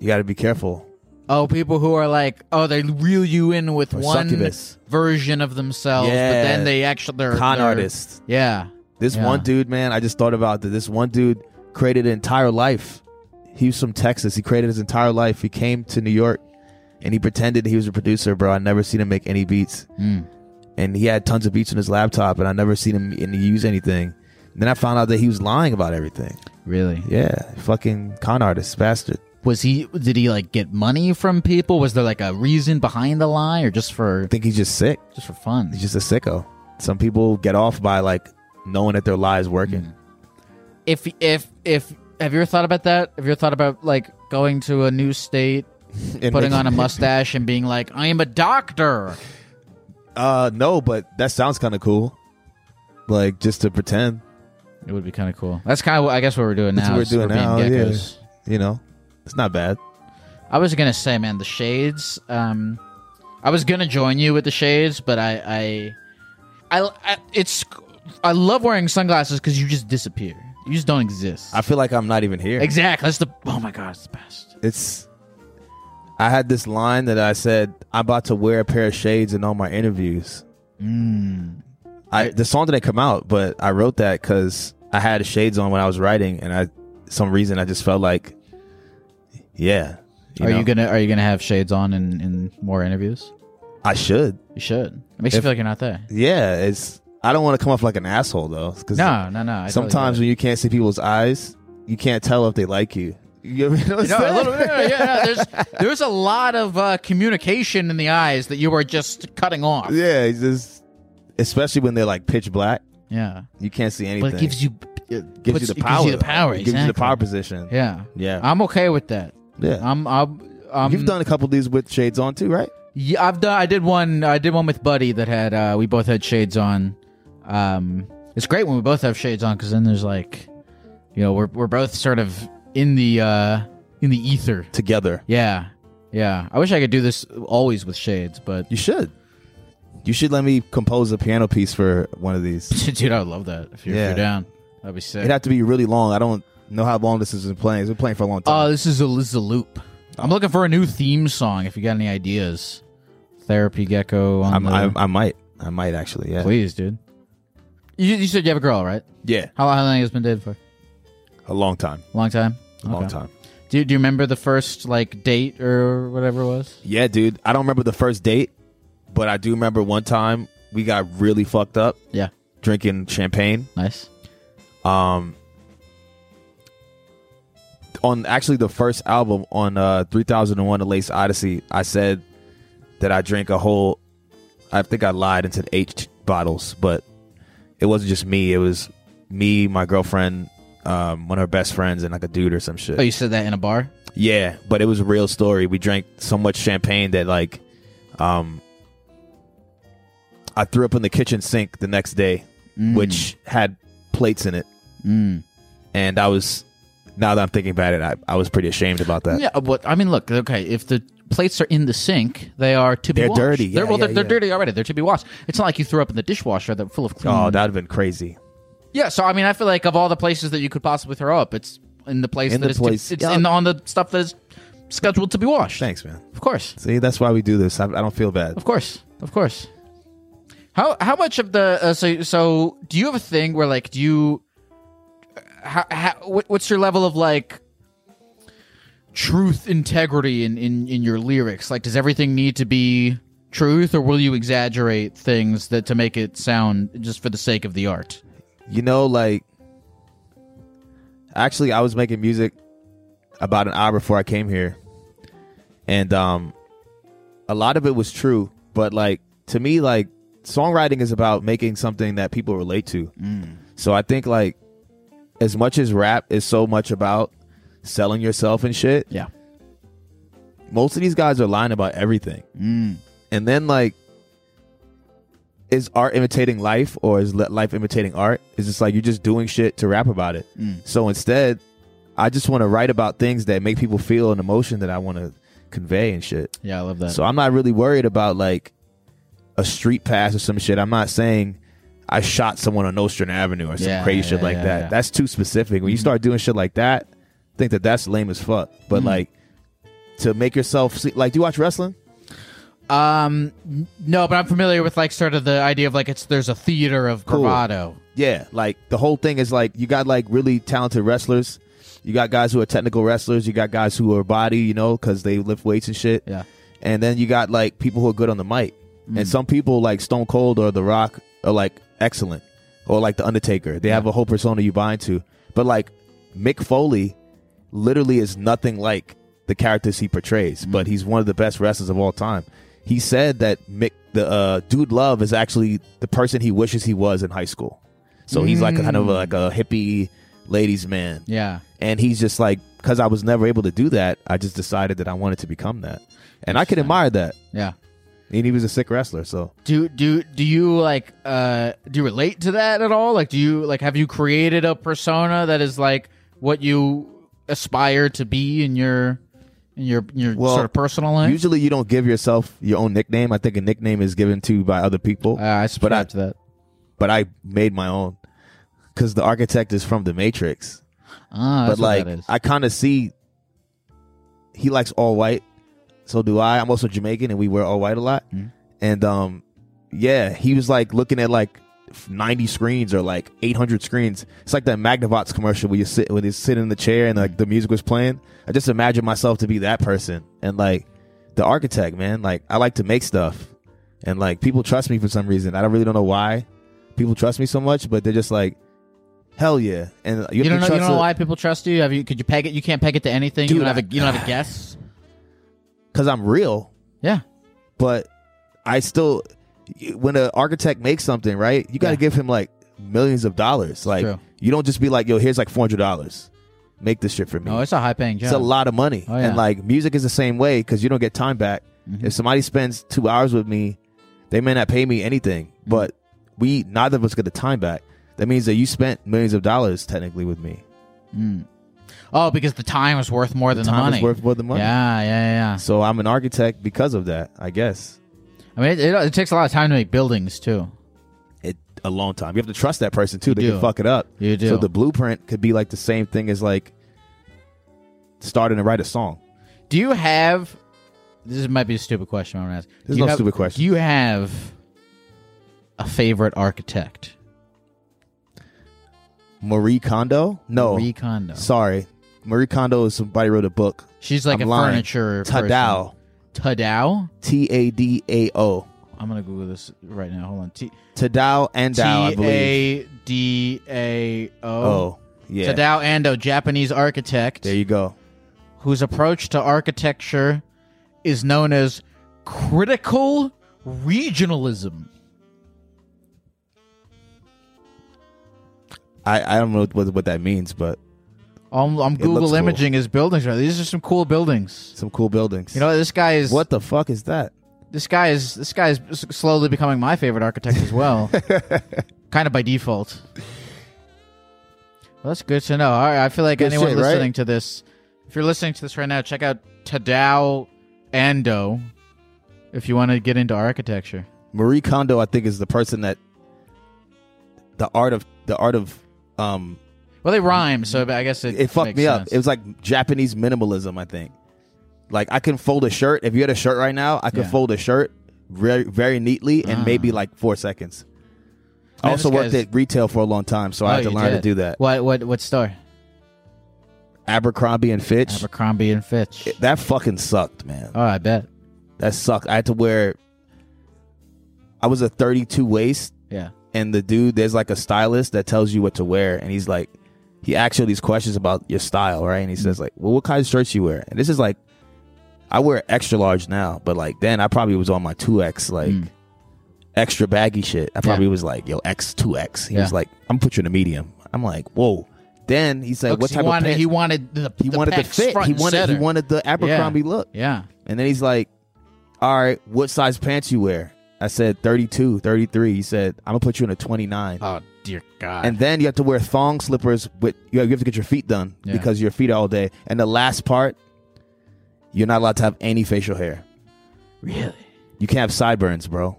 [SPEAKER 2] You gotta be careful.
[SPEAKER 1] Oh, people who are like, oh, they reel you in with
[SPEAKER 2] Or
[SPEAKER 1] one
[SPEAKER 2] succubus.
[SPEAKER 1] version of themselves, but
[SPEAKER 2] Yeah.
[SPEAKER 1] then they actually they're
[SPEAKER 2] Con
[SPEAKER 1] they're-
[SPEAKER 2] artists.
[SPEAKER 1] Yeah,
[SPEAKER 2] This
[SPEAKER 1] Yeah.
[SPEAKER 2] one dude, man, I just thought about that. This one dude created an entire life. He was from Texas. He created his entire life. He came to New York and he pretended he was a producer, bro. I never seen him make any beats.
[SPEAKER 1] Hmm.
[SPEAKER 2] And he had tons of beats on his laptop and I never seen him and use anything. Then I found out that he was lying about everything.
[SPEAKER 1] really.
[SPEAKER 2] Yeah. Fucking con artist, bastard.
[SPEAKER 1] Was he? Did he like get money from people? Was there like a reason behind the lie, or just for
[SPEAKER 2] I think he's just sick.
[SPEAKER 1] just for fun?
[SPEAKER 2] He's just a sicko. Some people get off by like knowing that their lie is working.
[SPEAKER 1] If if if have you ever thought about that? Have you ever thought about like going to a new state,
[SPEAKER 2] And
[SPEAKER 1] putting
[SPEAKER 2] making-
[SPEAKER 1] on a mustache, and being like, I am a doctor?
[SPEAKER 2] Uh, no, but that sounds kind of cool. Like just to pretend,
[SPEAKER 1] It would be kind of cool. That's kind of I guess what we're doing
[SPEAKER 2] That's
[SPEAKER 1] now.
[SPEAKER 2] what we're
[SPEAKER 1] is
[SPEAKER 2] doing
[SPEAKER 1] being
[SPEAKER 2] now, yeah.
[SPEAKER 1] geckos.
[SPEAKER 2] you know, it's not bad.
[SPEAKER 1] I was gonna say, man, the shades. Um, I was gonna join you with the shades, but I, I, I, I it's, I love wearing sunglasses because you just disappear. You just don't exist.
[SPEAKER 2] I feel like I'm not even here.
[SPEAKER 1] exactly. That's the. Oh my god, it's the best.
[SPEAKER 2] It's. I had this line that I said I'm about to wear a pair of shades in all my interviews. Mm. I the song didn't come out, but I wrote that because I had shades on when I was writing, and I some reason I just felt like, yeah,
[SPEAKER 1] are
[SPEAKER 2] know,
[SPEAKER 1] you gonna Are you gonna have shades on in in more interviews?
[SPEAKER 2] I should.
[SPEAKER 1] You should. It makes you
[SPEAKER 2] If-
[SPEAKER 1] feel like you're not there.
[SPEAKER 2] Yeah, it's. I don't want to come off like an asshole though, because
[SPEAKER 1] No, no, no. I totally
[SPEAKER 2] Sometimes
[SPEAKER 1] get
[SPEAKER 2] when you can't see people's eyes, you can't tell if they like you. You ever notice
[SPEAKER 1] it. no, a
[SPEAKER 2] that?
[SPEAKER 1] little bit. Yeah, yeah, There's there's a lot of uh, communication in the eyes that you are just cutting off.
[SPEAKER 2] Yeah, it's just especially when they're like pitch black,
[SPEAKER 1] Yeah.
[SPEAKER 2] you can't see anything.
[SPEAKER 1] but it gives you it
[SPEAKER 2] Gives
[SPEAKER 1] puts-
[SPEAKER 2] you
[SPEAKER 1] it
[SPEAKER 2] the power.
[SPEAKER 1] Gives you the
[SPEAKER 2] though.
[SPEAKER 1] power.
[SPEAKER 2] It gives you the
[SPEAKER 1] exactly.
[SPEAKER 2] power position.
[SPEAKER 1] Yeah,
[SPEAKER 2] Yeah.
[SPEAKER 1] I'm okay with that.
[SPEAKER 2] yeah.
[SPEAKER 1] I'm. I'm. i
[SPEAKER 2] You've done a couple of these with shades on too, right?
[SPEAKER 1] Yeah, I've done. I did one. I did one with Buddy that had. Uh, we both had shades on. Um, it's great when we both have shades on because then there's like, you know, we're we're both sort of in the uh in the ether.
[SPEAKER 2] Together.
[SPEAKER 1] Yeah, yeah. I wish I could do this always with shades, but
[SPEAKER 2] You should. You should let me compose a piano piece for one of these.
[SPEAKER 1] dude, I would love that if you're, if
[SPEAKER 2] Yeah.
[SPEAKER 1] you're down. That'd be sick.
[SPEAKER 2] It'd have to be really long. I don't know how long this has been playing. It's been playing for a long
[SPEAKER 1] Oh,
[SPEAKER 2] time.
[SPEAKER 1] this is a this is a loop. I'm looking for a new theme song. If you got any ideas, Therapy Gecko on
[SPEAKER 2] I'm,
[SPEAKER 1] the.
[SPEAKER 2] I, I might. I might actually, yeah.
[SPEAKER 1] Please, dude. You, you said you have a girl, right?
[SPEAKER 2] Yeah.
[SPEAKER 1] How long, how long has been dated for?
[SPEAKER 2] A long time.
[SPEAKER 1] Long time.
[SPEAKER 2] A long
[SPEAKER 1] Okay.
[SPEAKER 2] time.
[SPEAKER 1] Do you, do you remember the first like date or whatever it was?
[SPEAKER 2] Yeah, dude. I don't remember the first date, but I do remember one time we got really fucked up
[SPEAKER 1] Yeah.
[SPEAKER 2] drinking champagne.
[SPEAKER 1] Nice.
[SPEAKER 2] Um on actually the first album on uh 3001 The Lace Odyssey, I said that I drank a whole I think I lied and said eight bottles, but it wasn't just me, it was me, my girlfriend, um, one of her best friends and like a dude or some shit.
[SPEAKER 1] Oh, you said that in a bar.
[SPEAKER 2] Yeah, but it was a real story. We drank so much champagne that like um I threw up in the kitchen sink the next day, which had plates in it.
[SPEAKER 1] Mm.
[SPEAKER 2] And I was now that I'm thinking about it, I, I was pretty ashamed about that.
[SPEAKER 1] Yeah. uh, What I mean, look. Okay, if the plates are in the sink, they are to be.
[SPEAKER 2] They're
[SPEAKER 1] washed.
[SPEAKER 2] dirty.
[SPEAKER 1] they're,
[SPEAKER 2] Yeah,
[SPEAKER 1] well,
[SPEAKER 2] yeah,
[SPEAKER 1] they're, they're
[SPEAKER 2] yeah.
[SPEAKER 1] dirty already. They're to be washed. It's not like you threw up in the dishwasher that full of clean.
[SPEAKER 2] Oh, that'd have been crazy.
[SPEAKER 1] Yeah, so I mean, I feel like of all the places that you could possibly throw up, it's in the place
[SPEAKER 2] In
[SPEAKER 1] that
[SPEAKER 2] the
[SPEAKER 1] is
[SPEAKER 2] place-
[SPEAKER 1] it's
[SPEAKER 2] yeah.
[SPEAKER 1] in on the stuff that is scheduled to be washed.
[SPEAKER 2] Thanks, man.
[SPEAKER 1] Of course,
[SPEAKER 2] See, that's why we do this. I, I don't feel bad.
[SPEAKER 1] of course, of course. How how much of the uh, so so do you have a thing where like do you uh, how, how what, what's your level of like truth integrity in, in in your lyrics like does everything need to be truth or will you exaggerate things that to make it sound just for the sake of the art
[SPEAKER 2] You know, like actually, I was making music about an hour before I came here, and um, a lot of it was true. But like to me, like songwriting is about making something that people relate to. So I think like as much as rap is so much about selling yourself and shit,
[SPEAKER 1] yeah
[SPEAKER 2] most of these guys are lying about everything. And then like, is art imitating life or is li- life imitating art? It's just like you're just doing shit to rap about it.
[SPEAKER 1] Mm.
[SPEAKER 2] So instead, I just want to write about things that make people feel an emotion that I want to convey and shit.
[SPEAKER 1] yeah i love that
[SPEAKER 2] So I'm not really worried about like a street pass or some shit. I'm not saying I shot someone on Nostrand Avenue or some
[SPEAKER 1] Yeah,
[SPEAKER 2] crazy
[SPEAKER 1] yeah,
[SPEAKER 2] shit like
[SPEAKER 1] yeah,
[SPEAKER 2] that.
[SPEAKER 1] yeah. Mm-hmm.
[SPEAKER 2] That's too specific. When you start doing shit like that, I think that that's lame as fuck. But
[SPEAKER 1] Mm-hmm.
[SPEAKER 2] like to make yourself see, like, do you watch wrestling?
[SPEAKER 1] um n- no but i'm familiar with like sort of the idea of like it's there's a theater of
[SPEAKER 2] Cool.
[SPEAKER 1] bravado
[SPEAKER 2] Yeah, like the whole thing is like you got like really talented wrestlers. You got guys who are technical wrestlers. You got guys who are body, you know, because they lift weights and shit.
[SPEAKER 1] yeah Mm.
[SPEAKER 2] and then you got like people who are good on the mic and some people like stone cold or the rock are like excellent or like the undertaker they have a whole persona you buy into but like mick foley literally is nothing like the characters he portrays
[SPEAKER 1] Mm-hmm.
[SPEAKER 2] but he's one of the best wrestlers of all time he said that mick the uh, dude love is actually the person he wishes he was in high school so he's like kind of like a hippie ladies man
[SPEAKER 1] Mm. yeah
[SPEAKER 2] and he's just like, because I was never able to do that, I just decided that I wanted to become that. And I could admire that.
[SPEAKER 1] yeah
[SPEAKER 2] And he was a sick wrestler. So
[SPEAKER 1] do do do you like uh do you relate to that at all like do you like have you created a persona that is like what you aspire to be in your in your in your
[SPEAKER 2] Well,
[SPEAKER 1] sort of personal life
[SPEAKER 2] usually you don't give yourself your own nickname. I think a nickname is given to you by other people.
[SPEAKER 1] uh, i
[SPEAKER 2] but I,
[SPEAKER 1] subscribe to that
[SPEAKER 2] but I made my own because the architect is from The Matrix.
[SPEAKER 1] ah that's
[SPEAKER 2] but like
[SPEAKER 1] what that is.
[SPEAKER 2] I kind of see he likes all white, so do I. I'm also Jamaican, and we wear all white a lot.
[SPEAKER 1] Mm-hmm.
[SPEAKER 2] And um, yeah, he was like looking at like 90 screens or like 800 screens. It's like that Magnavox commercial where you sit when you sit in the chair and like the music was playing. I just imagine myself to be that person and like the architect, man. Like I like to make stuff, and like people trust me for some reason. I don't really don't know why people trust me so much, but they're just like. Hell yeah! And
[SPEAKER 1] you don't know you don't know
[SPEAKER 2] why.
[SPEAKER 1] why people trust you have you could you peg it you can't peg it to anything you
[SPEAKER 2] Dude,
[SPEAKER 1] don't have a
[SPEAKER 2] I-
[SPEAKER 1] you don't have a guess
[SPEAKER 2] because I'm real,
[SPEAKER 1] yeah
[SPEAKER 2] but I still, when an architect makes something, right, you got to
[SPEAKER 1] Yeah.
[SPEAKER 2] give him like millions of dollars. Like,
[SPEAKER 1] true.
[SPEAKER 2] you don't just be like, yo, here's like $400. Make this shit for me.
[SPEAKER 1] no oh, it's a high paying job
[SPEAKER 2] It's a lot of money.
[SPEAKER 1] Oh, yeah. Mm-hmm.
[SPEAKER 2] And like music is the same way because you don't get time back. If somebody spends two hours with me, they may not pay me anything,
[SPEAKER 1] Mm-hmm.
[SPEAKER 2] but we, neither of us get the time back. That means that you spent millions of dollars technically with me.
[SPEAKER 1] oh because the time is worth more than the
[SPEAKER 2] time
[SPEAKER 1] money
[SPEAKER 2] is worth more than money.
[SPEAKER 1] yeah yeah yeah
[SPEAKER 2] So I'm an architect because of that, I guess.
[SPEAKER 1] i mean it, it, it takes a lot of time to make buildings too
[SPEAKER 2] it a long time. You have to trust that person too. they
[SPEAKER 1] do.
[SPEAKER 2] can fuck it up.
[SPEAKER 1] You do.
[SPEAKER 2] So the blueprint could be like the same thing as like starting to write a song.
[SPEAKER 1] Do you have? This might be a stupid question. I'm gonna ask.
[SPEAKER 2] This is
[SPEAKER 1] Do you
[SPEAKER 2] no
[SPEAKER 1] have-
[SPEAKER 2] stupid question.
[SPEAKER 1] Do you have a favorite architect?
[SPEAKER 2] Marie Kondo? No.
[SPEAKER 1] Marie Kondo.
[SPEAKER 2] Sorry. Marie Kondo is somebody wrote a book.
[SPEAKER 1] She's like
[SPEAKER 2] I'm
[SPEAKER 1] a
[SPEAKER 2] lying.
[SPEAKER 1] furniture.
[SPEAKER 2] Tadao.
[SPEAKER 1] person. Tadao.
[SPEAKER 2] T A D A O.
[SPEAKER 1] I'm gonna Google this right now. Hold on. T
[SPEAKER 2] Tadao and
[SPEAKER 1] T
[SPEAKER 2] Dao, I believe.
[SPEAKER 1] A D A O.
[SPEAKER 2] Oh. Yeah.
[SPEAKER 1] Tadao Ando, Japanese architect,
[SPEAKER 2] There you go.
[SPEAKER 1] whose approach to architecture is known as critical regionalism.
[SPEAKER 2] I, I don't know what, what that means, but
[SPEAKER 1] I'm, I'm
[SPEAKER 2] looks
[SPEAKER 1] Google
[SPEAKER 2] cool.
[SPEAKER 1] imaging his buildings. right? These are some cool buildings.
[SPEAKER 2] some cool buildings.
[SPEAKER 1] You know, this guy is
[SPEAKER 2] what the fuck is that?
[SPEAKER 1] this guy is this guy is s- slowly becoming my favorite architect as well, kind of by default. Well, that's good to know. All right, I feel like
[SPEAKER 2] Good
[SPEAKER 1] anyone
[SPEAKER 2] shit, right?
[SPEAKER 1] listening to this, if you're listening to this right now, check out Tadao Ando if you want to get into architecture.
[SPEAKER 2] Marie Kondo, I think, is the person that the art of the art of um
[SPEAKER 1] Well, they rhyme, so I guess it
[SPEAKER 2] it fucked
[SPEAKER 1] makes
[SPEAKER 2] me up.
[SPEAKER 1] sense.
[SPEAKER 2] It was like Japanese minimalism, I think. Like I can fold a shirt. If you had a shirt right now, I could
[SPEAKER 1] Yeah. Ah.
[SPEAKER 2] fold a shirt, very very neatly in maybe like four seconds. I
[SPEAKER 1] Man,
[SPEAKER 2] also
[SPEAKER 1] this
[SPEAKER 2] worked
[SPEAKER 1] guy's- Oh,
[SPEAKER 2] at retail for a long time, so I had to
[SPEAKER 1] you
[SPEAKER 2] learn
[SPEAKER 1] did.
[SPEAKER 2] to do that.
[SPEAKER 1] What what what store?
[SPEAKER 2] Abercrombie and Fitch.
[SPEAKER 1] Abercrombie and Fitch.
[SPEAKER 2] that fucking sucked, man.
[SPEAKER 1] oh, I bet.
[SPEAKER 2] That sucked. I had to wear. I was a 32 waist,
[SPEAKER 1] Yeah.
[SPEAKER 2] and the dude, there's like a stylist that tells you what to wear, and he's like, he asks you these questions about your style, right? And he says like, well, what kind of shirts you wear? And this is like, I wear extra large now, but like then I probably was on my 2x like.
[SPEAKER 1] Mm.
[SPEAKER 2] Extra baggy shit. I probably was like, yo, X two X. He
[SPEAKER 1] Yeah.
[SPEAKER 2] was like, I'm put you in a medium. I'm like, whoa. Then he said,
[SPEAKER 1] Look,
[SPEAKER 2] what
[SPEAKER 1] he
[SPEAKER 2] type
[SPEAKER 1] wanted,
[SPEAKER 2] of pants?
[SPEAKER 1] He wanted the
[SPEAKER 2] he wanted the
[SPEAKER 1] pecs
[SPEAKER 2] fit.
[SPEAKER 1] Front
[SPEAKER 2] He
[SPEAKER 1] and
[SPEAKER 2] wanted he
[SPEAKER 1] center.
[SPEAKER 2] wanted the Abercrombie look.
[SPEAKER 1] Yeah.
[SPEAKER 2] And then he's like, "All right, what size pants you wear?" I said 32, 33. He said, "I'm gonna put you in a 29."
[SPEAKER 1] Oh dear God.
[SPEAKER 2] and then you have to wear thong slippers with you have you have to get your feet done
[SPEAKER 1] Yeah.
[SPEAKER 2] because your feet are all day. And the last part, you're not allowed to have any facial hair.
[SPEAKER 1] really,
[SPEAKER 2] You can't have sideburns, bro.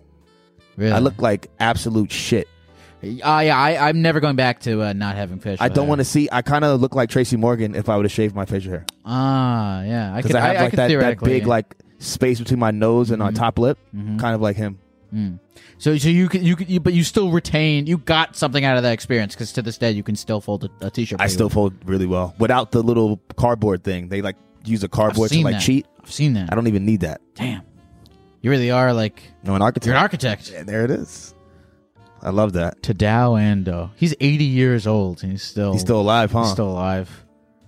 [SPEAKER 1] really.
[SPEAKER 2] I look like absolute shit.
[SPEAKER 1] Oh yeah. I I'm never going back to uh, not having facial.
[SPEAKER 2] I don't want to see. I kind of look like Tracy Morgan if I would have shaved my facial hair
[SPEAKER 1] Ah, yeah. I
[SPEAKER 2] because
[SPEAKER 1] could.
[SPEAKER 2] I have
[SPEAKER 1] I, I
[SPEAKER 2] like
[SPEAKER 1] could
[SPEAKER 2] that, that
[SPEAKER 1] theoretically,
[SPEAKER 2] big
[SPEAKER 1] yeah. Mm-hmm.
[SPEAKER 2] like space between my nose and my top lip, kind of like him.
[SPEAKER 1] Mm. So so you could you could you, but you still retain you got something out of that experience because to this day you can still fold a, a t-shirt.
[SPEAKER 2] I
[SPEAKER 1] pretty
[SPEAKER 2] still
[SPEAKER 1] well.
[SPEAKER 2] fold really well without the little cardboard thing. They like use a
[SPEAKER 1] I've
[SPEAKER 2] cardboard to
[SPEAKER 1] seen
[SPEAKER 2] like
[SPEAKER 1] that.
[SPEAKER 2] cheat.
[SPEAKER 1] I've seen that.
[SPEAKER 2] I don't even need that.
[SPEAKER 1] Damn. You really are like
[SPEAKER 2] No, an architect.
[SPEAKER 1] you're an architect.
[SPEAKER 2] Yeah, there it is. I love that.
[SPEAKER 1] To Dow Ando. He's 80 years old and he's still
[SPEAKER 2] He's still alive, huh?
[SPEAKER 1] he's still alive.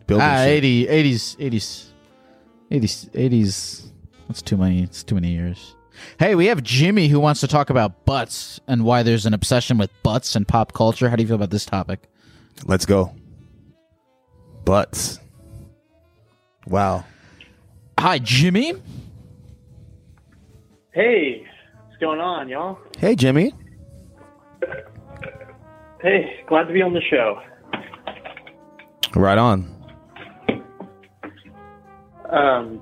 [SPEAKER 2] building
[SPEAKER 1] Ah,
[SPEAKER 2] shit.
[SPEAKER 1] 80 80s 80s 80s 80s. That's too many. It's too many years. Hey, we have Jimmy who wants to talk about butts and why there's an obsession with butts and pop culture. How do you feel about this topic?
[SPEAKER 2] Let's go. Butts. Wow.
[SPEAKER 1] Hi, Jimmy.
[SPEAKER 5] Hey, what's going on, y'all?
[SPEAKER 2] Hey, Jimmy.
[SPEAKER 5] Hey, glad to be on the show.
[SPEAKER 2] Right on.
[SPEAKER 5] Um,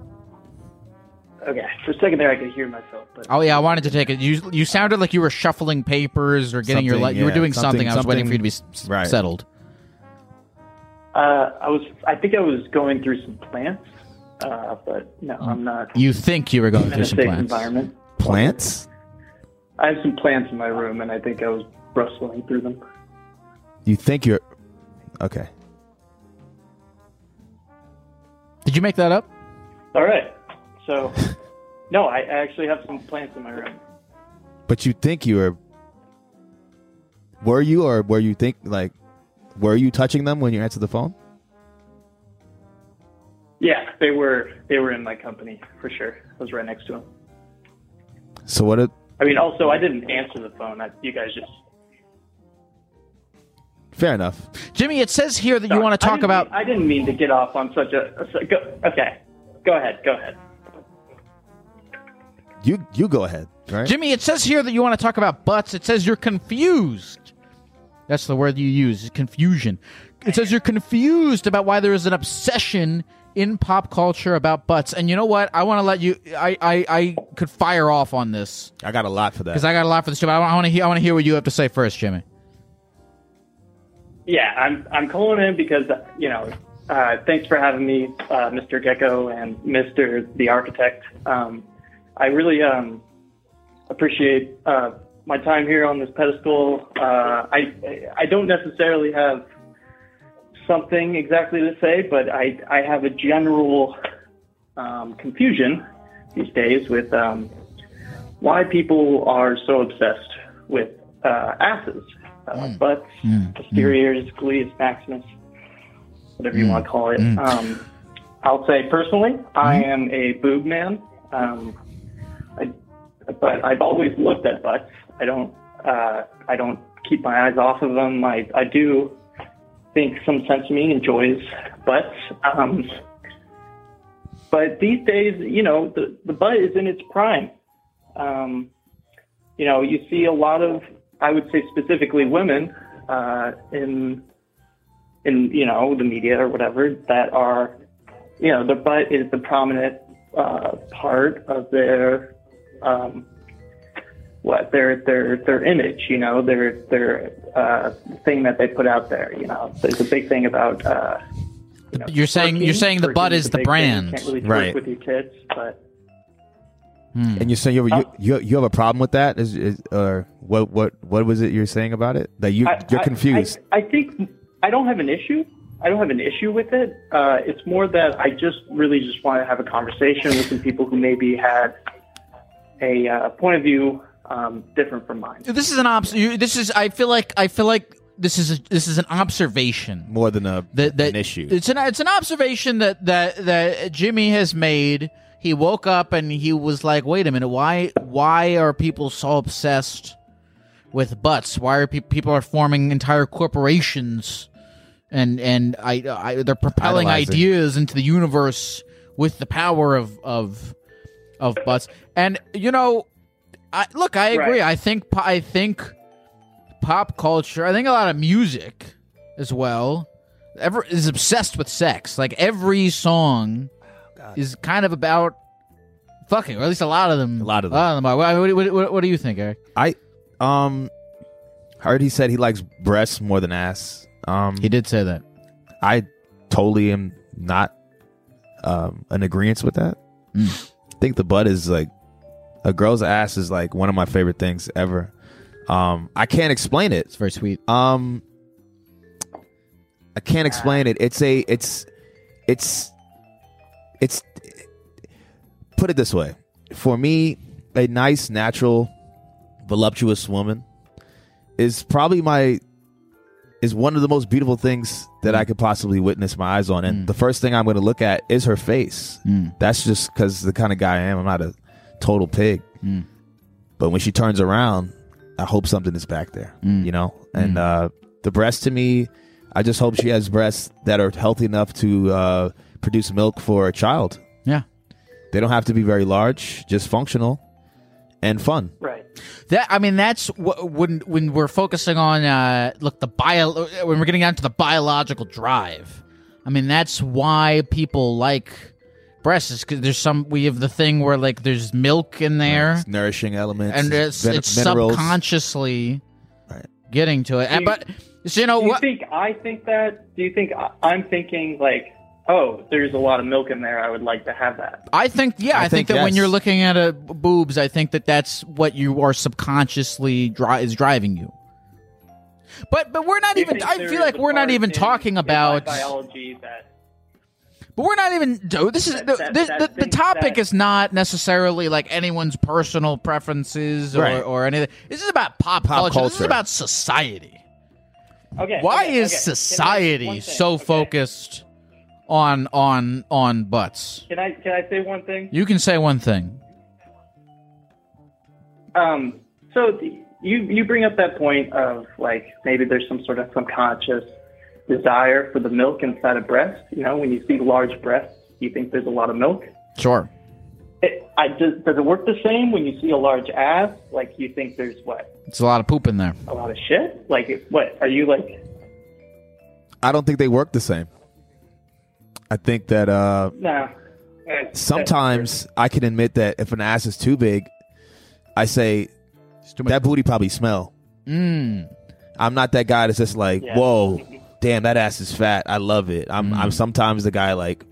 [SPEAKER 5] okay, for a second there, I could hear myself, but
[SPEAKER 1] Oh yeah, I wanted to take it. You you sounded like you were shuffling papers or getting your
[SPEAKER 2] Something,
[SPEAKER 1] li- you were
[SPEAKER 2] yeah,
[SPEAKER 1] doing something.
[SPEAKER 2] something-
[SPEAKER 1] I was waiting
[SPEAKER 2] something-
[SPEAKER 1] for you to be s-
[SPEAKER 2] right.
[SPEAKER 1] settled.
[SPEAKER 5] uh, I was, I think I was going through some plants, uh, but no,
[SPEAKER 1] Mm.
[SPEAKER 5] I'm not
[SPEAKER 1] You think you were going
[SPEAKER 5] in
[SPEAKER 1] through
[SPEAKER 5] a
[SPEAKER 1] some
[SPEAKER 5] safe
[SPEAKER 1] plans.
[SPEAKER 5] environment.
[SPEAKER 2] Plants?
[SPEAKER 5] I have some plants in my room, and I think I was rustling through them.
[SPEAKER 2] You think you're okay?
[SPEAKER 1] Did you make that up?
[SPEAKER 5] All right, so no, I, I actually have some plants in my room.
[SPEAKER 2] But you think you were? Were you or were you think like? Were you touching them when you answered the phone?
[SPEAKER 5] Yeah, they were they were in my company for sure. I was right next to them.
[SPEAKER 2] So what? It,
[SPEAKER 5] I mean, also I didn't answer the phone. I, you guys just
[SPEAKER 2] fair enough.
[SPEAKER 1] Jimmy, it says here that you
[SPEAKER 5] Sorry,
[SPEAKER 1] want to
[SPEAKER 5] I
[SPEAKER 1] talk
[SPEAKER 5] didn't
[SPEAKER 1] about.
[SPEAKER 5] mean- I didn't mean to get off on such a. a su- go- okay, go ahead. Go ahead.
[SPEAKER 2] You you go ahead, right?
[SPEAKER 1] Jimmy, it says here that you want to talk about butts. It says you're confused. That's the word you use. Confusion. It says you're confused about why there is an obsession in pop culture about butts. And you know what? I want to let you. I I, I could fire off on this.
[SPEAKER 2] I got a lot for
[SPEAKER 1] because
[SPEAKER 2] that.
[SPEAKER 1] I got a lot for this show. But I want to hear. I want to hear what you have to say first, Jimmy.
[SPEAKER 5] Yeah, I'm I'm calling in because you know, uh, thanks for having me, uh, Mr. Gecko and Mr. the Architect. Um, I really um, appreciate uh, my time here on this pedestal. Uh, I I don't necessarily have something exactly to say, but I I have a general um, confusion these days with um, why people are so obsessed with uh, asses, uh, butts, posteriors, gluteus maximus, whatever you want to call it. Um, I'll say personally, I am a boob man, um, I, but I've always looked at butts. I don't, uh, I don't keep my eyes off of them. I, I do think some sense of me enjoys butts. Um, but these days, you know, the, the butt is in its prime um, you know, you see a lot of, I would say specifically women uh, in, in you know, the media or whatever that are, you know, the butt is the prominent uh, part of their, um, what their their their image, you know, their their uh, thing that they put out there. You know, there's a big thing about. Uh, you know,
[SPEAKER 1] You're saying- you're
[SPEAKER 5] twerking.
[SPEAKER 1] saying the butt
[SPEAKER 5] Twerking
[SPEAKER 1] is the
[SPEAKER 5] a big thing. You
[SPEAKER 1] brand.
[SPEAKER 5] can't really twerk
[SPEAKER 2] Right.
[SPEAKER 5] With your tits, but
[SPEAKER 1] Hmm.
[SPEAKER 2] And you're saying you
[SPEAKER 5] Uh,
[SPEAKER 2] have, you, you you have a problem with that? Is, is or what what what was it you're saying about it that you
[SPEAKER 5] I-
[SPEAKER 2] you're
[SPEAKER 5] I-
[SPEAKER 2] confused?
[SPEAKER 5] I, I think I don't have an issue. I don't have an issue with it. Uh, it's more that I just really just want to have a conversation with some people who maybe had a uh, point of view um, different from mine.
[SPEAKER 1] This is an obs. you- This is. I feel like. I feel like this is. A, this is an observation.
[SPEAKER 2] More than a
[SPEAKER 1] That, that
[SPEAKER 2] an issue.
[SPEAKER 1] It's an. It's an observation that that that Jimmy has made. He woke up and he was like, "Wait a minute. Why? Why are people so obsessed with butts? Why are pe- people are forming entire corporations?" And and I, I they're propelling
[SPEAKER 2] Idolizing.
[SPEAKER 1] ideas into the universe with the power of of of butts. And you know, I look, I agree. I think po- I think pop culture. I think a lot of music as well. Ever is obsessed with sex. Like every song is kind of about fucking, or at least a lot of them.
[SPEAKER 2] A lot of
[SPEAKER 1] A lot of them are. What, what, what, what do you think, Eric?
[SPEAKER 2] I um heard he said he likes breasts more than ass. Um,
[SPEAKER 1] He did say that.
[SPEAKER 2] I totally am not um an agreement with that.
[SPEAKER 1] Mm.
[SPEAKER 2] I think the butt is like a girl's ass is like one of my favorite things ever. Um, I can't explain it.
[SPEAKER 1] It's very sweet.
[SPEAKER 2] Um, I can't explain it. It's a it's it's it's put it this way. For me, a nice, natural, voluptuous woman is probably my is one of the most beautiful things that I could possibly witness my eyes on. And the first thing I'm going to look at is her face. That's just because the kind of guy I am. I'm not a total pig. But when she turns around, I hope something is back there, you know? And uh, the breasts to me, I just hope she has breasts that are healthy enough to uh, produce milk for a child.
[SPEAKER 1] Yeah.
[SPEAKER 2] They don't have to be very large, just functional and fun.
[SPEAKER 5] Right.
[SPEAKER 1] That I mean, that's what, when when we're focusing on uh, look the bio when we're getting down to the biological drive. I mean, that's why people like breasts is 'cause there's some we have the thing where like there's milk in there
[SPEAKER 2] It's nourishing elements.
[SPEAKER 1] and it's
[SPEAKER 2] min-
[SPEAKER 1] it's
[SPEAKER 2] minerals.
[SPEAKER 1] subconsciously
[SPEAKER 2] Right.
[SPEAKER 1] getting to it. And,
[SPEAKER 5] you-
[SPEAKER 1] but so, you know
[SPEAKER 5] Do you
[SPEAKER 1] what?
[SPEAKER 5] think I think that? Do you think I, I'm thinking like, oh, there's a lot of milk in there. I would like to have that.
[SPEAKER 1] I think yeah, I, think,
[SPEAKER 2] think
[SPEAKER 1] that when
[SPEAKER 2] yes.
[SPEAKER 1] you're looking at a b- boobs, I think that that's what you are subconsciously dri- is driving you. But but we're not
[SPEAKER 5] Do you
[SPEAKER 1] even.
[SPEAKER 5] think
[SPEAKER 1] I
[SPEAKER 5] there
[SPEAKER 1] feel
[SPEAKER 5] is
[SPEAKER 1] like
[SPEAKER 5] a
[SPEAKER 1] we're not
[SPEAKER 5] part
[SPEAKER 1] even
[SPEAKER 5] in- in
[SPEAKER 1] talking
[SPEAKER 5] my
[SPEAKER 1] about.
[SPEAKER 5] biology that
[SPEAKER 1] But we're not even. no, This is
[SPEAKER 5] That-
[SPEAKER 1] the,
[SPEAKER 5] that-
[SPEAKER 1] this,
[SPEAKER 5] that
[SPEAKER 1] the, the
[SPEAKER 5] thing-
[SPEAKER 1] topic
[SPEAKER 5] that-
[SPEAKER 1] is not necessarily like anyone's personal preferences or,
[SPEAKER 2] Right.
[SPEAKER 1] or anything. This is about pop,
[SPEAKER 2] Pop
[SPEAKER 1] culture. This is
[SPEAKER 2] culture.
[SPEAKER 1] about society.
[SPEAKER 5] Okay.
[SPEAKER 1] Why
[SPEAKER 5] okay,
[SPEAKER 1] is
[SPEAKER 5] okay. Can I- one
[SPEAKER 1] society
[SPEAKER 5] thing,
[SPEAKER 1] so
[SPEAKER 5] okay.
[SPEAKER 1] focused on on on butts?
[SPEAKER 5] Can I can I say one thing?
[SPEAKER 1] You can say one thing.
[SPEAKER 5] Um, so the, you you bring up that point of like maybe there's some sort of subconscious desire for the milk inside a breast. You know, when you see large breasts, you think there's a lot of milk.
[SPEAKER 1] Sure.
[SPEAKER 5] It, I does, does it work the same when you see a large ass? Like you think there's what
[SPEAKER 1] It's a lot of poop in there.
[SPEAKER 5] a lot of shit. Like it- what are you like?
[SPEAKER 2] I don't think they work the same. I think that uh,
[SPEAKER 5] Nah. Eh,
[SPEAKER 2] sometimes I can admit that if an ass is too big, I say
[SPEAKER 1] It's too much.
[SPEAKER 2] that booty probably smell.
[SPEAKER 1] Mm.
[SPEAKER 2] I'm not that guy that's just like,
[SPEAKER 5] Yeah.
[SPEAKER 2] whoa, damn, that ass is fat. I love it. I'm I'm sometimes the guy like,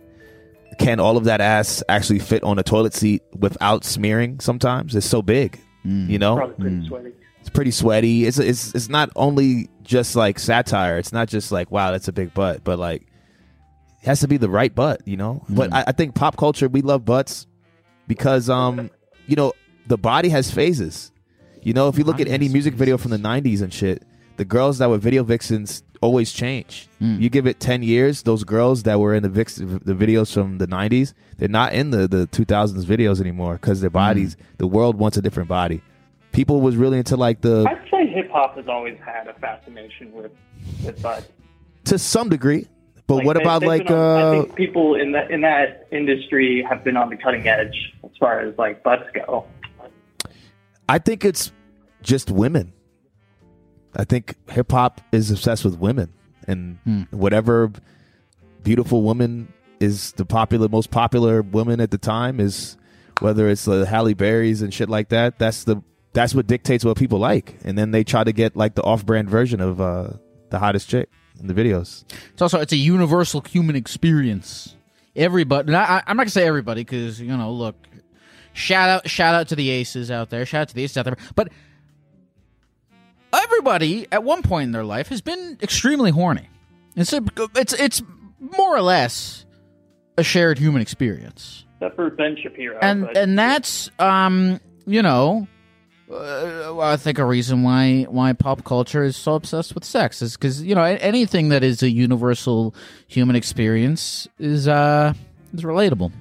[SPEAKER 2] can all of that ass actually fit on a toilet seat without smearing? Sometimes it's so big, you know.
[SPEAKER 5] Probably pretty sweaty.
[SPEAKER 2] It's pretty sweaty. It's it's it's not only just like satire. It's not just like wow, that's a big butt, but like it has to be the right butt, you know.
[SPEAKER 5] Hmm.
[SPEAKER 2] But I, I think pop culture we love butts because um you know the body has phases. You know, if you look at
[SPEAKER 1] Body
[SPEAKER 2] any
[SPEAKER 1] has
[SPEAKER 2] music video from the '90s and shit, the girls that were video vixens always change.
[SPEAKER 5] Hmm.
[SPEAKER 2] You give it ten years, those girls that were in the vix the videos from the '90s, they're not in the the 2000s videos anymore because their
[SPEAKER 5] Hmm.
[SPEAKER 2] bodies, the world wants a different body. People was really into like the
[SPEAKER 5] I'd say hip hop has always had a fascination with with butts.
[SPEAKER 2] to some degree. But
[SPEAKER 5] Like,
[SPEAKER 2] what
[SPEAKER 5] they-
[SPEAKER 2] about
[SPEAKER 5] they've
[SPEAKER 2] like
[SPEAKER 5] been on- I
[SPEAKER 2] uh
[SPEAKER 5] think people in that in that industry have been on the cutting edge as far as like butts go.
[SPEAKER 2] I think it's just women. I think hip hop is obsessed with women and whatever beautiful woman is the popular most popular woman at the time is whether it's the Halle Berry's and shit like that. That's the that's what dictates what people like, and then they try to get like the off-brand version of uh, the hottest chick in the videos.
[SPEAKER 1] It's also it's a universal human experience. Everybody, and I, I- I'm not gonna say everybody because you know, look, Shout out, shout out to the aces out there. Shout out to the aces out there. But everybody at one point in their life has been extremely horny. It's a, it's it's more or less a shared human experience,
[SPEAKER 6] Except for Ben Shapiro.
[SPEAKER 1] and
[SPEAKER 6] but-
[SPEAKER 1] and that's um you know. Uh, I think a reason why why pop culture is so obsessed with sex is because you know a- anything that is a universal human experience is uh is relatable.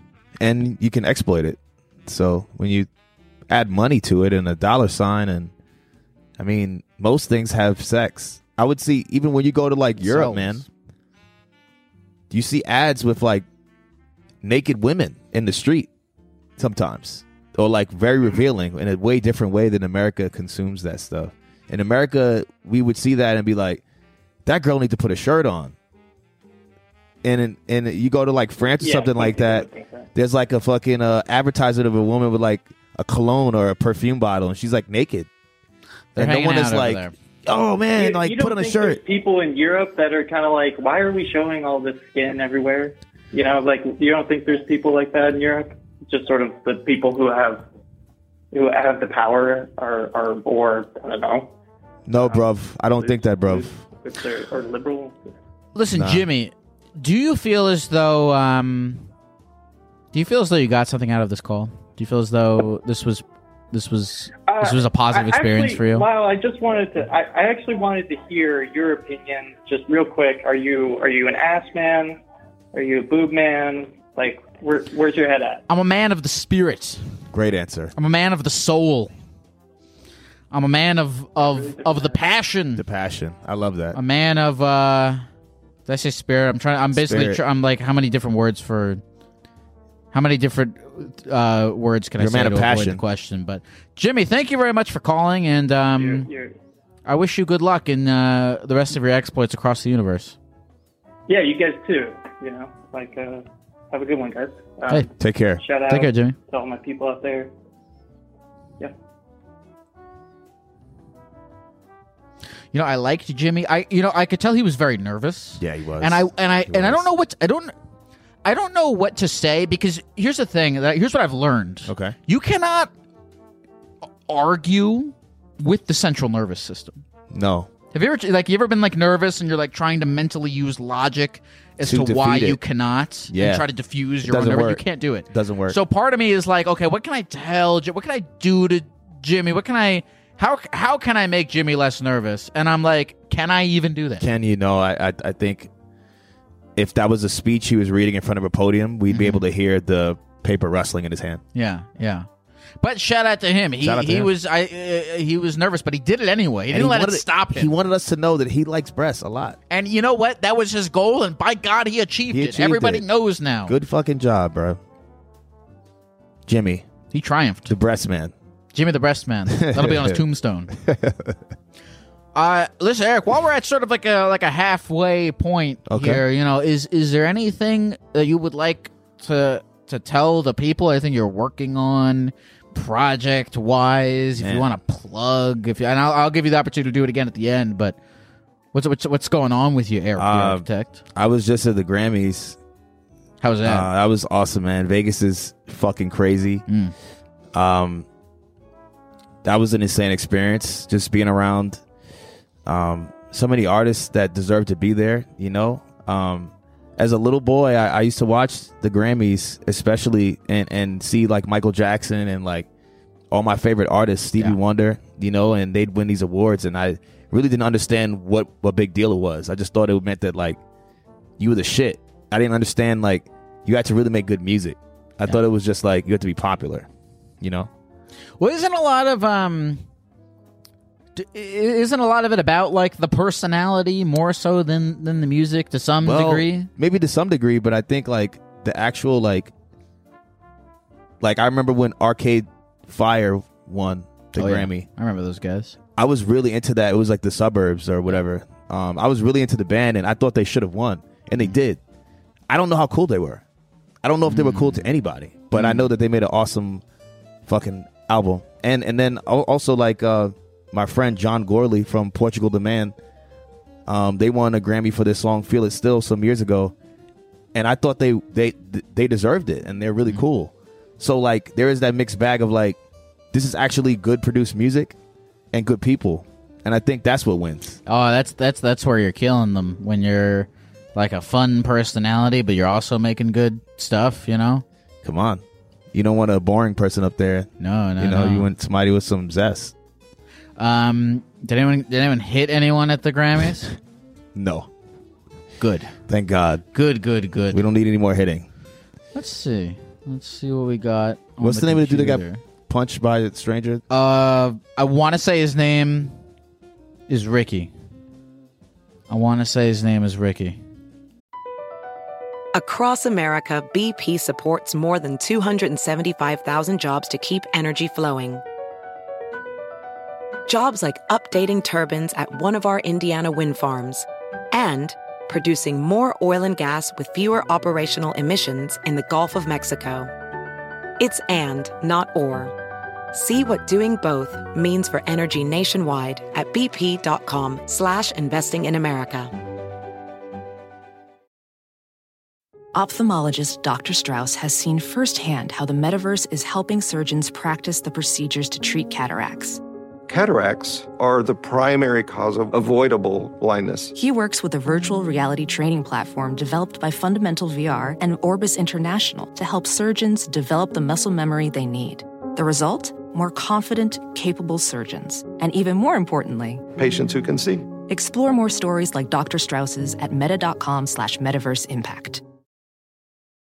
[SPEAKER 2] and you can exploit it. So when you add money to it and a dollar sign, and I mean, most things have sex. I would see even when you go to like Europe,
[SPEAKER 1] Cells.
[SPEAKER 2] man, you see ads with like naked women in the street sometimes, or like very revealing in a way different way than America consumes that stuff. In America, we would see that and be like, "That girl need to put a shirt on." And and you go to like France or
[SPEAKER 6] Yeah,
[SPEAKER 2] something like that, there's like a fucking uh, advertisement of a woman with like a cologne or a perfume bottle, and she's like naked,
[SPEAKER 1] They're
[SPEAKER 2] and no
[SPEAKER 1] hanging
[SPEAKER 2] one
[SPEAKER 1] out
[SPEAKER 2] is
[SPEAKER 1] over
[SPEAKER 2] like,
[SPEAKER 1] there.
[SPEAKER 2] "Oh man,
[SPEAKER 6] You-
[SPEAKER 2] like
[SPEAKER 6] you
[SPEAKER 2] put
[SPEAKER 6] don't
[SPEAKER 2] on a
[SPEAKER 6] think there's
[SPEAKER 2] shirt."
[SPEAKER 6] People in Europe that are kind of like, why are we showing all this skin everywhere? You know, like you don't think there's people like that in Europe? Just sort of the people who have who have the power are are or I don't know.
[SPEAKER 2] No, bruv, I don't think that, bruv.
[SPEAKER 6] If they're or liberal.
[SPEAKER 1] Listen, Jimmy, do you feel as though um, do you feel as though you got something out of this call? Do you feel as though this was this was this
[SPEAKER 6] Uh,
[SPEAKER 1] was a positive
[SPEAKER 6] I-
[SPEAKER 1] experience
[SPEAKER 6] actually,
[SPEAKER 1] for you?
[SPEAKER 6] Lyle, I just wanted to. I, I actually wanted to hear your opinion, just real quick. Are you are you an ass man? Are you a boob man? Like, where, where's your head at?
[SPEAKER 1] I'm a man of the spirit.
[SPEAKER 2] Great answer.
[SPEAKER 1] I'm a man of the soul. I'm a man of of of the passion.
[SPEAKER 2] The passion, I love that.
[SPEAKER 1] A man of uh, did I say spirit? I'm trying. I'm basically.
[SPEAKER 2] Spirit.
[SPEAKER 1] Tr- I'm like, how many different words for? How many different uh, words can I
[SPEAKER 2] You're a
[SPEAKER 1] say
[SPEAKER 2] man of
[SPEAKER 1] to avoid the
[SPEAKER 2] passion.
[SPEAKER 1] question? But Jimmy, thank you very much for calling, and um,
[SPEAKER 6] You're, you're,
[SPEAKER 1] I wish you good luck in uh, the rest of your exploits across the universe.
[SPEAKER 6] yeah, you guys too. You know, like, uh, have a good one, guys. Um,
[SPEAKER 1] Hey,
[SPEAKER 2] Take care.
[SPEAKER 6] shout out
[SPEAKER 1] take care, Jimmy.
[SPEAKER 6] to all my people out there. Yeah.
[SPEAKER 1] You know, I liked Jimmy. I, you know, I could tell he was very nervous.
[SPEAKER 2] Yeah, he was.
[SPEAKER 1] And I and I
[SPEAKER 2] He
[SPEAKER 1] and I
[SPEAKER 2] was.
[SPEAKER 1] don't know what I don't I don't know what to say because here's the thing. That, here's what I've learned.
[SPEAKER 2] Okay.
[SPEAKER 1] You cannot argue with the central nervous system.
[SPEAKER 2] No,
[SPEAKER 1] Have you ever like you ever been like nervous and you're like trying to mentally use logic as
[SPEAKER 2] To
[SPEAKER 1] to, why
[SPEAKER 2] defeat it.
[SPEAKER 1] you cannot
[SPEAKER 2] Yeah.
[SPEAKER 1] and try to diffuse
[SPEAKER 2] It
[SPEAKER 1] your own
[SPEAKER 2] doesn't
[SPEAKER 1] nervous? You
[SPEAKER 2] work.
[SPEAKER 1] can't do it.
[SPEAKER 2] doesn't work.
[SPEAKER 1] So part of me is like, okay, what can I tell? Ji- What can I do to Jimmy? What can I? How how can I make Jimmy less nervous? And I'm like, can I even do that?
[SPEAKER 2] Can you know? I, I I think if that was a speech he was reading in front of a podium, we'd
[SPEAKER 1] Mm-hmm.
[SPEAKER 2] be able to hear the paper rustling in his hand.
[SPEAKER 1] yeah, yeah. But shout out to him. He
[SPEAKER 2] Shout out to
[SPEAKER 1] he
[SPEAKER 2] him.
[SPEAKER 1] was I uh, he was nervous, but he did it anyway. He
[SPEAKER 2] And
[SPEAKER 1] didn't let it
[SPEAKER 2] wanted-
[SPEAKER 1] stop him.
[SPEAKER 2] He wanted us to know that he likes breasts a lot.
[SPEAKER 1] and you know what? That was his goal, and by God, he achieved,
[SPEAKER 2] He
[SPEAKER 1] it.
[SPEAKER 2] achieved
[SPEAKER 1] Everybody
[SPEAKER 2] it.
[SPEAKER 1] knows now.
[SPEAKER 2] Good fucking job, bro. Jimmy,
[SPEAKER 1] He triumphed.
[SPEAKER 2] the breast man.
[SPEAKER 1] Jimmy the Breast Man. That'll be on his tombstone. Uh, listen, Eric. While we're at sort of like a like a halfway point
[SPEAKER 2] Okay.
[SPEAKER 1] here, you know, is is there anything that you would like to to tell the people? Anything you're working on, project wise? If you
[SPEAKER 2] Man.
[SPEAKER 1] want to plug, if you, and I'll, I'll give you the opportunity to do it again at the end. But what's what's what's going on with you, Eric, the
[SPEAKER 2] Uh,
[SPEAKER 1] architect?
[SPEAKER 2] I was just at the Grammys.
[SPEAKER 1] How's
[SPEAKER 2] Uh,
[SPEAKER 1] that?
[SPEAKER 2] that was awesome, man. Vegas is fucking crazy.
[SPEAKER 1] Mm.
[SPEAKER 2] Um, that was an insane experience. Just being around um, so many artists that deserve to be there. You know, um, as a little boy, I, I used to watch the Grammys, especially and and see like Michael Jackson and like all my favorite artists, Stevie
[SPEAKER 1] Yeah.
[SPEAKER 2] Wonder. You know, and they'd win these awards, and I really didn't understand what what big deal it was. I just thought it meant that like you were the shit. I didn't understand like you had to really make good music. I thought it was just like you had to be popular, you know.
[SPEAKER 1] Well, isn't a lot of um, d- i- isn't a lot of it about like the personality more so than than the music to some degree?
[SPEAKER 2] Maybe to some degree, but I think like the actual like like I remember when Arcade Fire won the
[SPEAKER 1] Oh, yeah.
[SPEAKER 2] Grammy.
[SPEAKER 1] I remember those guys.
[SPEAKER 2] I was really into that. It was like the suburbs or whatever. Um, I was really into the band and I thought they should have won. And they
[SPEAKER 1] Mm.
[SPEAKER 2] did. I don't know how cool they were. I don't know if they were
[SPEAKER 1] Mm.
[SPEAKER 2] cool to anybody, but I know that they made an awesome fucking album. And and then al- also like uh, my friend John Gorley from Portugal the Man, um, they won a Grammy for this song "Feel It
[SPEAKER 1] Mm-hmm.
[SPEAKER 2] Still" some years ago, and I thought they they they deserved it, and they're really cool. So like there is that mixed bag of like this is actually good produced music and good people. And I think that's what wins.
[SPEAKER 1] Oh, that's that's that's where you're killing them when you're like a fun personality, but you're also making good stuff. You know?
[SPEAKER 2] Come on. You don't want a boring person up there.
[SPEAKER 1] No, no,
[SPEAKER 2] you know,
[SPEAKER 1] no.
[SPEAKER 2] you want somebody with some zest.
[SPEAKER 1] um, did anyone did anyone hit anyone at the Grammys?
[SPEAKER 2] No.
[SPEAKER 1] good,
[SPEAKER 2] Thank God.
[SPEAKER 1] good, good, good.
[SPEAKER 2] We don't need any more hitting.
[SPEAKER 1] Let's see. Let's see what we got. on
[SPEAKER 2] What's the name of the dude that
[SPEAKER 1] computer.
[SPEAKER 2] got punched by a stranger?
[SPEAKER 1] Uh, I want to say his name is Ricky. I want to say his name is Ricky.
[SPEAKER 7] Across America, BP supports more than 275,000 jobs to keep energy flowing. Jobs like updating turbines at one of our Indiana wind farms and producing more oil and gas with fewer operational emissions in the Gulf of Mexico. It's and, not or. See what doing both means for energy nationwide at bp.com slash investing in America.
[SPEAKER 8] Ophthalmologist Dr. Strauss has seen firsthand how the metaverse is helping surgeons practice the procedures to treat cataracts.
[SPEAKER 9] Cataracts are the primary cause of avoidable blindness.
[SPEAKER 8] He works with a virtual reality training platform developed by Fundamental VR and Orbis International to help surgeons develop the muscle memory they need. The result? More confident, capable surgeons. And even more importantly,
[SPEAKER 9] Patients who can see.
[SPEAKER 8] explore more stories like Dr. Strauss's at meta.com slash metaverse impact.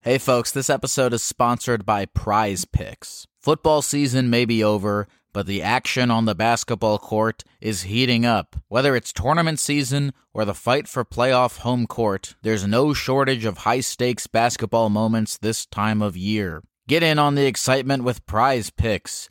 [SPEAKER 10] Hey folks, this episode is sponsored by Prize Picks. Football season may be over, but the action on the basketball court is heating up. Whether it's tournament season or the fight for playoff home court, there's no shortage of high stakes basketball moments this time of year. Get in on the excitement with Prize Picks.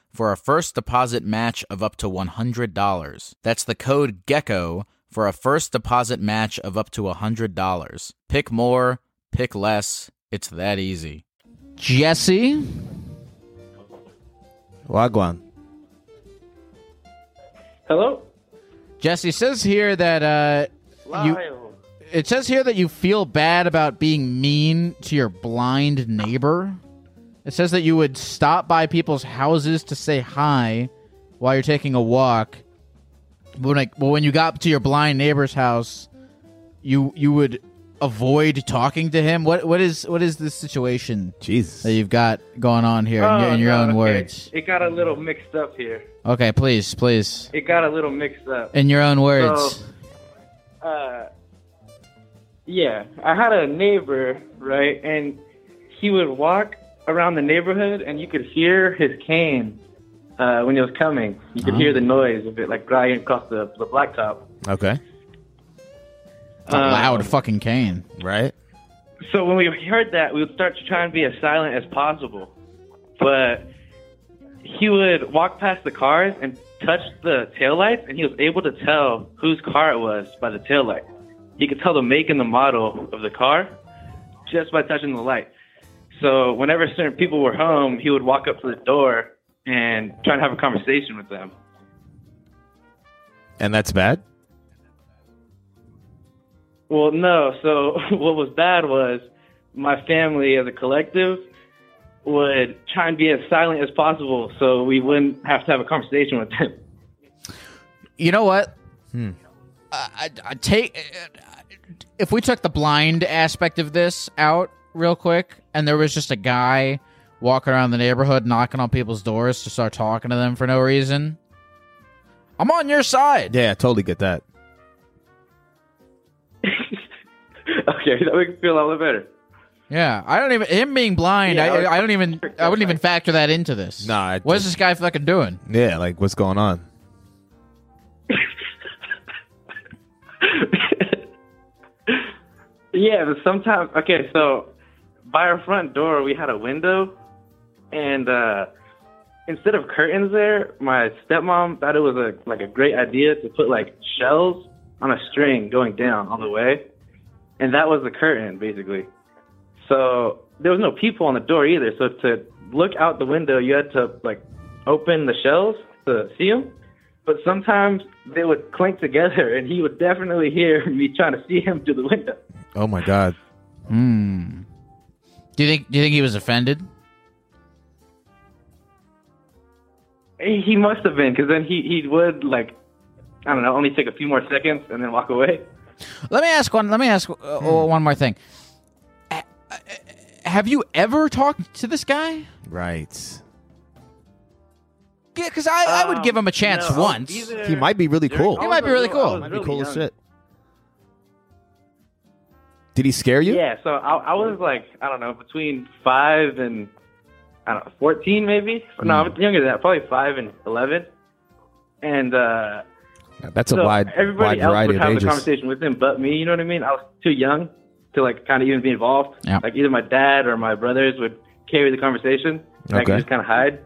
[SPEAKER 10] for a first deposit match of up to $100. That's the code GECKO for a first deposit match of up to $100. Pick more, pick less. It's that easy.
[SPEAKER 1] Jesse,
[SPEAKER 2] Wagwan.
[SPEAKER 6] Hello.
[SPEAKER 1] Jesse says here that uh, you. It says here that you feel bad about being mean to your blind neighbor. It says that you would stop by people's houses to say hi while you're taking a walk. But when, I, but when you got to your blind neighbor's house, you you would avoid talking to him. What what is what is this situation
[SPEAKER 2] Jesus.
[SPEAKER 1] that you've got going on here in, your- in your
[SPEAKER 6] Oh,
[SPEAKER 1] own
[SPEAKER 6] okay.
[SPEAKER 1] words?
[SPEAKER 6] It got a little mixed up here.
[SPEAKER 1] Okay, please, please,
[SPEAKER 6] It got a little mixed up.
[SPEAKER 1] in your own words.
[SPEAKER 6] So, uh, yeah, I had a neighbor, right, and he would walk around the neighborhood, and you could hear his cane uh, when it was coming. You could
[SPEAKER 1] Uh-huh.
[SPEAKER 6] hear the noise of it, like gliding across the, the blacktop.
[SPEAKER 2] Okay.
[SPEAKER 1] A loud fucking cane.
[SPEAKER 2] Right?
[SPEAKER 6] So when we heard that, we would start to try and be as silent as possible. But he would walk past the cars and touch the taillights, and he was able to tell whose car it was by the taillight. He could tell the make and the model of the car just by touching the light. So whenever certain people were home, he would walk up to the door and try and have a conversation with them.
[SPEAKER 2] And that's bad?
[SPEAKER 6] Well, no. So what was bad was my family as a collective would try and be as silent as possible so we wouldn't have to have a conversation with them.
[SPEAKER 1] You know what?
[SPEAKER 2] Hmm.
[SPEAKER 1] I, I, I take if we took the blind aspect of this out real quick, and there was just a guy walking around the neighborhood knocking on people's doors to start talking to them for no reason. I'm on your side.
[SPEAKER 2] Yeah, I totally get that.
[SPEAKER 6] okay, that makes me feel a lot better.
[SPEAKER 1] Yeah, I don't even him being blind.
[SPEAKER 6] Yeah, I would-
[SPEAKER 1] I, I don't even. I wouldn't even factor that into this.
[SPEAKER 2] Nah, I
[SPEAKER 1] what's
[SPEAKER 2] just-
[SPEAKER 1] this guy fucking doing?
[SPEAKER 2] Yeah, like what's going on?
[SPEAKER 6] Yeah, but sometimes, okay, so by our front door, we had a window, and uh, instead of curtains there, my stepmom thought it was a like a great idea to put like shells on a string going down on the way, and that was the curtain basically. So there was no people on the door either. So to look out the window, you had to like open the shells to see them. But sometimes they would clink together, and he would definitely hear me trying to see him through the window.
[SPEAKER 2] Oh my god.
[SPEAKER 1] Hmm. Do you think? Do you think he was offended?
[SPEAKER 6] He must have been, because then he he would like, I don't know, only take a few more seconds and then walk away.
[SPEAKER 1] Let me ask one. Let me ask uh,
[SPEAKER 2] Hmm.
[SPEAKER 1] one more thing. Ha- uh, Have you ever talked to this guy? Yeah,
[SPEAKER 2] Right.
[SPEAKER 1] because I, I would
[SPEAKER 6] Um,
[SPEAKER 1] give him a chance
[SPEAKER 6] no,
[SPEAKER 1] once.
[SPEAKER 6] either-
[SPEAKER 2] He might be really
[SPEAKER 6] during
[SPEAKER 2] cool.
[SPEAKER 6] all
[SPEAKER 1] He might
[SPEAKER 6] the
[SPEAKER 1] be really
[SPEAKER 6] little- I
[SPEAKER 1] cool.
[SPEAKER 6] was
[SPEAKER 2] Might be
[SPEAKER 6] really
[SPEAKER 2] cool as
[SPEAKER 6] young.
[SPEAKER 2] shit. Did he scare you?
[SPEAKER 6] Yeah, so I, I was like, I don't know, between five and I don't know, fourteen maybe.
[SPEAKER 2] Hmm.
[SPEAKER 6] No, I'm younger than that, probably five and eleven. And uh,
[SPEAKER 2] That's a
[SPEAKER 6] so
[SPEAKER 2] wide, wide
[SPEAKER 6] everybody else
[SPEAKER 2] variety
[SPEAKER 6] would
[SPEAKER 2] of
[SPEAKER 6] have
[SPEAKER 2] ages.
[SPEAKER 6] the conversation with him, but me. You know what I mean? I was too young to like kind of even be involved.
[SPEAKER 1] Yeah.
[SPEAKER 6] Like either my dad or my brothers would carry the conversation, and I
[SPEAKER 2] Okay.
[SPEAKER 6] could just kind of hide.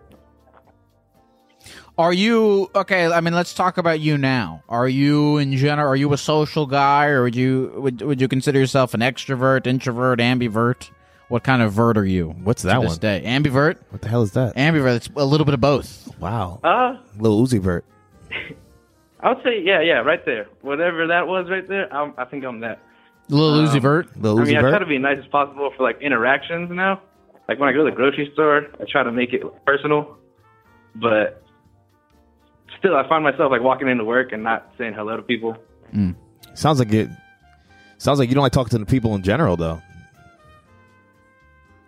[SPEAKER 1] Are you okay? I mean, let's talk about you now. Are you in general? Are you a social guy, or would you would would you consider yourself an extrovert, introvert, ambivert? What kind of vert are you?
[SPEAKER 2] What's that
[SPEAKER 1] to this
[SPEAKER 2] one?
[SPEAKER 1] Day ambivert,
[SPEAKER 2] What the hell is that?
[SPEAKER 1] ambivert. It's a little bit of both.
[SPEAKER 2] Wow.
[SPEAKER 6] Uh,
[SPEAKER 2] Little Uzi Vert.
[SPEAKER 6] I would say, yeah, yeah, right there. Whatever that was right there, I'm, I think I'm that.
[SPEAKER 1] little Uzi vert.
[SPEAKER 2] Little
[SPEAKER 6] I
[SPEAKER 2] Uzi
[SPEAKER 6] mean, I try
[SPEAKER 2] Vert.
[SPEAKER 6] to be nice as possible for like interactions now. Like when I go to the grocery store, I try to make it personal, but still, I find myself like walking into work and not saying hello to people.
[SPEAKER 2] Mm. Sounds like it. Sounds like you don't like talking to the people in general, though.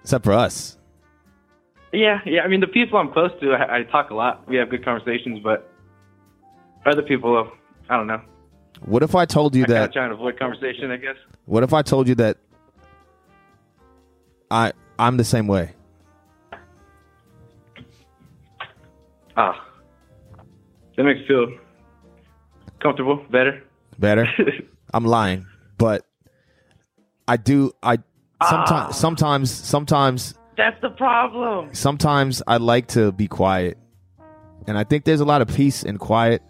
[SPEAKER 2] Except for us.
[SPEAKER 6] Yeah, yeah. I mean, the people I'm close to, I, I talk a lot. We have good conversations, but other people, I don't know.
[SPEAKER 2] What if I told you
[SPEAKER 6] I kind
[SPEAKER 2] that?
[SPEAKER 6] of try and avoid conversation, I guess.
[SPEAKER 2] What if I told you that? I I'm the same way.
[SPEAKER 6] Ah, that makes me feel comfortable, better.
[SPEAKER 2] Better. I'm lying, but I do. I sometimes sometimes sometimes
[SPEAKER 6] That's the problem.
[SPEAKER 2] sometimes I like to be quiet. And I think there's a lot of peace and quiet.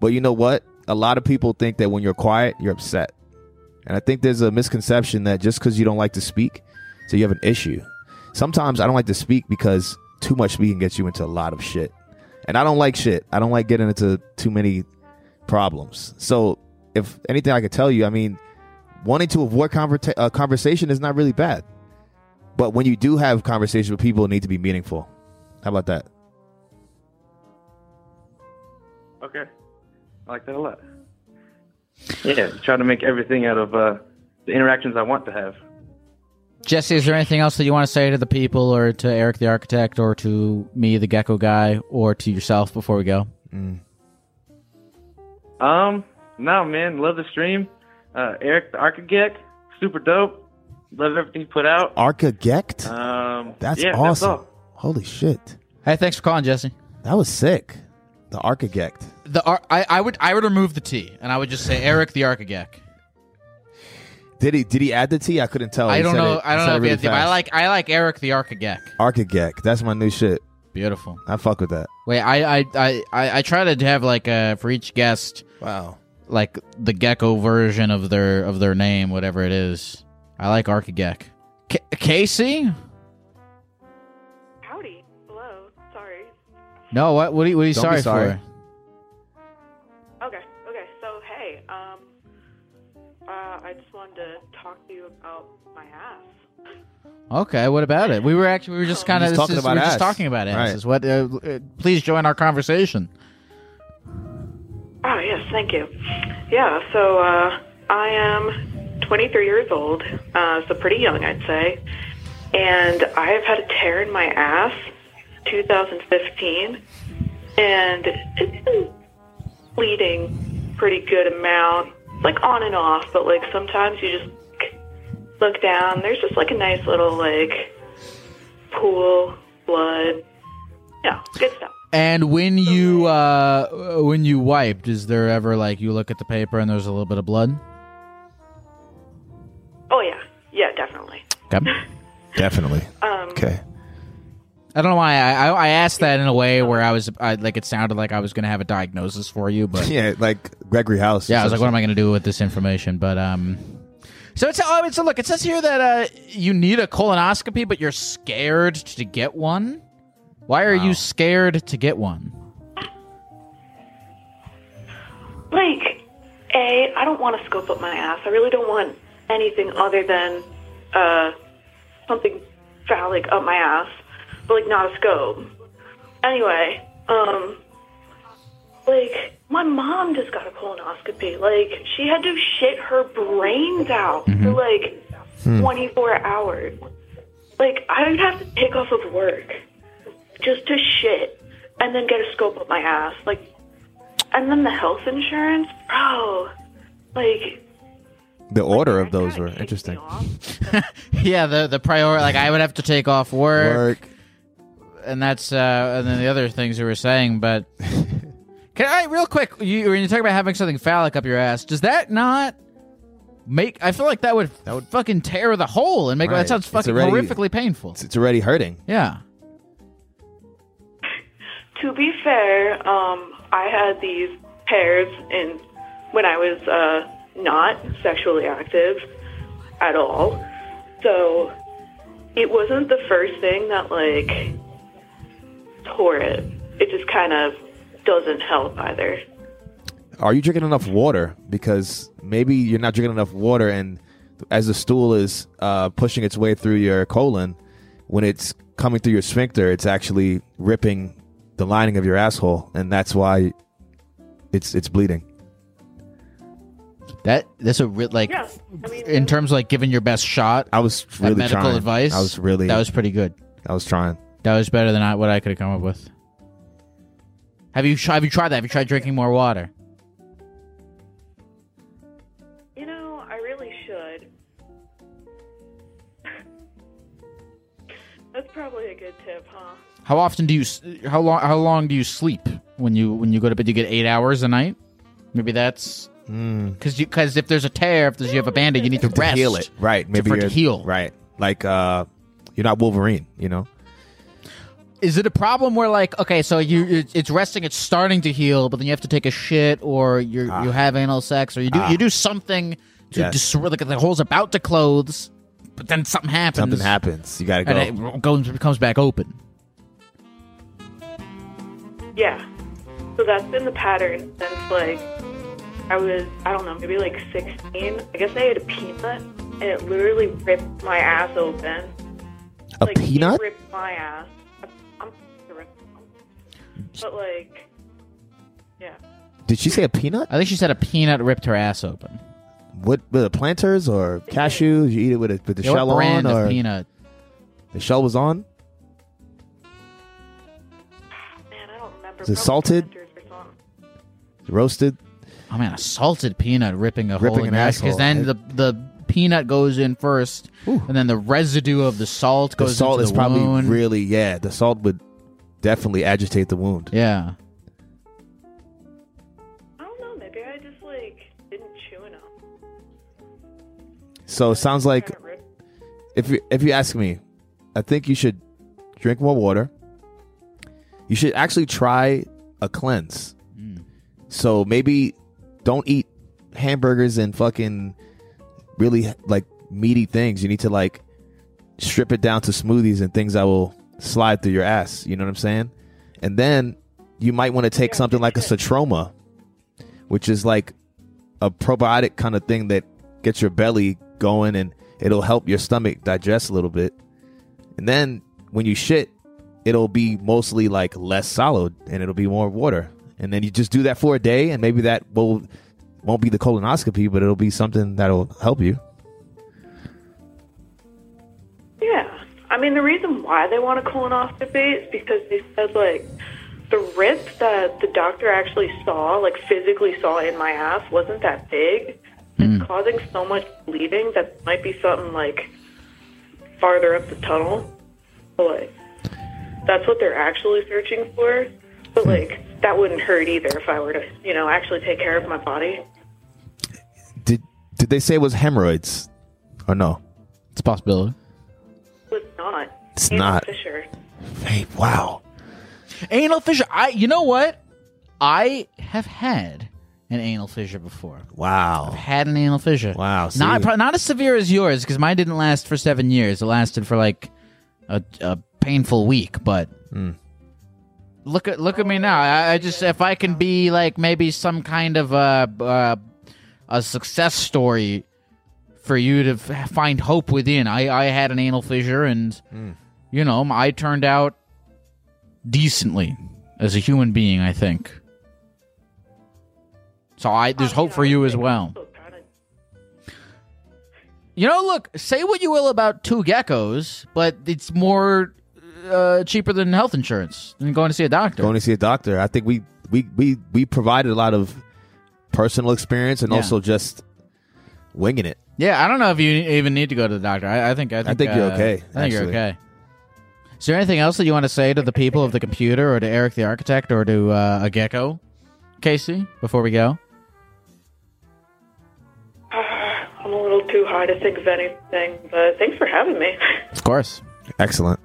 [SPEAKER 2] But you know what? A lot of people think that when you're quiet, you're upset. And I think there's a misconception that just because you don't like to speak, so you have an issue. Sometimes I don't like to speak because too much speaking gets you into a lot of shit. And I don't like shit. I don't like getting into too many problems. So if anything I could tell you, I mean, wanting to avoid converta- uh, conversation is not really bad. But when you do have conversations with people, it need to be meaningful. How about that?
[SPEAKER 6] Okay. I like that a lot. Yeah, try to make everything out of uh, the interactions I want to have.
[SPEAKER 1] Jesse, is there anything else that you want to say to the people, or to Eric the architect, or to me the gecko guy, or to yourself before we go?
[SPEAKER 6] Um, no, man, love the stream. Uh, Eric the Archigek, super dope. Love everything you put out.
[SPEAKER 2] Archigect?
[SPEAKER 6] Um,
[SPEAKER 2] that's
[SPEAKER 6] yeah,
[SPEAKER 2] awesome.
[SPEAKER 6] all.
[SPEAKER 2] Holy shit.
[SPEAKER 1] Hey, thanks for calling, Jesse.
[SPEAKER 2] That was sick. The Archigect.
[SPEAKER 1] The ar- I, I would I would remove the T and I would just say Eric the architect.
[SPEAKER 2] Did he did he add the T? I couldn't tell.
[SPEAKER 1] I
[SPEAKER 2] He
[SPEAKER 1] don't
[SPEAKER 2] said
[SPEAKER 1] know.
[SPEAKER 2] it-
[SPEAKER 1] I
[SPEAKER 2] he
[SPEAKER 1] don't
[SPEAKER 2] said
[SPEAKER 1] know
[SPEAKER 2] it
[SPEAKER 1] if
[SPEAKER 2] really
[SPEAKER 1] it's him. I
[SPEAKER 2] fast.
[SPEAKER 1] like I like Eric the architect.
[SPEAKER 2] Archigect. That's my new shit.
[SPEAKER 1] Beautiful.
[SPEAKER 2] I fuck with that.
[SPEAKER 1] Wait, I I, I, I I try to have like uh for each guest
[SPEAKER 2] Wow.
[SPEAKER 1] like the gecko version of their of their name, whatever it is. I like Archigek. K- Casey?
[SPEAKER 11] Howdy. Hello. Sorry.
[SPEAKER 1] No, what what are you, what are you
[SPEAKER 2] Don't
[SPEAKER 1] sorry,
[SPEAKER 2] be sorry.
[SPEAKER 1] for?
[SPEAKER 11] Okay. Okay. So hey, um, uh, I just wanted to talk to you about my ass.
[SPEAKER 1] Okay, what about it? We were actually we were
[SPEAKER 11] Oh.
[SPEAKER 1] just kind of
[SPEAKER 2] just talking
[SPEAKER 1] we
[SPEAKER 2] about
[SPEAKER 1] were just
[SPEAKER 2] ass.
[SPEAKER 1] talking about
[SPEAKER 2] Right.
[SPEAKER 1] asses. What? Uh, uh, please join our conversation.
[SPEAKER 11] Oh yes, thank you. Yeah. So uh, I am 23 years old, uh, so pretty young, I'd say, and I have had a tear in my ass, 2015, and it's been bleeding pretty good amount, like on and off, but like sometimes you just look down, there's just like a nice little like pool, blood, yeah, good stuff.
[SPEAKER 1] And when you uh when you wiped, is there ever like you look at the paper and there's a little bit of blood?
[SPEAKER 11] Oh yeah, yeah, definitely.
[SPEAKER 1] Okay.
[SPEAKER 2] Definitely.
[SPEAKER 11] Um,
[SPEAKER 2] Okay.
[SPEAKER 1] I don't know why I, I I asked that in a way where I was I, like it sounded like I was going to have a diagnosis for you, but
[SPEAKER 2] yeah, like Gregory House.
[SPEAKER 1] yeah, I was like, what am I going to do with this information? But um, so it's oh, so look, it says here that uh, you need a colonoscopy, but you're scared to get one. Why are you scared to get one?
[SPEAKER 11] Like, A, I don't want to scope up my ass. I really don't want anything other than uh, something phallic up my ass, but like not a scope. Anyway, um, like, my mom just got a colonoscopy. Like, she had to shit her brains out for like
[SPEAKER 12] Hmm.
[SPEAKER 11] 24 hours. Like, I would have to take off of work just to shit and then get a scope up my ass. Like, and then the health insurance, bro. Like,
[SPEAKER 2] The order of those were interesting.
[SPEAKER 1] Yeah, the the priority like I would have to take off work, and that's uh, and then the other things you were saying. But can I real quick? You when you talk about having something phallic up your ass, does that not make? I feel like that would that would fucking tear the hole and make
[SPEAKER 2] Right.
[SPEAKER 1] that sounds
[SPEAKER 2] It's
[SPEAKER 1] fucking
[SPEAKER 2] already-
[SPEAKER 1] horrifically painful.
[SPEAKER 2] It's already hurting.
[SPEAKER 1] Yeah.
[SPEAKER 11] to be fair, um, I had these pairs in when I was uh, not sexually active at all. So it wasn't the first thing that like tore it. It just kind of doesn't help either.
[SPEAKER 2] Are you drinking enough water? Because maybe you're not drinking enough water, and as the stool is uh, pushing its way through your colon, when it's coming through your sphincter, it's actually ripping the lining of your asshole, and that's why it's it's bleeding.
[SPEAKER 1] That that's a re- like
[SPEAKER 11] Yeah, I mean-
[SPEAKER 1] in terms of like giving your best shot.
[SPEAKER 2] I was
[SPEAKER 1] that
[SPEAKER 2] really
[SPEAKER 1] medical
[SPEAKER 2] trying.
[SPEAKER 1] advice.
[SPEAKER 2] I was really-
[SPEAKER 1] that was pretty good.
[SPEAKER 2] I was trying.
[SPEAKER 1] That was better than I, what I could have come up with. Have you have you tried that? Have you tried drinking more water?
[SPEAKER 11] You know, I really should. That's probably a good tip, huh?
[SPEAKER 1] How often do you s- how long how long do you sleep when you when you go to bed? Do you get eight hours a night? Maybe that's because you because if there's a tear, if there's, you have a bandage, you need to,
[SPEAKER 2] Hmm. to
[SPEAKER 1] rest
[SPEAKER 2] heal it, right?
[SPEAKER 1] to-
[SPEAKER 2] Maybe
[SPEAKER 1] for it
[SPEAKER 2] you're,
[SPEAKER 1] to heal.
[SPEAKER 2] right? Like uh, you're not Wolverine, you know.
[SPEAKER 1] Is it a problem where like okay, so you it's- it's resting, it's starting to heal, but then you have to take a shit or you you have anal sex or you do you do something to
[SPEAKER 2] Ah. Yes.
[SPEAKER 1] destroy like the hole's about to close, but then something happens.
[SPEAKER 2] Something happens. You gotta go.
[SPEAKER 1] and it goes comes back open.
[SPEAKER 11] Yeah. So that's been the pattern since like I was I don't know, maybe like sixteen. I guess I had a peanut and it literally ripped my ass open.
[SPEAKER 2] A
[SPEAKER 11] like, it
[SPEAKER 2] peanut?
[SPEAKER 11] ripped my ass. I'm but like yeah.
[SPEAKER 2] Did she say a peanut?
[SPEAKER 1] I think she said a peanut ripped her ass open.
[SPEAKER 2] What with the planters or cashews? You eat it with, a, with the
[SPEAKER 1] Yeah, what
[SPEAKER 2] shell
[SPEAKER 1] brand
[SPEAKER 2] on,
[SPEAKER 1] of
[SPEAKER 2] or
[SPEAKER 1] peanut?
[SPEAKER 2] the shell was on.
[SPEAKER 11] Man, I don't remember
[SPEAKER 2] Is it salted? Roasted?
[SPEAKER 1] I mean, Oh, a salted peanut ripping a hole
[SPEAKER 2] Ripping
[SPEAKER 1] in
[SPEAKER 2] an
[SPEAKER 1] because
[SPEAKER 2] asshole.
[SPEAKER 1] then
[SPEAKER 2] It-
[SPEAKER 1] the the peanut goes in first, and then the residue of the salt
[SPEAKER 2] The
[SPEAKER 1] goes
[SPEAKER 2] salt
[SPEAKER 1] into
[SPEAKER 2] is
[SPEAKER 1] the
[SPEAKER 2] probably
[SPEAKER 1] wound.
[SPEAKER 2] really yeah. The salt would definitely agitate the wound.
[SPEAKER 1] yeah.
[SPEAKER 11] I don't know, maybe I just like didn't chew enough.
[SPEAKER 2] So it sounds like if you if you ask me, I think you should drink more water. You should actually try a cleanse. So maybe don't eat hamburgers and fucking really like meaty things. You need to like strip it down to smoothies and things that will slide through your ass. You know what I'm saying? And then you might want to take something like a Citroma, which is like a probiotic kind of thing that gets your belly going and it'll help your stomach digest a little bit. And then when you shit, it'll be mostly like less solid and it'll be more water. And then you just do that for a day and maybe that will won't be the colonoscopy, but it'll be something that'll help you.
[SPEAKER 11] Yeah. I mean, the reason why they want a colonoscopy is because they said, like, the rip that the doctor actually saw, like, physically saw in my ass wasn't that big.
[SPEAKER 2] Mm.
[SPEAKER 11] It's causing so much bleeding that might be something, like, farther up the tunnel. But, like, that's what they're actually searching for.
[SPEAKER 2] Hmm.
[SPEAKER 11] But, like, that wouldn't hurt either if I were to, you know, actually take care of my body.
[SPEAKER 2] Did did they say it was hemorrhoids? Or no?
[SPEAKER 1] It's a possibility.
[SPEAKER 11] It's not.
[SPEAKER 2] It's
[SPEAKER 11] Anal
[SPEAKER 2] not.
[SPEAKER 11] Fissure.
[SPEAKER 2] Vape. Wow.
[SPEAKER 1] Anal fissure. I. You know what? I have had an anal fissure before.
[SPEAKER 2] Wow.
[SPEAKER 1] I've had an anal fissure.
[SPEAKER 2] Wow. see?
[SPEAKER 1] Not pro- not as severe as yours because mine didn't last for seven years. It lasted for like a, a painful week. But
[SPEAKER 2] Mm.
[SPEAKER 1] look at look at me now. I, I just if I can be like maybe some kind of uh, uh, a success story for you to f- find hope within. I I had an anal fissure and you know I turned out decently as a human being. I think. So I there's hope for you as well. You know, look, say what you will about two geckos, but it's more uh, cheaper than health insurance than going to see a doctor.
[SPEAKER 2] Going to see a doctor. I think we we we we provided a lot of personal experience and
[SPEAKER 1] Yeah.
[SPEAKER 2] also just winging it.
[SPEAKER 1] yeah, I don't know if you even need to go to the doctor. I, I think I think,
[SPEAKER 2] think you're
[SPEAKER 1] uh,
[SPEAKER 2] okay,
[SPEAKER 1] I think you're
[SPEAKER 2] actually.
[SPEAKER 1] okay. Is there anything else that you want to say to the people of the computer, or to Eric the architect, or to uh, a gecko, Casey? Before we go,
[SPEAKER 11] I'm a little too high to think of anything, but thanks for having me.
[SPEAKER 1] of course.
[SPEAKER 2] Excellent.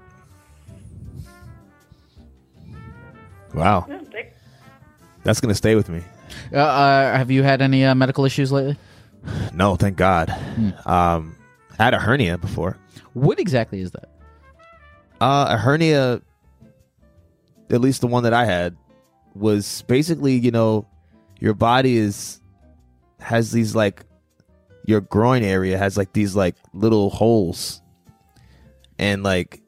[SPEAKER 2] Wow.
[SPEAKER 11] Yeah, thanks.
[SPEAKER 2] That's gonna stay with me.
[SPEAKER 1] Uh, uh, have you had any uh, medical issues lately?
[SPEAKER 2] No, thank God. Um, I had a hernia before.
[SPEAKER 1] Hmm. What exactly is that?
[SPEAKER 2] Uh, a hernia, at least the one that I had, was basically you know, your body is has these like your groin area has like these like little holes, and like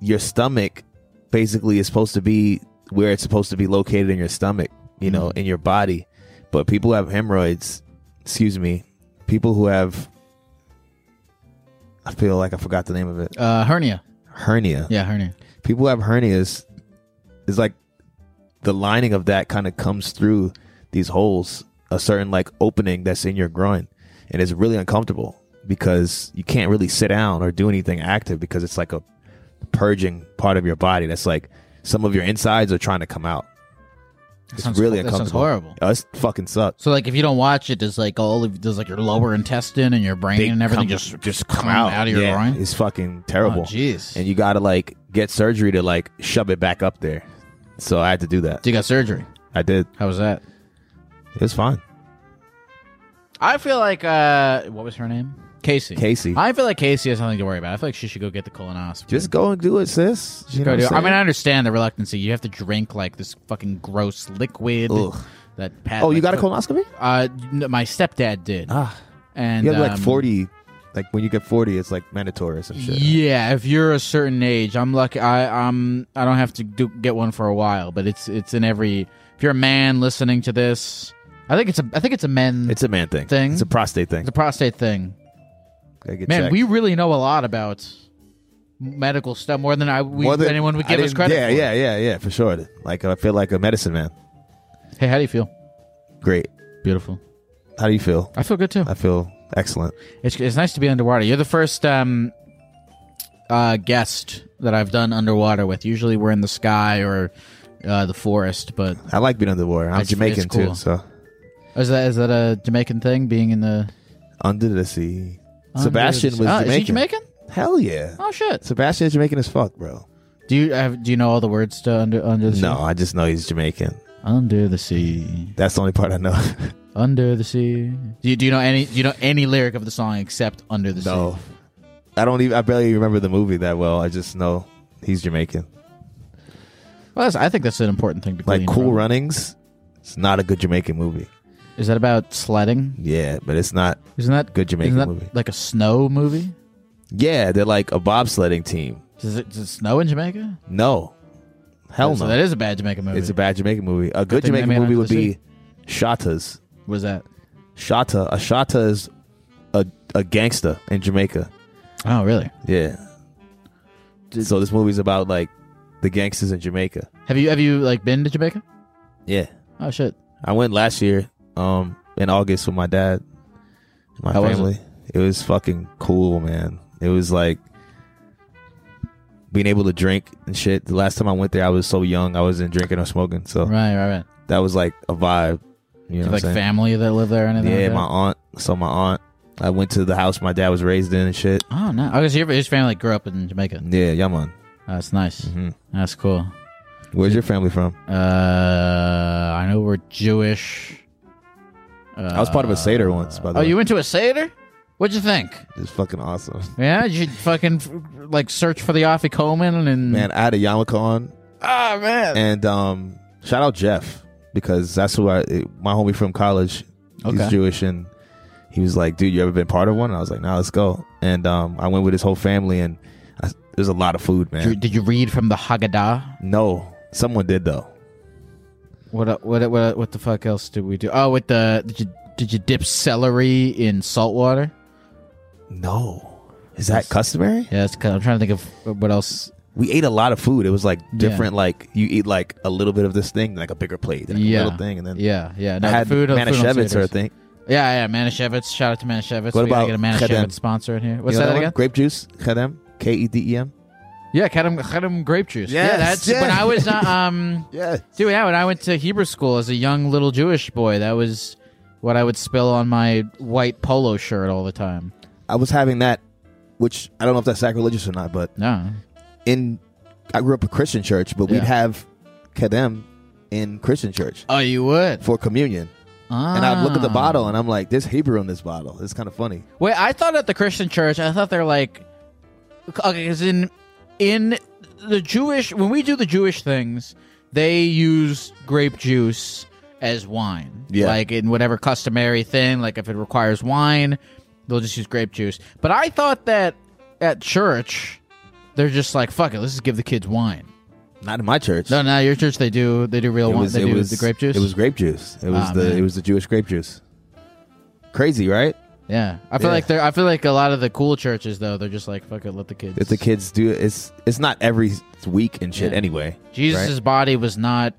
[SPEAKER 2] your stomach basically is supposed to be where it's supposed to be located in your stomach, you know,
[SPEAKER 1] Mm-hmm.
[SPEAKER 2] in your body. But people who have hemorrhoids, excuse me, people who have, I feel like I forgot the name of it,
[SPEAKER 1] Uh, hernia.
[SPEAKER 2] hernia
[SPEAKER 1] Yeah, hernia.
[SPEAKER 2] people who have hernias is like the lining of that kind of comes through these holes a certain like opening that's in your groin and it's really uncomfortable because you can't really sit down or do anything active because it's like a purging part of your body that's like some of your insides are trying to come out it's
[SPEAKER 1] sounds-
[SPEAKER 2] really
[SPEAKER 1] that sounds
[SPEAKER 2] uncomfortable
[SPEAKER 1] horrible.
[SPEAKER 2] Oh, it's fucking sucks
[SPEAKER 1] So like if you don't watch it, does like all of does like your lower intestine and your brain
[SPEAKER 2] They
[SPEAKER 1] and everything
[SPEAKER 2] come-
[SPEAKER 1] just just come out, of your
[SPEAKER 2] yeah,
[SPEAKER 1] groin?
[SPEAKER 2] it's fucking terrible
[SPEAKER 1] Oh, jeez.
[SPEAKER 2] and you gotta like get surgery to like shove it back up there so i had to do that
[SPEAKER 1] So you got surgery.
[SPEAKER 2] i did
[SPEAKER 1] How was that?
[SPEAKER 2] it was fine
[SPEAKER 1] I feel like uh what was her name? Casey.
[SPEAKER 2] Casey.
[SPEAKER 1] I feel like Casey has nothing to worry about. I feel like she should go get the colonoscopy.
[SPEAKER 2] Just go and do it, sis. You know
[SPEAKER 1] Go
[SPEAKER 2] what
[SPEAKER 1] do-
[SPEAKER 2] I'm
[SPEAKER 1] I mean, I
[SPEAKER 2] saying?
[SPEAKER 1] understand the reluctancy. You have to drink like this fucking gross liquid
[SPEAKER 2] Ugh.
[SPEAKER 1] that Pat.
[SPEAKER 2] oh, you
[SPEAKER 1] like,
[SPEAKER 2] got a
[SPEAKER 1] put-
[SPEAKER 2] colonoscopy?
[SPEAKER 1] Uh, n- my stepdad did.
[SPEAKER 2] Ah,
[SPEAKER 1] and
[SPEAKER 2] you have like
[SPEAKER 1] um,
[SPEAKER 2] forty. Like when you get forty, it's like mandatory or some shit.
[SPEAKER 1] Yeah, if you're a certain age, I'm lucky. I um I don't have to do, get one for a while, but it's it's in every. If you're a man listening to this, I think it's a I think it's a men.
[SPEAKER 2] It's a man thing.
[SPEAKER 1] Thing?
[SPEAKER 2] It's a prostate thing.
[SPEAKER 1] it's a prostate thing.
[SPEAKER 2] Gotta get
[SPEAKER 1] Man,
[SPEAKER 2] checked.
[SPEAKER 1] we really know a lot about medical stuff more than I we,
[SPEAKER 2] More than-
[SPEAKER 1] anyone would
[SPEAKER 2] I
[SPEAKER 1] give us
[SPEAKER 2] didn't-
[SPEAKER 1] credit.
[SPEAKER 2] Yeah,
[SPEAKER 1] for.
[SPEAKER 2] yeah, yeah, yeah, for sure. Like I feel like a medicine man.
[SPEAKER 1] Hey, how do you feel?
[SPEAKER 2] Great.
[SPEAKER 1] Beautiful.
[SPEAKER 2] How do you feel?
[SPEAKER 1] I feel good too.
[SPEAKER 2] I feel excellent.
[SPEAKER 1] It's, it's nice to be underwater. You're the first um, uh, guest that I've done underwater with. Usually we're in the sky or uh, the forest, but
[SPEAKER 2] I like being underwater. I'm
[SPEAKER 1] It's-
[SPEAKER 2] Jamaican
[SPEAKER 1] it's cool.
[SPEAKER 2] too, so
[SPEAKER 1] is that is that a Jamaican thing? Being in the
[SPEAKER 2] under the sea.
[SPEAKER 1] under
[SPEAKER 2] Sebastian
[SPEAKER 1] the-
[SPEAKER 2] was
[SPEAKER 1] oh,
[SPEAKER 2] Jamaican.
[SPEAKER 1] Is he Jamaican?
[SPEAKER 2] Hell yeah.
[SPEAKER 1] Oh shit!
[SPEAKER 2] Sebastian is Jamaican as fuck, bro.
[SPEAKER 1] Do you have, do you know all the words to under under the sea?
[SPEAKER 2] No, I just know he's Jamaican.
[SPEAKER 1] Under the sea,
[SPEAKER 2] That's the only part I know.
[SPEAKER 1] under the sea. Do you, do you know any do you know any lyric of the song except under the sea?
[SPEAKER 2] No, I don't even. I barely remember the movie that well. I just know he's Jamaican.
[SPEAKER 1] Well, that's, I think that's an important thing to
[SPEAKER 2] Like
[SPEAKER 1] glean
[SPEAKER 2] Cool
[SPEAKER 1] from.
[SPEAKER 2] Runnings, it's not a good Jamaican movie.
[SPEAKER 1] Is that about sledding?
[SPEAKER 2] Yeah, but it's not.
[SPEAKER 1] Isn't that
[SPEAKER 2] Good Jamaican
[SPEAKER 1] isn't that
[SPEAKER 2] movie.
[SPEAKER 1] Like a snow movie?
[SPEAKER 2] Yeah, they're like a bobsledding team.
[SPEAKER 1] Does it, does it snow in Jamaica?
[SPEAKER 2] No, hell
[SPEAKER 1] So
[SPEAKER 2] no.
[SPEAKER 1] that is a bad Jamaican movie.
[SPEAKER 2] it's a bad Jamaican movie. A good
[SPEAKER 1] thing they
[SPEAKER 2] Jamaican
[SPEAKER 1] made Under
[SPEAKER 2] movie would
[SPEAKER 1] the
[SPEAKER 2] be Shatas.
[SPEAKER 1] What is that?
[SPEAKER 2] Shata. A Shata is a a gangster in Jamaica.
[SPEAKER 1] Oh, really?
[SPEAKER 2] Yeah.
[SPEAKER 1] Did-
[SPEAKER 2] so this movie's about like the gangsters in Jamaica.
[SPEAKER 1] Have you have you like been to Jamaica?
[SPEAKER 2] Yeah.
[SPEAKER 1] Oh shit!
[SPEAKER 2] I went last year, um, in August with my dad, and my
[SPEAKER 1] How was
[SPEAKER 2] family. it? was fucking cool, man. It was like being able to drink and shit. The last time I went there, I was so young, I wasn't drinking or smoking, so
[SPEAKER 1] Right, right, right.
[SPEAKER 2] that was like a vibe. You
[SPEAKER 1] Do you
[SPEAKER 2] know,
[SPEAKER 1] have, like
[SPEAKER 2] what I'm saying?
[SPEAKER 1] family that live there or anything?
[SPEAKER 2] yeah,
[SPEAKER 1] like
[SPEAKER 2] my
[SPEAKER 1] that?
[SPEAKER 2] aunt. So my aunt, I went to the house my dad was raised in and shit.
[SPEAKER 1] Oh no! Oh, 'cause your his family grew up in Jamaica.
[SPEAKER 2] Yeah, yeah, man.
[SPEAKER 1] That's nice. That's cool.
[SPEAKER 2] Mm-hmm. Where's your family from?
[SPEAKER 1] Uh, I know we're Jewish. Uh,
[SPEAKER 2] I was part of a Seder once, by the
[SPEAKER 1] oh,
[SPEAKER 2] way.
[SPEAKER 1] you went to a Seder? What'd you think?
[SPEAKER 2] It's fucking awesome.
[SPEAKER 1] Yeah, did you fucking like search for the Afikoman and
[SPEAKER 2] Man, I had a yarmulke on.
[SPEAKER 1] ah man.
[SPEAKER 2] And um, shout out Jeff because that's who I, it- my homie from college. He's
[SPEAKER 1] Okay.
[SPEAKER 2] Jewish and he was like, "Dude, you ever been part of one?" And I was like, "Nah, let's go." And um, I went with his whole family and I, there's a lot of food, man.
[SPEAKER 1] Did you, did you read from the Haggadah?
[SPEAKER 2] No, someone did though.
[SPEAKER 1] What what what what the fuck else did we do? Oh, with the did you did you dip celery in salt water?
[SPEAKER 2] No, is that customary?
[SPEAKER 1] Yeah, that's kind of, I'm trying to think of what else.
[SPEAKER 2] We ate a lot of food. It was like different. Like you eat like a little bit of this thing, like a bigger plate, then
[SPEAKER 1] Yeah.
[SPEAKER 2] a little thing, and then
[SPEAKER 1] Yeah, yeah.
[SPEAKER 2] I
[SPEAKER 1] No, the
[SPEAKER 2] had
[SPEAKER 1] food, the food on
[SPEAKER 2] manischewitz, I
[SPEAKER 1] Seder's.
[SPEAKER 2] think.
[SPEAKER 1] Yeah, yeah, Manischewitz. Shout out to Manischewitz.
[SPEAKER 2] What
[SPEAKER 1] we gotta
[SPEAKER 2] about
[SPEAKER 1] get a Manischewitz
[SPEAKER 2] Kedem?
[SPEAKER 1] sponsor in here? What's
[SPEAKER 2] You know
[SPEAKER 1] that,
[SPEAKER 2] one?
[SPEAKER 1] again?
[SPEAKER 2] Grape juice, kedem, K E D E M.
[SPEAKER 1] Yeah, Kedem, Kedem grape juice. yeah,
[SPEAKER 2] Yes,
[SPEAKER 1] that's
[SPEAKER 2] yeah.
[SPEAKER 1] when I was uh, um
[SPEAKER 2] Yes.
[SPEAKER 1] dude. Yeah, when I went to Hebrew school as a young little Jewish boy, that was what I would spill on my white polo shirt all the time.
[SPEAKER 2] I was having that, which I don't know if that's sacrilegious or not, but
[SPEAKER 1] No,
[SPEAKER 2] in I grew up a Christian church, but
[SPEAKER 1] Yeah.
[SPEAKER 2] we'd have kedem in Christian church
[SPEAKER 1] oh, you would.
[SPEAKER 2] for communion. And I'd look at the
[SPEAKER 1] Ah.
[SPEAKER 2] bottle and I'm like, there's Hebrew in this bottle. It's kind of funny.
[SPEAKER 1] Wait, I thought at the Christian church, I thought they're like, okay, because in in the Jewish when we do the Jewish things, they use grape juice as wine.
[SPEAKER 2] Yeah.
[SPEAKER 1] like in whatever customary thing, like if it requires wine, they'll just use grape juice. But I thought that at church, they're just like, fuck it, let's just give the kids wine.
[SPEAKER 2] Not in my church.
[SPEAKER 1] No, no, your church they do they do real
[SPEAKER 2] it
[SPEAKER 1] wine.
[SPEAKER 2] was,
[SPEAKER 1] they
[SPEAKER 2] it
[SPEAKER 1] do
[SPEAKER 2] was
[SPEAKER 1] the grape juice.
[SPEAKER 2] It was grape juice. It was
[SPEAKER 1] Ah,
[SPEAKER 2] the
[SPEAKER 1] man.
[SPEAKER 2] it was the Jewish grape juice. Crazy, right?
[SPEAKER 1] yeah. I feel
[SPEAKER 2] Yeah.
[SPEAKER 1] like they're I feel like a lot of the cool churches though, they're just like, fuck it, let the kids.
[SPEAKER 2] If the kids do it, it's it's not every week and shit
[SPEAKER 1] Yeah.
[SPEAKER 2] anyway.
[SPEAKER 1] Jesus'
[SPEAKER 2] right?
[SPEAKER 1] body was not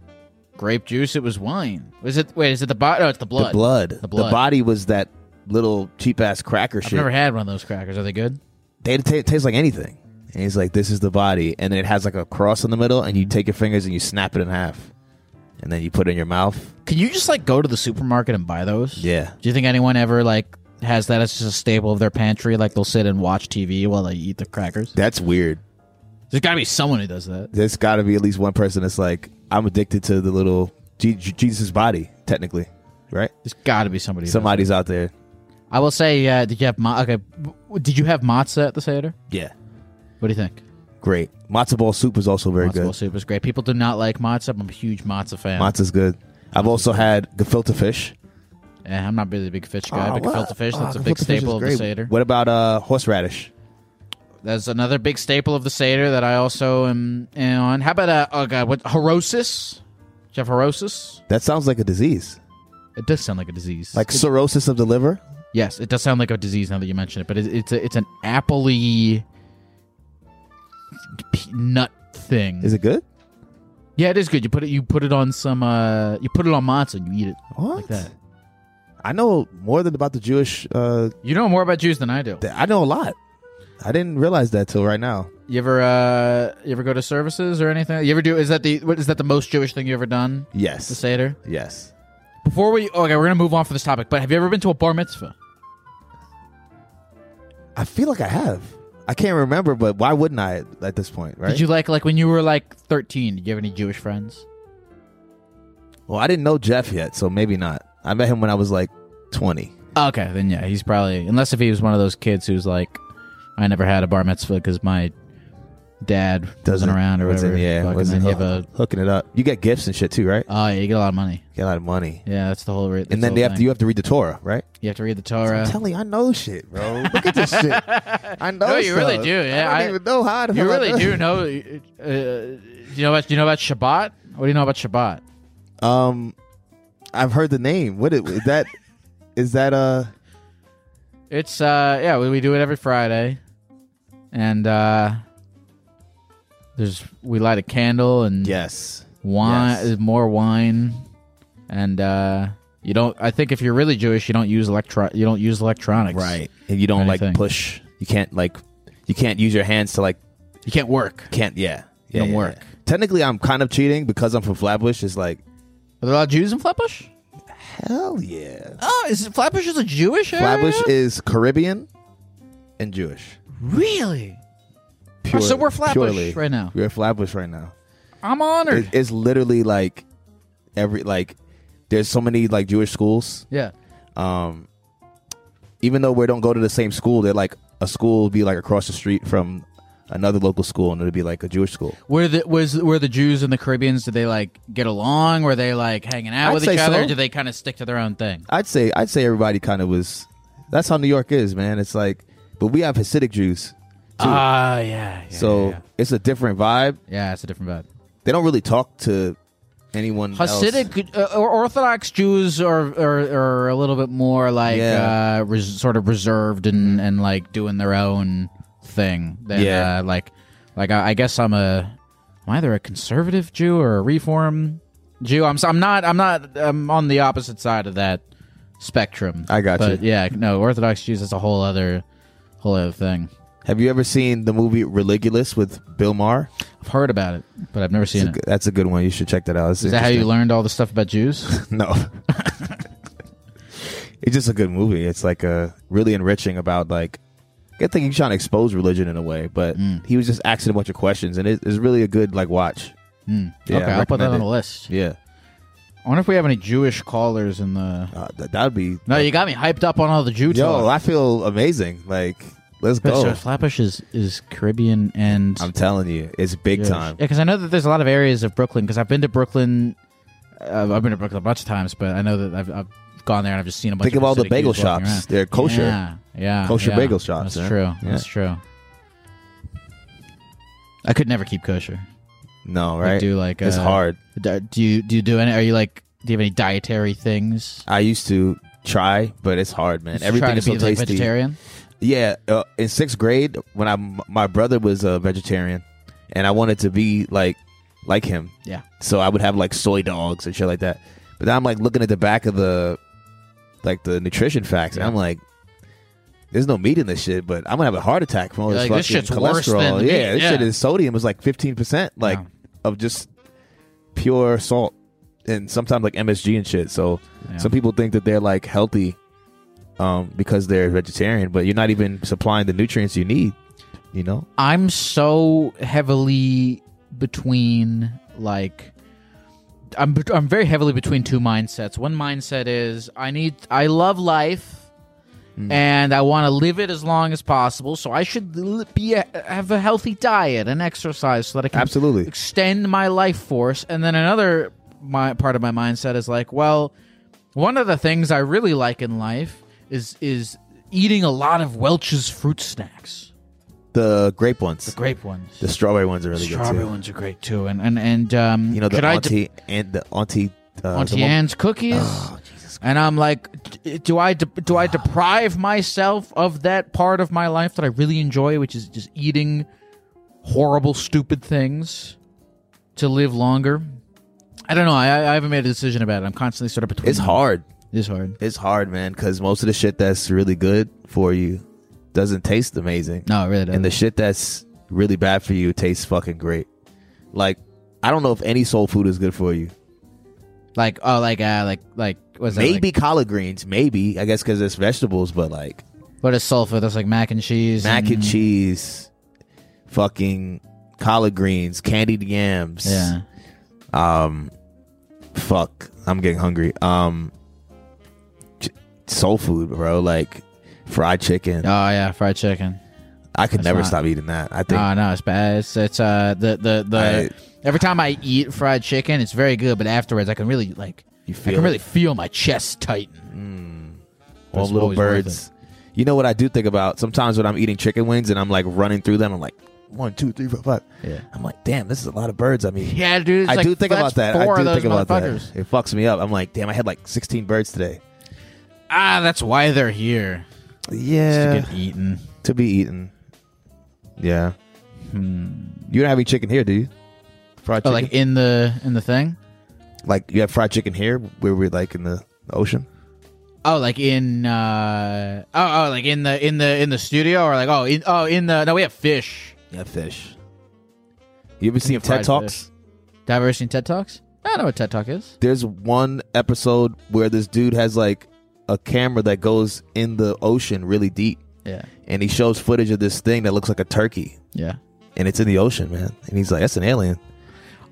[SPEAKER 1] grape juice; it was wine. Was it? Wait, is it the body? No, it's the blood.
[SPEAKER 2] The blood.
[SPEAKER 1] The blood.
[SPEAKER 2] body was that little cheap ass cracker
[SPEAKER 1] I've
[SPEAKER 2] shit.
[SPEAKER 1] never had one of those crackers. Are they good?
[SPEAKER 2] they t- it tastes like anything. And he's like, this is the body. And then it has like a cross in the middle, and you take your fingers and you snap it in half. And then you put it in your mouth.
[SPEAKER 1] Can you just like go to the supermarket and buy those?
[SPEAKER 2] Yeah.
[SPEAKER 1] Do you think anyone ever like has that as just a staple of their pantry? Like they'll sit and watch TV while they eat the crackers.
[SPEAKER 2] That's weird.
[SPEAKER 1] There's got to be someone who does that.
[SPEAKER 2] There's got to be at least one person that's like, I'm addicted to the little G- G- Jesus body, technically, right?
[SPEAKER 1] There's got to be somebody. who does
[SPEAKER 2] Somebody's out there.
[SPEAKER 1] that. I will say, uh, did you have ma- okay? w- Did you have matzah at the seder?
[SPEAKER 2] Yeah.
[SPEAKER 1] What do you think?
[SPEAKER 2] Great. Matzo ball soup is also very
[SPEAKER 1] matzah bowl
[SPEAKER 2] good.
[SPEAKER 1] soup is great. People do not like matzah. I'm a huge matzah fan.
[SPEAKER 2] Matzo's good. I've also had gefilte fish.
[SPEAKER 1] Yeah, I'm not really a big fish guy, but gefilte fish, that's a
[SPEAKER 2] Oh,
[SPEAKER 1] big
[SPEAKER 2] gefilte fish is
[SPEAKER 1] staple of the
[SPEAKER 2] great.
[SPEAKER 1] Seder.
[SPEAKER 2] What about uh, horseradish?
[SPEAKER 1] That's another big staple of the Seder that I also am, am on. How about, uh, oh God, what, Horosis? Do you have Horosis?
[SPEAKER 2] That sounds like a disease.
[SPEAKER 1] It does sound like a disease.
[SPEAKER 2] Like cirrhosis of the liver?
[SPEAKER 1] yes, it does sound like a disease now that you mention it, but it, it's a, it's an appley p- nut thing.
[SPEAKER 2] Is it good?
[SPEAKER 1] yeah, it is good. You put it you put it on some uh you put it on matzah and you eat it
[SPEAKER 2] What?
[SPEAKER 1] like that.
[SPEAKER 2] I know more than about the Jewish. Uh,
[SPEAKER 1] You know more about Jews than I do.
[SPEAKER 2] th- I know a lot. I didn't realize that till right now.
[SPEAKER 1] You ever uh you ever go to services or anything? You ever do is that the what is that the most Jewish thing you ever done? The
[SPEAKER 2] Yes.
[SPEAKER 1] Seder?
[SPEAKER 2] Yes.
[SPEAKER 1] Before we okay, we're gonna move on from this topic. But have you ever been to a bar mitzvah?
[SPEAKER 2] I feel like I have. I can't remember, but why wouldn't I at this point, right?
[SPEAKER 1] Did you like like when you were like thirteen? Did you have any Jewish friends?
[SPEAKER 2] well, I didn't know Jeff yet, so maybe not. I met him when I was like 20.
[SPEAKER 1] Okay, then yeah, he's probably unless if he was one of those kids who's like, I never had a bar mitzvah because my dad wasn't around or
[SPEAKER 2] wasn't-
[SPEAKER 1] whatever.
[SPEAKER 2] yeah,
[SPEAKER 1] Fucking
[SPEAKER 2] wasn't
[SPEAKER 1] then you have
[SPEAKER 2] hook-
[SPEAKER 1] a-
[SPEAKER 2] hooking it up. You get gifts and shit too, right?
[SPEAKER 1] oh yeah, you get a lot of money.
[SPEAKER 2] Get a lot of money.
[SPEAKER 1] Yeah, that's the whole. Re- that's
[SPEAKER 2] and
[SPEAKER 1] the
[SPEAKER 2] then
[SPEAKER 1] whole
[SPEAKER 2] they have to,
[SPEAKER 1] thing.
[SPEAKER 2] you have to read the Torah, right?
[SPEAKER 1] you have to read the
[SPEAKER 2] I'm
[SPEAKER 1] Torah.
[SPEAKER 2] telling you, I know shit, bro. Look at this shit. I know.
[SPEAKER 1] No, you really
[SPEAKER 2] stuff.
[SPEAKER 1] do, yeah,
[SPEAKER 2] I don't
[SPEAKER 1] I-
[SPEAKER 2] even know how. the
[SPEAKER 1] You
[SPEAKER 2] hell I
[SPEAKER 1] really
[SPEAKER 2] know.
[SPEAKER 1] do know. Uh, do you know about do you know about Shabbat? What do you know about Shabbat?
[SPEAKER 2] Um, I've heard the name. What it, is that? is that uh?
[SPEAKER 1] It's uh yeah, we, we do it every Friday. And uh there's we light a candle and
[SPEAKER 2] Yes.
[SPEAKER 1] wine uh,
[SPEAKER 2] yes.
[SPEAKER 1] more wine. And uh you don't I think if you're really Jewish you don't use electro you don't use electronics.
[SPEAKER 2] Right. And you don't like
[SPEAKER 1] Anything.
[SPEAKER 2] push. You can't like. You can't use your hands to like.
[SPEAKER 1] You can't work.
[SPEAKER 2] Can't. Yeah. yeah
[SPEAKER 1] Don't
[SPEAKER 2] yeah,
[SPEAKER 1] work.
[SPEAKER 2] yeah. Technically, I'm kind of cheating because I'm from Flatbush. It's like
[SPEAKER 1] Are there a lot of Jews in Flatbush?
[SPEAKER 2] hell yeah.
[SPEAKER 1] Oh, is Flatbush is a Jewish
[SPEAKER 2] Flatbush is Caribbean and Jewish.
[SPEAKER 1] really?
[SPEAKER 2] Pure,
[SPEAKER 1] Oh, so we're flatbush
[SPEAKER 2] purely.
[SPEAKER 1] right now.
[SPEAKER 2] We're flatbush right now.
[SPEAKER 1] I'm honored.
[SPEAKER 2] It- it's literally like every like there's so many like Jewish schools.
[SPEAKER 1] Yeah.
[SPEAKER 2] Um, even though we don't go to the same school, they're like a school would be like across the street from another local school, and it'd be like a Jewish school.
[SPEAKER 1] Were the was were the Jews and the Caribbeans? Did they like get along? Were they like hanging out
[SPEAKER 2] I'd
[SPEAKER 1] with
[SPEAKER 2] say
[SPEAKER 1] each other?
[SPEAKER 2] so.
[SPEAKER 1] Or did they kind of stick to their own thing?
[SPEAKER 2] I'd say I'd say everybody kind of was. That's how New York is, man. It's like, but we have Hasidic Jews. too.
[SPEAKER 1] Ah, yeah, yeah,
[SPEAKER 2] so it's a different vibe.
[SPEAKER 1] Yeah, it's a different vibe.
[SPEAKER 2] They don't really talk to anyone. else.
[SPEAKER 1] Hasidic uh, or Orthodox Jews are, are are a little bit more like
[SPEAKER 2] Yeah.
[SPEAKER 1] uh, res- sort of reserved and, and like doing their own thing. Than,
[SPEAKER 2] Yeah.
[SPEAKER 1] uh, like like I, I guess I'm a I'm either a conservative Jew or a reform Jew. I'm s- I'm not I'm not I'm on the opposite side of that spectrum.
[SPEAKER 2] I got
[SPEAKER 1] but
[SPEAKER 2] you.
[SPEAKER 1] Yeah, no Orthodox Jews is a whole other whole other thing.
[SPEAKER 2] Have you ever seen the movie Religulous with Bill Maher?
[SPEAKER 1] I've heard about it, but I've never
[SPEAKER 2] It's
[SPEAKER 1] seen
[SPEAKER 2] a
[SPEAKER 1] it.
[SPEAKER 2] good- that's a good one. You should check that out. It's
[SPEAKER 1] Is that how you
[SPEAKER 2] interesting.
[SPEAKER 1] learned all the stuff about Jews?
[SPEAKER 2] No. it's just a good movie. It's like a really enriching about like good thing he's trying to expose religion in a way, but he was just asking a bunch of questions, and it, it's really a good like watch.
[SPEAKER 1] Hmm.
[SPEAKER 2] Yeah,
[SPEAKER 1] okay,
[SPEAKER 2] I
[SPEAKER 1] I'll put that
[SPEAKER 2] recommend
[SPEAKER 1] on
[SPEAKER 2] it.
[SPEAKER 1] the list.
[SPEAKER 2] Yeah,
[SPEAKER 1] I wonder if we have any Jewish callers in the.
[SPEAKER 2] uh, th- that'd be
[SPEAKER 1] No, you got me hyped up on all the Jew
[SPEAKER 2] yo.
[SPEAKER 1] talk.
[SPEAKER 2] I feel amazing. Like let's
[SPEAKER 1] But so
[SPEAKER 2] go.
[SPEAKER 1] Flatbush is, is Caribbean and
[SPEAKER 2] I'm telling you, it's big
[SPEAKER 1] Jewish.
[SPEAKER 2] time.
[SPEAKER 1] Yeah, because I know that there's a lot of areas of Brooklyn. Because I've been to Brooklyn, uh, I've been to Brooklyn a bunch of times, but I know that I've, I've gone there and I've just seen a bunch.
[SPEAKER 2] Think
[SPEAKER 1] of
[SPEAKER 2] of all the
[SPEAKER 1] Hasidic
[SPEAKER 2] bagel
[SPEAKER 1] Jews walking
[SPEAKER 2] shops.
[SPEAKER 1] around.
[SPEAKER 2] They're kosher.
[SPEAKER 1] Yeah, yeah,
[SPEAKER 2] Kosher
[SPEAKER 1] yeah.
[SPEAKER 2] bagel shops,
[SPEAKER 1] That's
[SPEAKER 2] huh?
[SPEAKER 1] true.
[SPEAKER 2] Yeah.
[SPEAKER 1] That's true. I could never keep kosher.
[SPEAKER 2] No,
[SPEAKER 1] I
[SPEAKER 2] right?
[SPEAKER 1] do like
[SPEAKER 2] it's
[SPEAKER 1] uh,
[SPEAKER 2] hard.
[SPEAKER 1] di- Do you do you do any? Are you like? Do you have any dietary things?
[SPEAKER 2] I used to try, but it's hard, man.
[SPEAKER 1] Just
[SPEAKER 2] Everything
[SPEAKER 1] try to
[SPEAKER 2] is so
[SPEAKER 1] be, like,
[SPEAKER 2] tasty.
[SPEAKER 1] vegetarian.
[SPEAKER 2] Yeah, uh, in sixth grade, when I my brother was a vegetarian, and I wanted to be like like him,
[SPEAKER 1] Yeah.
[SPEAKER 2] so I would have like soy dogs and shit like that. But then I'm like looking at the back of the like the nutrition facts, and I'm like, there's no meat in this shit, but I'm gonna have a heart attack from all
[SPEAKER 1] You're
[SPEAKER 2] this
[SPEAKER 1] like,
[SPEAKER 2] fucking
[SPEAKER 1] this shit's
[SPEAKER 2] cholesterol.
[SPEAKER 1] worse than the
[SPEAKER 2] yeah,
[SPEAKER 1] meat,
[SPEAKER 2] this shit
[SPEAKER 1] yeah.
[SPEAKER 2] is sodium is like 15 percent, like
[SPEAKER 1] Wow.
[SPEAKER 2] of just pure salt, and sometimes like MSG and shit. So
[SPEAKER 1] Yeah.
[SPEAKER 2] some people think that they're like healthy um, because they're vegetarian, but you're not even supplying the nutrients you need. You know,
[SPEAKER 1] I'm so heavily between like I'm bet- I'm very heavily between two mindsets. One mindset is I need I love life and I want to live it as long as possible, so I should li- be a, have a healthy diet and exercise so that I can
[SPEAKER 2] Absolutely.
[SPEAKER 1] extend my life force. And then another my part of my mindset is like, well, one of the things I really like in life is is eating a lot of Welch's fruit snacks,
[SPEAKER 2] the grape ones, the,
[SPEAKER 1] grape ones.
[SPEAKER 2] strawberry ones are really
[SPEAKER 1] Strawberry
[SPEAKER 2] good too.
[SPEAKER 1] ones are great too, and and and um,
[SPEAKER 2] You know, the
[SPEAKER 1] could I d-
[SPEAKER 2] auntie and the auntie, uh,
[SPEAKER 1] Auntie
[SPEAKER 2] the one- Oh,
[SPEAKER 1] Anne's cookies, and I'm like, d- do I de- do I deprive myself of that part of my life that I really enjoy, which is just eating horrible, stupid things to live longer? I don't know. I, I I haven't made a decision about it. I'm constantly sort of between.
[SPEAKER 2] It's
[SPEAKER 1] them.
[SPEAKER 2] hard.
[SPEAKER 1] It's hard.
[SPEAKER 2] It's hard, man, because most of the shit that's really good for you doesn't taste amazing.
[SPEAKER 1] No, it really doesn't.
[SPEAKER 2] and the shit that's really bad for you tastes fucking great. Like, I don't know if any soul food is good for you.
[SPEAKER 1] like oh, like uh, like like was that
[SPEAKER 2] Maybe
[SPEAKER 1] like,
[SPEAKER 2] collard greens, maybe I guess because it's vegetables, but like
[SPEAKER 1] what is sulfur? That's like mac and cheese,
[SPEAKER 2] mac and cheese, fucking collard greens, candied yams.
[SPEAKER 1] Yeah,
[SPEAKER 2] Um, fuck, I'm getting hungry. Um, ch- soul food, bro. Like fried chicken.
[SPEAKER 1] oh yeah, fried chicken.
[SPEAKER 2] I could
[SPEAKER 1] that's
[SPEAKER 2] never
[SPEAKER 1] not-
[SPEAKER 2] stop eating that. I think
[SPEAKER 1] No, no, it's bad. It's, it's uh the the the every time I eat fried chicken, it's very good, but afterwards I can really like
[SPEAKER 2] you
[SPEAKER 1] I
[SPEAKER 2] feel
[SPEAKER 1] can
[SPEAKER 2] it.
[SPEAKER 1] really feel my chest tighten.
[SPEAKER 2] Warm
[SPEAKER 1] It's
[SPEAKER 2] little
[SPEAKER 1] always worth
[SPEAKER 2] birds. You know what I do think about sometimes when I'm eating chicken wings and I'm like running through them. I'm like one, two, three, four, five.
[SPEAKER 1] Yeah.
[SPEAKER 2] I'm like, damn, this is a lot of birds. I mean,
[SPEAKER 1] Yeah, dude. It's
[SPEAKER 2] I
[SPEAKER 1] like,
[SPEAKER 2] do think
[SPEAKER 1] that's
[SPEAKER 2] about that.
[SPEAKER 1] Four
[SPEAKER 2] I do
[SPEAKER 1] of those
[SPEAKER 2] think about that.
[SPEAKER 1] motherfuckers.
[SPEAKER 2] It fucks me up. I'm like, damn, I had like 16 birds today.
[SPEAKER 1] Ah, that's why they're here. Just
[SPEAKER 2] Yeah,
[SPEAKER 1] to get eaten.
[SPEAKER 2] to be eaten. Yeah. You don't have any chicken here, do you? Fried
[SPEAKER 1] Hmm. Oh,
[SPEAKER 2] chicken.
[SPEAKER 1] like in the in the thing.
[SPEAKER 2] Like, you have fried chicken here where we're like in the the ocean.
[SPEAKER 1] Oh, like in uh oh, oh like in the in the in the studio or like oh in oh in the no we have fish.
[SPEAKER 2] Yeah, fish. You ever seen
[SPEAKER 1] fried
[SPEAKER 2] TED Talks?
[SPEAKER 1] fish. Diversity in TED Talks. I know what TED Talk is.
[SPEAKER 2] There's one episode where this dude has like a camera that goes in the ocean really deep,
[SPEAKER 1] Yeah,
[SPEAKER 2] and he shows footage of this thing that looks like a turkey,
[SPEAKER 1] yeah.
[SPEAKER 2] and it's in the ocean, man. And he's like, that's an alien.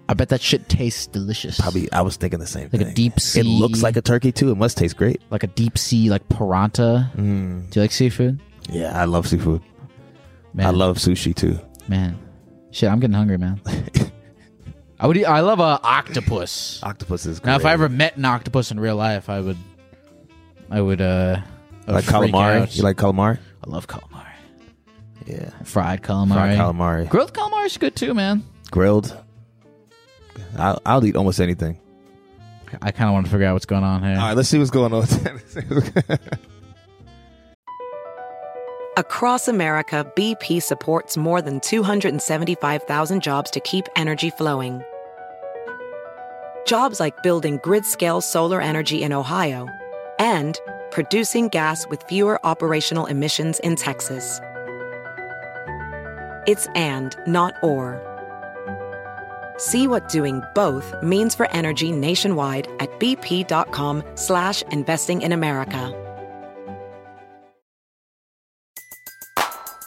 [SPEAKER 1] I bet that shit tastes delicious.
[SPEAKER 2] Probably, I was thinking the same
[SPEAKER 1] Like a
[SPEAKER 2] thing.
[SPEAKER 1] deep sea-
[SPEAKER 2] It looks like a turkey too. It must taste great.
[SPEAKER 1] Like a deep sea, like piranha.
[SPEAKER 2] Mm.
[SPEAKER 1] Do you like seafood?
[SPEAKER 2] Yeah, I love seafood.
[SPEAKER 1] Man.
[SPEAKER 2] I love sushi too.
[SPEAKER 1] Man, shit, I'm getting hungry, man. I would. eat- I love a octopus.
[SPEAKER 2] Octopus is great.
[SPEAKER 1] Now, if I ever met an octopus in real life, I would, I would, uh, I would
[SPEAKER 2] like
[SPEAKER 1] freak
[SPEAKER 2] calamari,
[SPEAKER 1] out.
[SPEAKER 2] you like calamari?
[SPEAKER 1] I love calamari,
[SPEAKER 2] Yeah,
[SPEAKER 1] fried calamari,
[SPEAKER 2] fried calamari,
[SPEAKER 1] grilled calamari is good too, man.
[SPEAKER 2] grilled. I'll, I'll eat almost anything.
[SPEAKER 1] I kind of want to figure out what's going on here.
[SPEAKER 2] All right, let's see what's going on.
[SPEAKER 7] Across America, BP supports more than 275,000 jobs to keep energy flowing. Jobs like building grid scale solar energy in Ohio and producing gas with fewer operational emissions in Texas. It's and, not or. See what doing both means for energy nationwide at bp.com slash investing in America.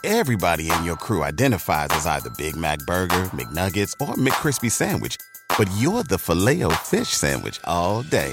[SPEAKER 12] Everybody in your crew identifies as either Big Mac Burger, McNuggets, or McCrispy Sandwich. But you're the filet fish Sandwich all day.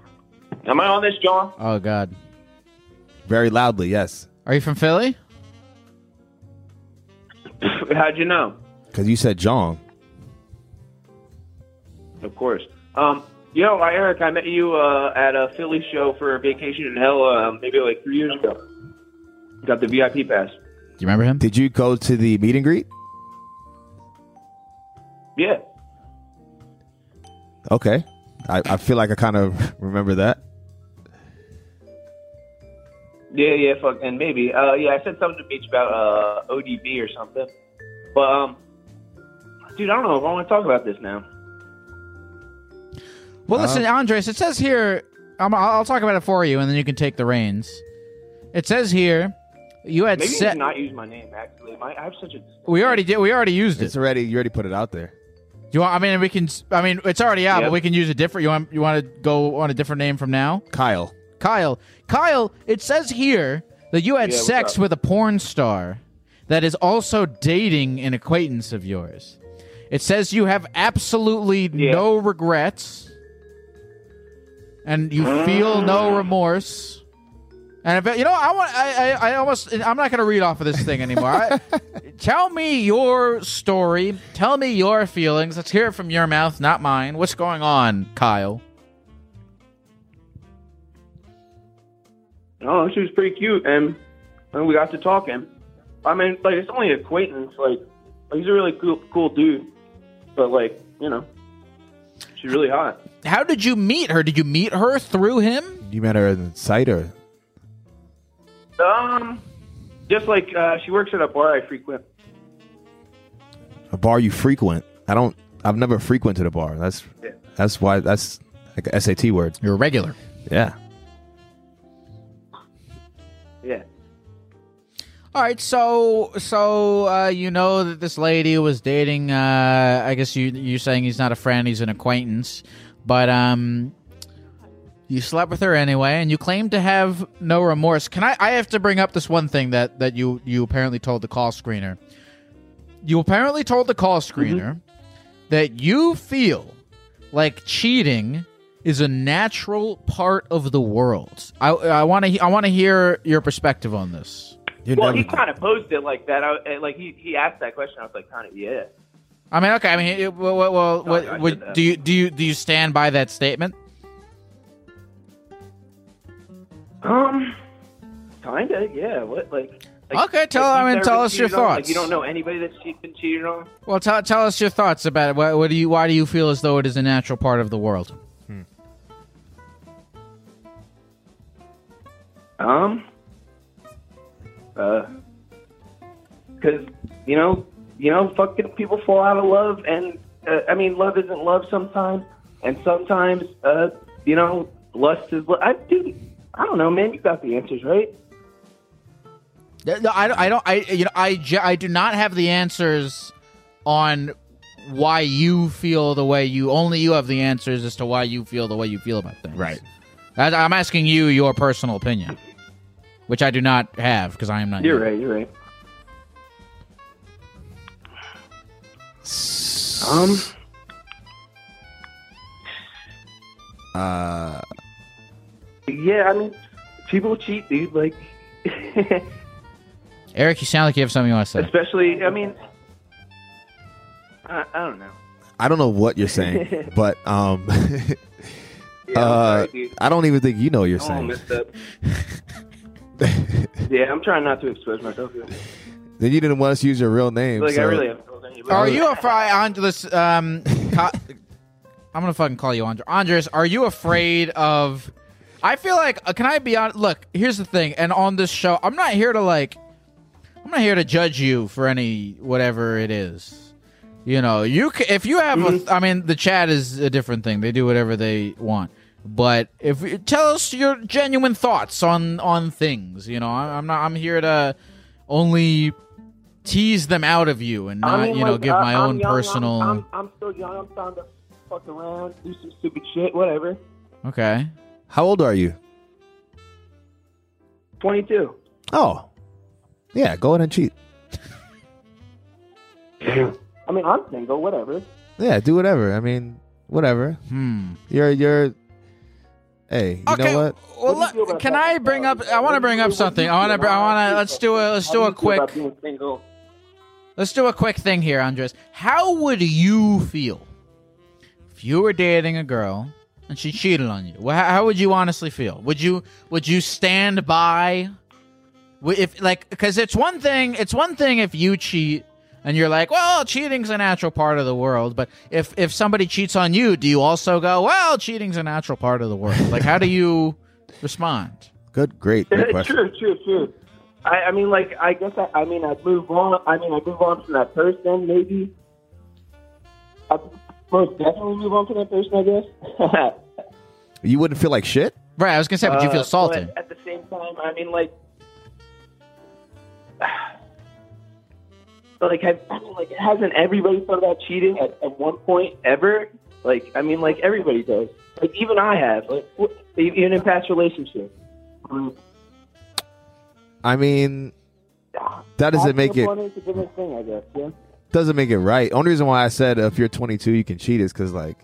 [SPEAKER 5] am I on this, John?
[SPEAKER 1] Oh God,
[SPEAKER 2] very loudly. Yes,
[SPEAKER 1] are you from Philly?
[SPEAKER 5] How'd you know?
[SPEAKER 2] because you said John.
[SPEAKER 5] Of course. Um, yo, Eric, I met you uh, at a Philly show for Vacation in Hell, uh, maybe like three years ago. Got the VIP pass.
[SPEAKER 1] Do you remember him?
[SPEAKER 2] Did you go to the meet and greet?
[SPEAKER 5] Yeah.
[SPEAKER 2] Okay, I, I feel like I kind of remember that.
[SPEAKER 5] Yeah, yeah, fuck, and maybe. Uh, yeah, I said something to Beach about uh, ODB or something. But, um, dude, I don't know if I want to talk about this now.
[SPEAKER 2] Uh-huh.
[SPEAKER 1] Well, listen, Andres, it says here, I'm, I'll I'll talk about it for you, and then you can take the reins. It says here, you had
[SPEAKER 5] Maybe you
[SPEAKER 1] set.
[SPEAKER 5] should not use my name, actually. My, I have such a.
[SPEAKER 1] we already did. We already used it.
[SPEAKER 2] It's already. You already put it out there.
[SPEAKER 1] Do you want? I mean, we can. s- I mean, it's already out,
[SPEAKER 2] Yep.
[SPEAKER 1] but we can use a different. You want? You want to go on a different name from now?
[SPEAKER 2] Kyle.
[SPEAKER 1] Kyle. Kyle. It says here that you had
[SPEAKER 10] Yeah, what's
[SPEAKER 1] sex
[SPEAKER 10] up?
[SPEAKER 1] with a porn star that is also dating an acquaintance of yours. It says you have absolutely no regrets, and you feel no remorse. And if, you know, I want. I, I, I almost. I'm not going to read off of this thing anymore. I, tell me your story. Tell me your feelings. Let's hear it from your mouth, not mine. What's going on, Kyle?
[SPEAKER 5] No, she was pretty cute, and, and we got to talking. I mean, like it's only acquaintance. Like he's a really cool, cool dude, but like you know, she's really hot.
[SPEAKER 1] How did you meet her? Did you meet her through him?
[SPEAKER 2] You met her in sight or
[SPEAKER 5] Um, just like uh, she works at a bar I frequent.
[SPEAKER 2] a bar you frequent. I don't. I've never frequented a bar. That's
[SPEAKER 5] Yeah.
[SPEAKER 2] that's why that's like a SAT word.
[SPEAKER 1] You're a regular.
[SPEAKER 2] Yeah.
[SPEAKER 5] Yeah.
[SPEAKER 1] All right, so so uh, you know that this lady was dating. Uh, I guess you you're saying he's not a friend; he's an acquaintance. But um, you slept with her anyway, and you claim to have no remorse. Can I? I have to bring up this one thing that that you you apparently told the call screener. You apparently told the call screener that you feel like cheating is a natural part of the world. I I want to I want to hear your perspective on this.
[SPEAKER 5] well, he kind of posed it like that. I, and, like he he asked that question. I was like, kind of yeah.
[SPEAKER 1] I mean, okay. I mean, it, well, well, well what,
[SPEAKER 5] I
[SPEAKER 1] what-
[SPEAKER 5] did that.
[SPEAKER 1] do you do you do you stand by that statement?
[SPEAKER 5] Um, kinda yeah. What like? like
[SPEAKER 1] Okay, tell- I
[SPEAKER 5] you've
[SPEAKER 1] mean,
[SPEAKER 5] never
[SPEAKER 1] tell
[SPEAKER 5] been
[SPEAKER 1] us your
[SPEAKER 5] cheated on? Like,
[SPEAKER 1] thoughts.
[SPEAKER 5] you don't know anybody that she's been cheated on.
[SPEAKER 1] Well, tell tell us your thoughts about it. What, what do you why do you feel as though it is a natural part of the world?
[SPEAKER 5] Um, because uh, you know you know, fucking people fall out of love, and uh, I mean, love isn't love sometimes, and sometimes, uh, you know, lust is. I dude, I don't know, man. You got the answers, right?
[SPEAKER 1] Yeah, No, I, don't- I don't. I you know I ju- I do not have the answers on why you feel the way you. Only you have the answers as to why you feel the way you feel about things. Right. I, I'm asking you your personal opinion, which I do not have because I am not.
[SPEAKER 5] You're
[SPEAKER 1] you.
[SPEAKER 5] right. You're right. Um.
[SPEAKER 12] Uh,
[SPEAKER 5] Yeah, I mean, people cheat, dude. Like,
[SPEAKER 1] Eric, you sound like you have something you want to say.
[SPEAKER 5] especially, I mean, I, I don't know.
[SPEAKER 2] I don't know what you're saying, but um, uh, I don't even think you know what you're
[SPEAKER 5] I'm all
[SPEAKER 2] saying.
[SPEAKER 5] messed up. yeah, I'm trying not to expose myself. Here.
[SPEAKER 2] Then you didn't want us to use your real name.
[SPEAKER 5] Like, I
[SPEAKER 2] so-
[SPEAKER 5] really have.
[SPEAKER 1] Are you afraid, Andres? Um, co- I'm gonna fucking call you Andres. Andres, are you afraid of? I feel like uh, can I be on? Look, here's the thing, and on this show, I'm not here to like, I'm not here to judge you for any whatever it is. You know, you c- if you have,
[SPEAKER 5] Mm-hmm.
[SPEAKER 1] a, I mean, the chat is a different thing. They do whatever they want. But if you- tell us your genuine thoughts on on things, you know, I, I'm not. I'm here to only tease them out of you and not,
[SPEAKER 5] I mean,
[SPEAKER 1] you know,
[SPEAKER 5] like,
[SPEAKER 1] give my
[SPEAKER 5] I- I'm
[SPEAKER 1] own
[SPEAKER 5] young, I'm-
[SPEAKER 1] personal.
[SPEAKER 5] I'm, I'm, still young. I'm trying to fuck around, do some stupid shit, whatever.
[SPEAKER 1] okay.
[SPEAKER 2] How old are you?
[SPEAKER 5] 22.
[SPEAKER 2] Oh, yeah. Go ahead and cheat.
[SPEAKER 5] I mean, I'm single, whatever.
[SPEAKER 2] Yeah, do whatever. I mean, whatever.
[SPEAKER 1] Hmm.
[SPEAKER 2] You're you're. Hey, you know what?
[SPEAKER 1] Well, look, can I bring up? I want to bring up something. I want to. I want to. Let's do a. Let's do a quick. Let's do a quick thing here, Andres. How would you feel if you were dating a girl and she cheated on you? Wha- How would you honestly feel? Would you would you stand by? Wh- If like, because it's one thing. It's one thing if you cheat and you're like, well, cheating's a natural part of the world. But if if somebody cheats on you, do you also go, well, cheating's a natural part of the world? Like, how do you respond?
[SPEAKER 2] Good, great, great question.
[SPEAKER 5] true, true, true. I, I mean, like, I guess I, I mean, I'd move on. I mean, I'd move on from that person, maybe. I'd most definitely move on from that person, I guess.
[SPEAKER 2] You wouldn't feel like shit.
[SPEAKER 1] Right, I was gonna say,
[SPEAKER 5] Uh, but at the same time, I mean, like, but, like, have, I mean, like, hasn't everybody thought about cheating at, at one point ever? Like, I mean, like, everybody does. Like, even I have. Like, wh- even in past relationships.
[SPEAKER 2] I mean, that doesn't make it
[SPEAKER 5] It's a different thing, I guess. Yeah.
[SPEAKER 2] doesn't make it right. Only reason why I said if you're 22, you can cheat is because like,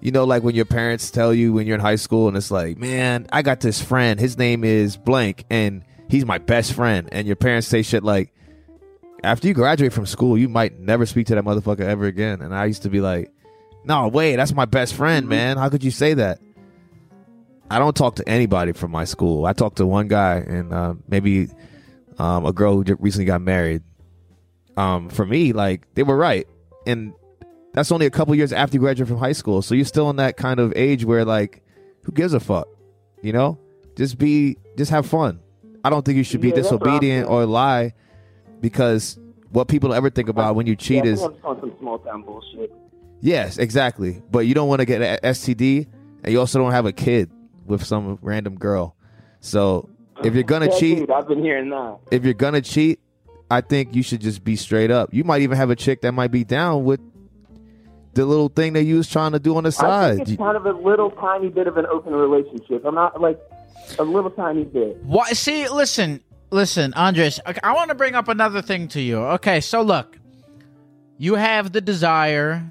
[SPEAKER 2] you know, like when your parents tell you when you're in high school and it's like, man, I got this friend. His name is blank, and he's my best friend. And your parents say shit like, after you graduate from school, you might never speak to that motherfucker ever again. And I used to be like, no way, that's my best friend, man. How could you say that? I don't talk to anybody from my school. I talked to one guy and uh, maybe um, a girl who ju- recently got married. Um, for me, like they were right, and that's only a couple years after you graduate from high school. So you're still in that kind of age where like, who gives a fuck? You know, just be, just have fun. I don't think you should be
[SPEAKER 5] Yeah, that's what I'm
[SPEAKER 2] disobedient or lie because what people ever think about when you cheat
[SPEAKER 5] yeah,
[SPEAKER 2] is
[SPEAKER 5] I'm on some small town bullshit.
[SPEAKER 2] Yes, exactly. But you don't want to get an STD, and you also don't have a kid with some random girl. So if you're gonna
[SPEAKER 5] Yeah,
[SPEAKER 2] cheat,
[SPEAKER 5] dude, I've been hearing that.
[SPEAKER 2] if you're gonna cheat, I think you should just be straight up. You might even have a chick that might be down with the little thing that you was trying to do on the
[SPEAKER 5] I think
[SPEAKER 2] side.
[SPEAKER 5] it's kind of a little tiny bit of an open relationship. I'm not like a little tiny bit.
[SPEAKER 1] Why? See, listen, listen, Andres. I, I want to bring up another thing to you. Okay, so look, you have the desire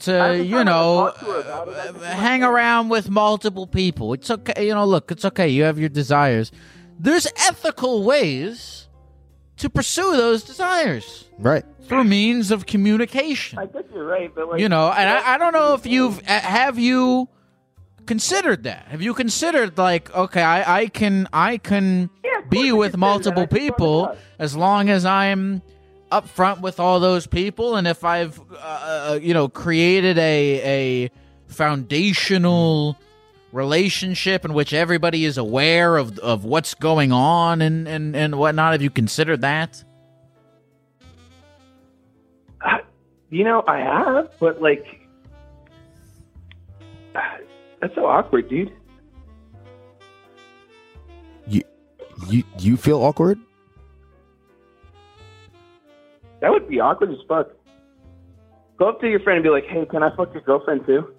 [SPEAKER 1] to, you know, uh, hang around with multiple people. It's okay, you know. Look, it's okay. You have your desires. There's ethical ways to pursue those desires
[SPEAKER 2] right
[SPEAKER 1] through means of communication.
[SPEAKER 5] I guess you're right, but like
[SPEAKER 1] you know and I, I don't know if you've a- have you considered that have you considered like okay i, I can i can be with multiple people as long as i'm upfront with all those people and if i've uh, you know created a a foundational relationship in which everybody is aware of of what's going on and and and whatnot have you considered that
[SPEAKER 5] You know, I have, but like, that's so awkward, dude.
[SPEAKER 2] You, you, you feel awkward?
[SPEAKER 5] That would be awkward as fuck. Go up to your friend and be like, "Hey, can I fuck your girlfriend too?"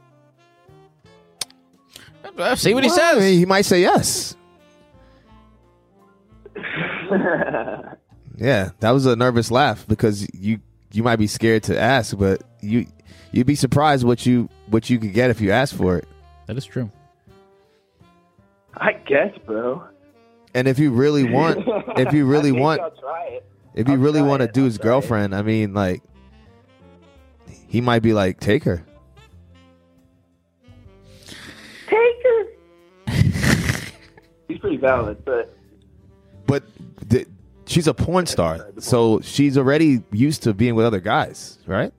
[SPEAKER 1] See what he
[SPEAKER 2] Well, I
[SPEAKER 1] says.
[SPEAKER 2] mean, he might say yes. Yeah, that was a nervous laugh because you you might be scared to ask, but you you'd be surprised what you what you could get if you asked for it.
[SPEAKER 1] That is true.
[SPEAKER 5] I guess, bro.
[SPEAKER 2] And if you really want, if you really
[SPEAKER 5] I think
[SPEAKER 2] want,
[SPEAKER 5] I'll try it.
[SPEAKER 2] if you really want to do his girlfriend, I mean, like he might be like, take her.
[SPEAKER 5] Take her. He's pretty valid, but
[SPEAKER 2] But th- she's a porn star, so she's already used to being with other guys, right?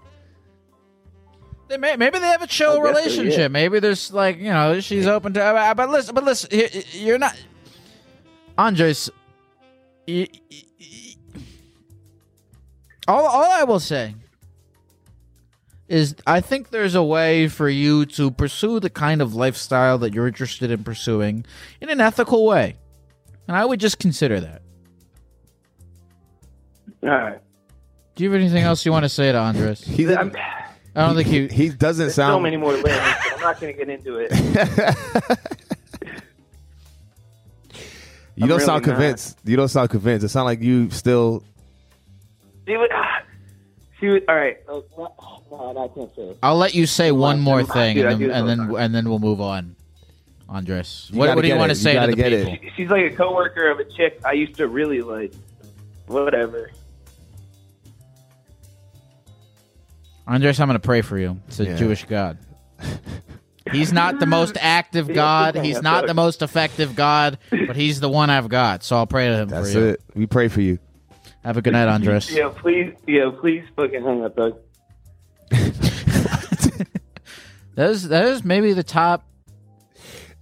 [SPEAKER 1] They may, maybe they have a chill
[SPEAKER 10] I guess so,
[SPEAKER 1] relationship.
[SPEAKER 10] yeah.
[SPEAKER 1] Maybe there's like you know she's open to. uh, But listen, but listen, you- you're not Andres. You, you- all all I will say is I think there's a way for you to pursue the kind of lifestyle that you're interested in pursuing in an ethical way, and I would just consider that.
[SPEAKER 5] all right.
[SPEAKER 1] Do you have anything else you want to say to Andres?
[SPEAKER 5] I'm,
[SPEAKER 1] I don't think he
[SPEAKER 2] he doesn't
[SPEAKER 5] there's so many more layers. but I'm not gonna get into it.
[SPEAKER 2] You
[SPEAKER 5] I'm
[SPEAKER 2] don't sound
[SPEAKER 5] really not.
[SPEAKER 2] convinced. You don't sound convinced. It sounds like you still.
[SPEAKER 5] She would. ah, She would. All right. Oh, no, oh, no, I can't say it.
[SPEAKER 1] I'll let you say one more thing,
[SPEAKER 5] dude, I
[SPEAKER 1] and
[SPEAKER 5] do
[SPEAKER 1] then
[SPEAKER 5] this
[SPEAKER 1] and
[SPEAKER 5] all
[SPEAKER 1] then, and then we'll move on. Andres,
[SPEAKER 2] You
[SPEAKER 1] what,
[SPEAKER 2] gotta
[SPEAKER 1] what do you
[SPEAKER 2] get
[SPEAKER 1] want
[SPEAKER 2] it.
[SPEAKER 1] to say
[SPEAKER 2] You
[SPEAKER 1] to the
[SPEAKER 2] gotta get
[SPEAKER 1] people?
[SPEAKER 2] it.
[SPEAKER 5] She's like a coworker of a chick I used to really like. Whatever.
[SPEAKER 1] Andres, I'm going to pray for you. It's a
[SPEAKER 10] Yeah.
[SPEAKER 1] Jewish God. He's not the most active God. He's not the most effective God, but he's the one I've got. So I'll pray to him
[SPEAKER 2] That's
[SPEAKER 1] for you.
[SPEAKER 2] it. We pray for you.
[SPEAKER 1] Have a good night, Andres.
[SPEAKER 5] Yeah, please. Yeah, please fucking hang up, Doug.
[SPEAKER 1] That is that is maybe the top.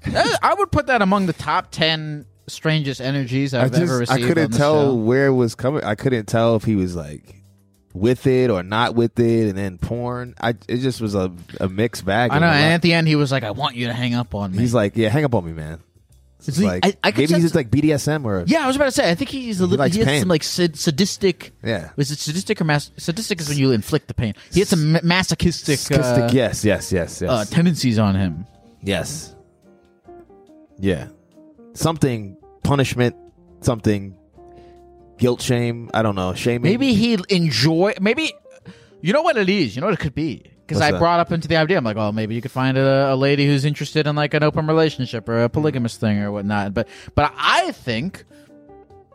[SPEAKER 1] that is- I would put that among the top ten strangest energies I've
[SPEAKER 2] I
[SPEAKER 1] ever
[SPEAKER 2] just I
[SPEAKER 1] received. on
[SPEAKER 2] couldn't
[SPEAKER 1] the
[SPEAKER 2] tell
[SPEAKER 1] show.
[SPEAKER 2] where it was coming. I couldn't tell if he was like with it or not with it, and then porn. I it just was a, a mixed bag.
[SPEAKER 1] I know.
[SPEAKER 2] of a lot.
[SPEAKER 1] And at the end, he was like, "I want you to hang up on me."
[SPEAKER 2] he's like, yeah, hang up on me, man. It's
[SPEAKER 1] he-
[SPEAKER 2] like
[SPEAKER 1] I- I could
[SPEAKER 2] maybe
[SPEAKER 1] sense-
[SPEAKER 2] he's just like BDSM or
[SPEAKER 1] Yeah, I was about to say. I think he's a
[SPEAKER 2] He
[SPEAKER 1] little.
[SPEAKER 2] likes
[SPEAKER 1] He, has
[SPEAKER 2] pain.
[SPEAKER 1] some like sad, sadistic.
[SPEAKER 2] Yeah.
[SPEAKER 1] Was it sadistic or mas- sadistic is when you inflict the pain. He had some ma- masochistic.
[SPEAKER 2] Sadistic,
[SPEAKER 1] uh,
[SPEAKER 2] yes, yes, yes, yes.
[SPEAKER 1] Uh, tendencies on him.
[SPEAKER 2] yes, yeah, something punishment, something guilt, shame. I don't know, shame.
[SPEAKER 1] Maybe he enjoy. Maybe you know what it is. You know what it could be. Because
[SPEAKER 2] What's
[SPEAKER 1] I
[SPEAKER 2] that?
[SPEAKER 1] brought up into the idea, I'm like, oh, maybe you could find a, a lady who's interested in like an open relationship or a polygamous thing or whatnot. But but I think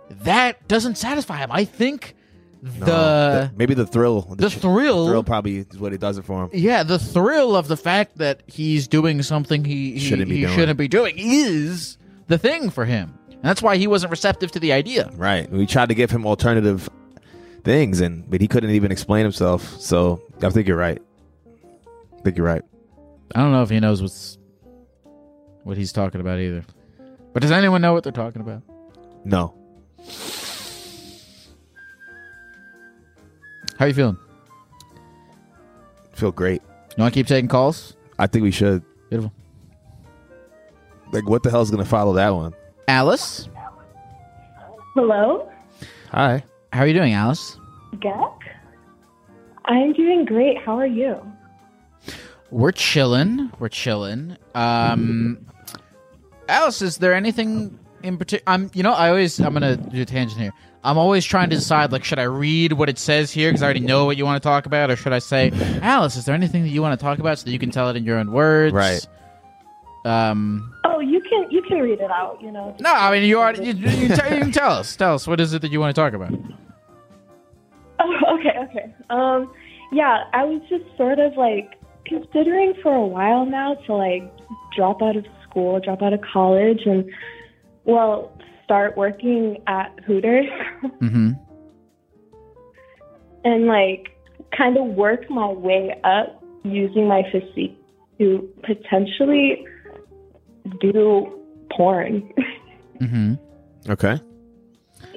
[SPEAKER 1] that doesn't satisfy him. I think
[SPEAKER 2] No,
[SPEAKER 1] the
[SPEAKER 2] th- maybe the thrill, the,
[SPEAKER 1] thrill,
[SPEAKER 2] thrill probably is what it does it for him.
[SPEAKER 1] Yeah, the thrill of the fact that he's doing something he, he
[SPEAKER 2] Shouldn't be
[SPEAKER 1] he
[SPEAKER 2] doing.
[SPEAKER 1] shouldn't be doing is the thing for him. And that's why he wasn't receptive to the idea.
[SPEAKER 2] Right. We tried to give him alternative things, and but he couldn't even explain himself. So I think you're right. I think you're right.
[SPEAKER 1] I don't know if he knows what's what he's talking about either. But does anyone know what they're talking about?
[SPEAKER 2] No.
[SPEAKER 1] How are you feeling?
[SPEAKER 2] Feel great.
[SPEAKER 1] You want to keep taking calls?
[SPEAKER 2] I think we should.
[SPEAKER 1] Beautiful.
[SPEAKER 2] Like, what the hell's going to follow that one?
[SPEAKER 1] Alice?
[SPEAKER 13] Hello,
[SPEAKER 2] Hi.
[SPEAKER 1] How are you doing, Alice?
[SPEAKER 13] Gek. I'm doing great. How are you?
[SPEAKER 1] We're chilling. We're chilling. Um, Alice, is there anything in particular? I'm, you know, I always, I'm gonna do a tangent here. I'm always trying to decide, like, should I read what it says here because I already know what you want to talk about, or should I say, Alice, is there anything that you want to talk about so that you can tell it in your own words?
[SPEAKER 2] Right.
[SPEAKER 1] Um.
[SPEAKER 13] Oh, you can you can read it out. You know.
[SPEAKER 1] No, I mean you already. You, you, can tell- you can tell us. Tell us what is it that you want to talk about.
[SPEAKER 13] Oh, okay, okay. Um, yeah, I was just sort of like considering for a while now to like drop out of school, drop out of college, and well, start working at Hooters
[SPEAKER 1] Mm-hmm.
[SPEAKER 13] and like kind of work my way up using my physique to potentially do porn.
[SPEAKER 1] Mm-hmm.
[SPEAKER 2] Okay.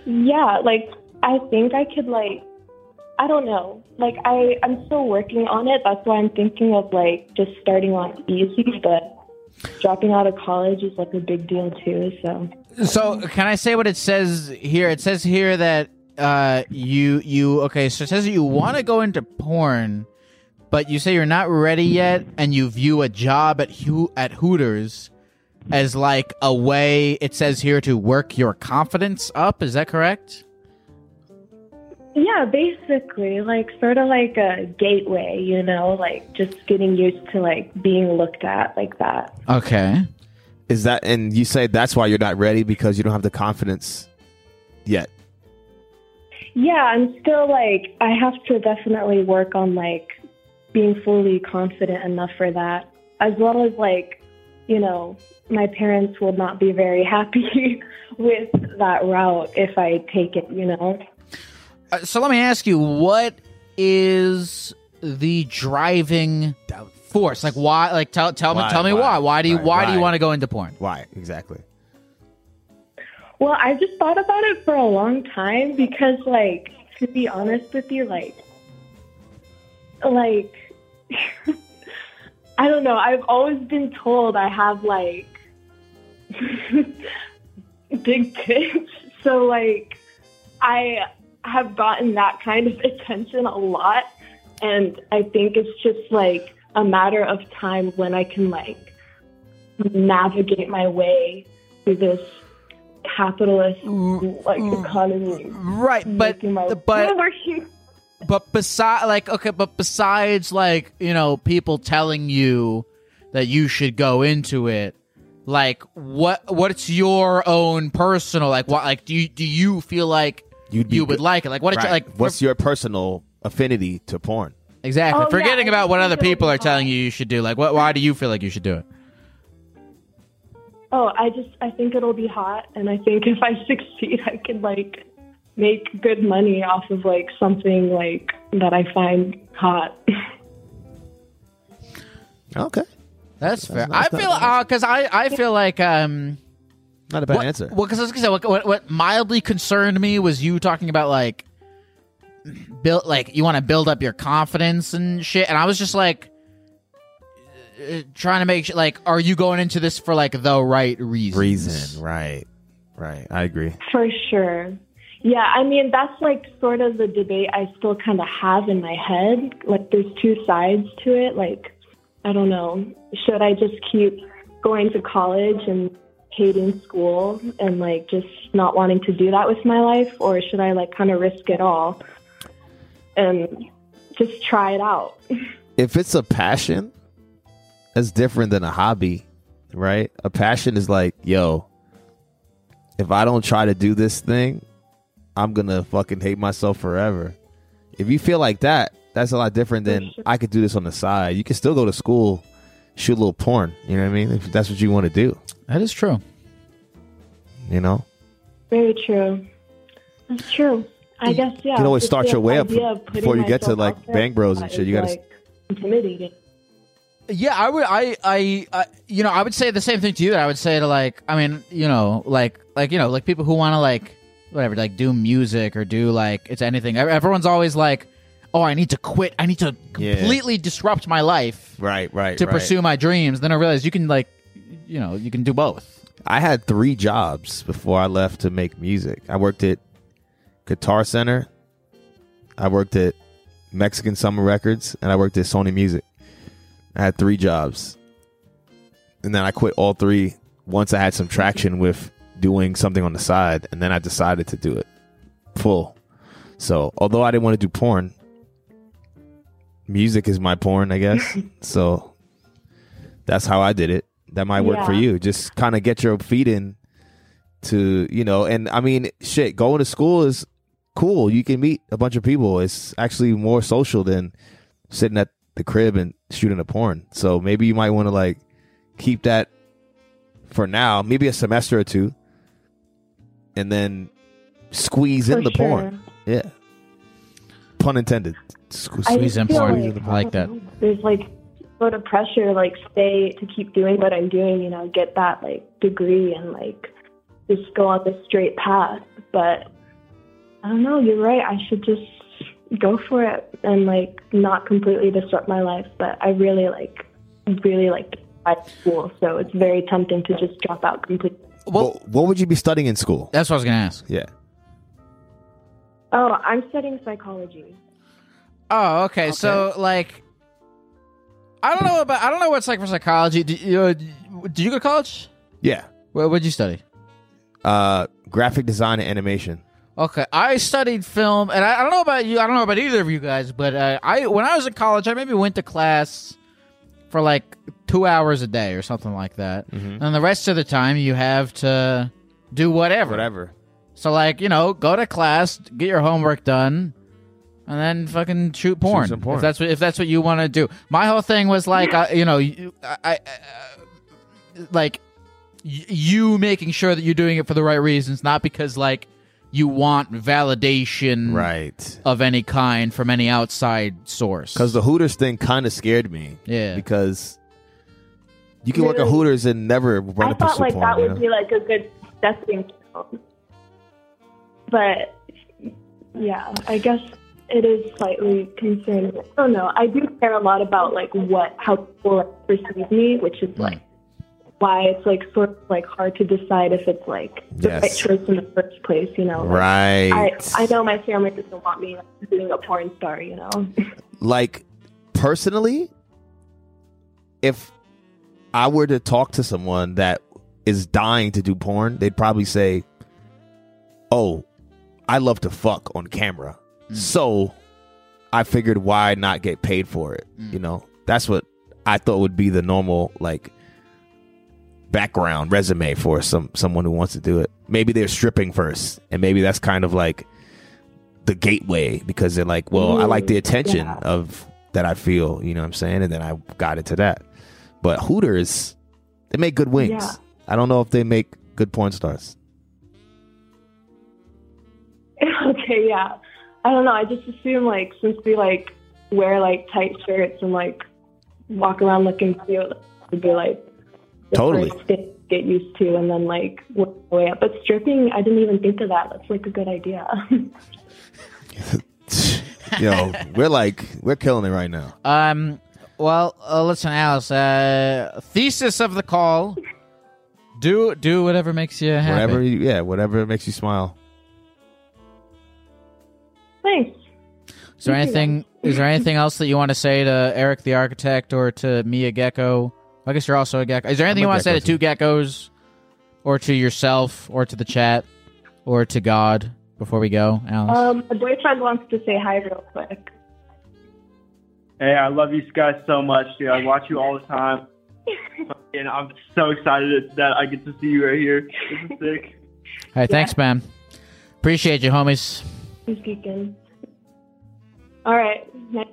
[SPEAKER 13] Yeah, like I think I could like I don't know. Like I, I'm still working on it. That's why I'm thinking of like just starting off easy, but dropping out of college is like a big deal too. So
[SPEAKER 1] So can I say what it says here? It says here that uh, you you okay. So it says that you want to go into porn, but you say you're not ready yet, and you view a job at Ho- at Hooters as like a way. It says here to work your confidence up. Is that correct?
[SPEAKER 13] yeah, basically, like sort of like a gateway, you know, like just getting used to like being looked at like that.
[SPEAKER 1] Okay.
[SPEAKER 2] Is that and you say that's why you're not ready because you don't have the confidence yet.
[SPEAKER 13] Yeah, I'm still like I have to definitely work on like being fully confident enough for that, as well as like you know my parents will not be very happy with that route if I take it. You know.
[SPEAKER 1] Uh, so let me ask you, what is the driving force? Like why? Like tell tell me
[SPEAKER 2] Why,
[SPEAKER 1] tell me why?
[SPEAKER 2] why,
[SPEAKER 1] Why, do you
[SPEAKER 2] why,
[SPEAKER 1] why, do you
[SPEAKER 2] why?
[SPEAKER 1] want to go into porn?
[SPEAKER 2] Why exactly?
[SPEAKER 13] Well, I just thought about it for a long time because, like, to be honest with you, like, like, I don't know. I've always been told I have like big tits, so like, I have gotten that kind of attention a lot, and I think it's just like a matter of time when I can like navigate my way through this capitalist like economy.
[SPEAKER 1] Mm, Right, but but but beside like okay, but besides like you know people telling you that you should go into it, like what what's your own personal like what like do you do you feel like
[SPEAKER 2] You'd be
[SPEAKER 1] you would
[SPEAKER 2] good-
[SPEAKER 1] like it like what did you-
[SPEAKER 2] Right.
[SPEAKER 1] like
[SPEAKER 2] What's your personal affinity to porn?
[SPEAKER 1] Exactly.
[SPEAKER 13] Oh,
[SPEAKER 1] Forgetting
[SPEAKER 13] yeah, I
[SPEAKER 1] about what
[SPEAKER 13] think
[SPEAKER 1] other
[SPEAKER 13] it'll
[SPEAKER 1] people are telling you you should do. Like, what? Why do you feel like you should do it?
[SPEAKER 13] Oh, I just I think it'll be hot, and I think if I succeed, I can like make good money off of like something like that I find hot.
[SPEAKER 2] Okay,
[SPEAKER 1] that's fair.
[SPEAKER 2] not-
[SPEAKER 1] I feel uh 'cause because I I feel like um.
[SPEAKER 2] Not a bad
[SPEAKER 1] what,
[SPEAKER 2] answer.
[SPEAKER 1] Well, because I was gonna say what, what what mildly concerned me was you talking about like build like you want to build up your confidence and shit, and I was just like uh, trying to make sure like are you going into this for like the right reason?
[SPEAKER 2] Reason, right, right. I agree.
[SPEAKER 13] For sure. Yeah, I mean, that's like sort of the debate I still kind of have in my head. Like, there's two sides to it. Like, I don't know, should I just keep going to college and hating school and like just not wanting to do that with my life, or should I like kind of risk it all and just try it out?
[SPEAKER 2] If it's a passion, that's different than a hobby, right? A passion is like, yo, if I don't try to do this thing, I'm gonna fucking hate myself forever. If you feel like that, that's a lot different than I could do this on the side. You can still go to school, shoot a little porn. You know what I mean? If that's what you want to do,
[SPEAKER 1] that is true.
[SPEAKER 2] You know,
[SPEAKER 13] Very true. That's true. I guess, yeah.
[SPEAKER 2] you can always
[SPEAKER 13] just
[SPEAKER 2] start
[SPEAKER 13] the
[SPEAKER 2] your way up
[SPEAKER 13] idea of putting
[SPEAKER 2] before you get to
[SPEAKER 13] myself out
[SPEAKER 2] like
[SPEAKER 13] there
[SPEAKER 2] Bang Bros and
[SPEAKER 13] is,
[SPEAKER 2] shit. You gotta.
[SPEAKER 13] like, intimidating.
[SPEAKER 1] Yeah, I would. I, I, I, you know, I would say the same thing to you. That I would say to like, I mean, you know, like, like you know, like people who want to like, whatever, like do music or do like it's anything. Ev- Everyone's always like, oh, I need to quit. I need to
[SPEAKER 2] Yeah.
[SPEAKER 1] completely disrupt my life
[SPEAKER 2] Right, right.
[SPEAKER 1] to
[SPEAKER 2] right.
[SPEAKER 1] pursue my dreams. Then I realize you can like, you know, you can do both.
[SPEAKER 2] I had three jobs before I left to make music. I worked at Guitar Center, I worked at Mexican Summer Records, and I worked at Sony Music. I had three jobs. And then I quit all three once I had some traction with doing something on the side, and then I decided to do it full. So, although I didn't want to do porn, music is my porn, I guess. so, that's how I did it. That might work for
[SPEAKER 14] Yeah.
[SPEAKER 2] you. Just kind of get your feet in to, you know, and I mean, shit, going to school is cool. You can meet a bunch of people. It's actually more social than sitting at the crib and shooting a porn. So maybe you might want to like keep that for now, maybe a semester or two, and then squeeze in
[SPEAKER 13] For
[SPEAKER 2] the porn. Yeah. Pun intended. Sque-
[SPEAKER 13] I
[SPEAKER 2] squeeze
[SPEAKER 13] just
[SPEAKER 2] in
[SPEAKER 13] feel
[SPEAKER 2] porn.
[SPEAKER 13] like-
[SPEAKER 2] Squeeze in the porn.
[SPEAKER 13] There's like sort of pressure, like stay to keep doing what I'm doing, you know, get that like degree and like just go on the straight path. But I don't know. You're right. I should just go for it and like not completely disrupt my life. But I really like really like high school, so it's very tempting to just drop out completely.
[SPEAKER 2] Well, what would you be studying in school?
[SPEAKER 1] That's what I was going to ask.
[SPEAKER 2] Yeah.
[SPEAKER 13] Oh, I'm studying psychology.
[SPEAKER 1] Oh, okay. So like, I don't know about I don't know what's like for psychology. Do you, uh, do you go to college?
[SPEAKER 2] Yeah.
[SPEAKER 1] Well, what'd you study?
[SPEAKER 2] Uh, graphic design and animation.
[SPEAKER 1] Okay, I studied film, and I, I don't know about you. I don't know about either of you guys, but uh, I when I was in college, I maybe went to class for like two hours a day or something like that,
[SPEAKER 2] Mm-hmm.
[SPEAKER 1] and the rest of the time you have to do whatever.
[SPEAKER 2] Whatever.
[SPEAKER 1] So like you know, go to class, get your homework done, and then fucking shoot porn.
[SPEAKER 2] some porn.
[SPEAKER 1] If that's what if that's what you want to do. My whole thing was like, I, you know, you- I, I uh, like y- you making sure that you're doing it for the right reasons, not because like you want validation
[SPEAKER 2] right
[SPEAKER 1] of any kind from any outside source.
[SPEAKER 2] Because the Hooters thing kind of scared me.
[SPEAKER 1] Yeah.
[SPEAKER 2] Because you can work at Hooters and never run
[SPEAKER 13] I
[SPEAKER 2] a
[SPEAKER 13] thought
[SPEAKER 2] pursuit
[SPEAKER 13] like
[SPEAKER 2] porn.
[SPEAKER 13] that
[SPEAKER 2] you
[SPEAKER 13] would
[SPEAKER 2] know?
[SPEAKER 13] be like a good stepping stone. But yeah, I guess it is slightly concerning. I don't know. I do care a lot about like what how people like, perceive me, which is like
[SPEAKER 2] Mm.
[SPEAKER 13] why it's like sort of like hard to decide if it's like the
[SPEAKER 2] Yes.
[SPEAKER 13] right choice in the first place. You know, Like,
[SPEAKER 2] Right.
[SPEAKER 13] I I know my family doesn't want me like, being a porn star. You know.
[SPEAKER 2] like personally if i were to talk to someone that is dying to do porn they'd probably say oh i love to fuck on camera so i figured why not get paid for it you know that's what i thought would be the normal like background resume for some someone who wants to do it maybe they're stripping first and maybe that's kind of like the gateway because they're like, well, I like the
[SPEAKER 14] Mm,
[SPEAKER 2] attention
[SPEAKER 14] yeah.
[SPEAKER 2] of that I feel, you know what I'm saying? And then I got into that. But Hooters, they make good wings.
[SPEAKER 13] Yeah.
[SPEAKER 2] I don't know if they make good porn stars.
[SPEAKER 13] Okay, yeah. I don't know. I just assume like since we like wear like tight shirts and like walk around looking cute, it'd be like the
[SPEAKER 2] Totally.
[SPEAKER 13] first thing to get used to, and then like work our way up. But stripping, I didn't even think of that. That's like a good idea.
[SPEAKER 2] Yo, we're like, we're killing it right now.
[SPEAKER 1] Um. Well, uh, listen, Alice. Uh, thesis of the call: do do whatever makes you happy.
[SPEAKER 2] Whatever, you, yeah, whatever makes you smile.
[SPEAKER 13] Thanks.
[SPEAKER 1] Is there
[SPEAKER 13] You too,
[SPEAKER 1] anything? Is there anything else that you want to say to Eric the architect or to Mia Gecko? I guess you're also a gecko. Is there anything
[SPEAKER 10] I'm
[SPEAKER 1] you
[SPEAKER 10] a
[SPEAKER 1] want to say to two geckos, or to yourself, or to the chat, or to God before we go, Alice?
[SPEAKER 13] um, my boyfriend wants to say hi real quick.
[SPEAKER 5] Hey, I love you guys so much, dude. I watch you all the time. And I'm so excited that I get to see you right here. This is sick.
[SPEAKER 1] Hey, thanks, man. Appreciate you, homies.
[SPEAKER 13] He's geeking. All right. Nice.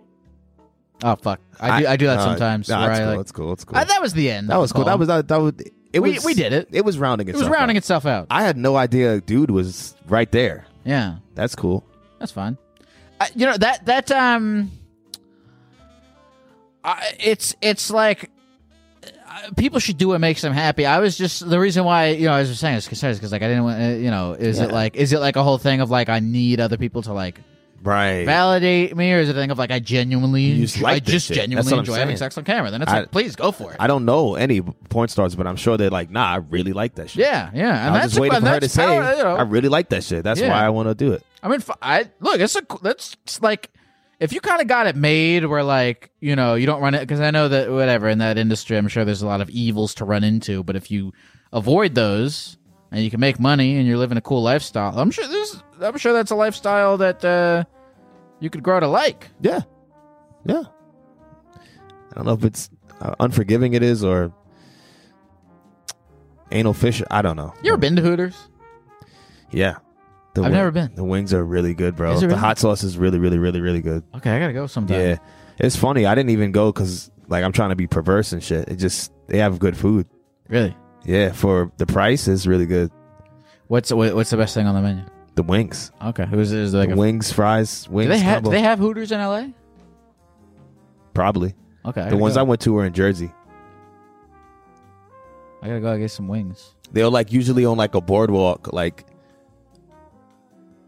[SPEAKER 1] Oh fuck, I do I, do that
[SPEAKER 2] uh,
[SPEAKER 1] sometimes.
[SPEAKER 2] nah,
[SPEAKER 1] where
[SPEAKER 2] that's
[SPEAKER 1] I,
[SPEAKER 2] cool,
[SPEAKER 1] like-
[SPEAKER 2] that's cool. That's cool.
[SPEAKER 1] Uh, that was the end.
[SPEAKER 2] That
[SPEAKER 1] of
[SPEAKER 2] was
[SPEAKER 1] the
[SPEAKER 2] cool. That
[SPEAKER 1] call.
[SPEAKER 2] was that, that was it
[SPEAKER 1] We-
[SPEAKER 2] was
[SPEAKER 1] we did it.
[SPEAKER 2] It was rounding
[SPEAKER 1] It
[SPEAKER 2] itself.
[SPEAKER 1] was rounding
[SPEAKER 2] out.
[SPEAKER 1] itself out.
[SPEAKER 2] I had no idea dude was right there.
[SPEAKER 1] Yeah.
[SPEAKER 2] That's cool.
[SPEAKER 1] That's fine. I, you know that that um, I, it's it's like uh, people should do what makes them happy. I was just the reason why you know I was just saying this because like I didn't want uh, you know is it
[SPEAKER 10] Yeah.
[SPEAKER 1] like is it like a whole thing of like I need other people to like
[SPEAKER 2] Right.
[SPEAKER 1] validate me or is it a thing of like I genuinely
[SPEAKER 2] You just like
[SPEAKER 1] I
[SPEAKER 2] this
[SPEAKER 1] just
[SPEAKER 2] shit. That's
[SPEAKER 1] genuinely
[SPEAKER 2] what I'm
[SPEAKER 1] enjoy having
[SPEAKER 2] saying.
[SPEAKER 1] sex on camera? Then it's
[SPEAKER 2] I-
[SPEAKER 1] like please go for it.
[SPEAKER 2] I don't know any porn stars, but I'm sure they're like, nah, I really like that shit.
[SPEAKER 1] Yeah, yeah, and
[SPEAKER 2] I was
[SPEAKER 1] that's
[SPEAKER 2] just waiting
[SPEAKER 1] and
[SPEAKER 2] for her to
[SPEAKER 1] that's
[SPEAKER 2] say,
[SPEAKER 1] how, you know.
[SPEAKER 2] I really like that shit. That's
[SPEAKER 1] Yeah.
[SPEAKER 2] why I want to do it.
[SPEAKER 1] I mean, f- I look. It's a that's it's like if you kind of got it made, where like you know you don't run it because I know that whatever in that industry, I'm sure there's a lot of evils to run into. But if you avoid those and you can make money and you're living a cool lifestyle, I'm sure this. I'm sure that's a lifestyle that uh, you could grow to like.
[SPEAKER 2] Yeah, yeah. I don't know if it's uh, unforgiving it is or anal fish. I don't know.
[SPEAKER 1] You ever been to Hooters?
[SPEAKER 2] Yeah,
[SPEAKER 1] I've never been.
[SPEAKER 2] The wings are really good, bro.
[SPEAKER 1] Is it
[SPEAKER 2] The
[SPEAKER 1] really?
[SPEAKER 2] hot sauce is really, really, really, really good.
[SPEAKER 1] Okay, I gotta go sometime.
[SPEAKER 2] Yeah, it's funny. I didn't even go because like I'm trying to be perverse and shit. It just they have good food.
[SPEAKER 1] Really?
[SPEAKER 2] Yeah, for the price, it's really good.
[SPEAKER 1] What's what, what's the best thing on the menu?
[SPEAKER 2] The wings.
[SPEAKER 1] Okay, who's is like
[SPEAKER 2] the
[SPEAKER 1] a-
[SPEAKER 2] wings, fries,
[SPEAKER 1] Do
[SPEAKER 2] wings?
[SPEAKER 1] they have
[SPEAKER 2] combo.
[SPEAKER 1] do they have Hooters in L.A.
[SPEAKER 2] Probably.
[SPEAKER 1] Okay, I
[SPEAKER 2] The
[SPEAKER 1] gotta
[SPEAKER 2] ones
[SPEAKER 1] go.
[SPEAKER 2] I went to were in Jersey.
[SPEAKER 1] I gotta go get some wings.
[SPEAKER 2] They're like usually on like a boardwalk, like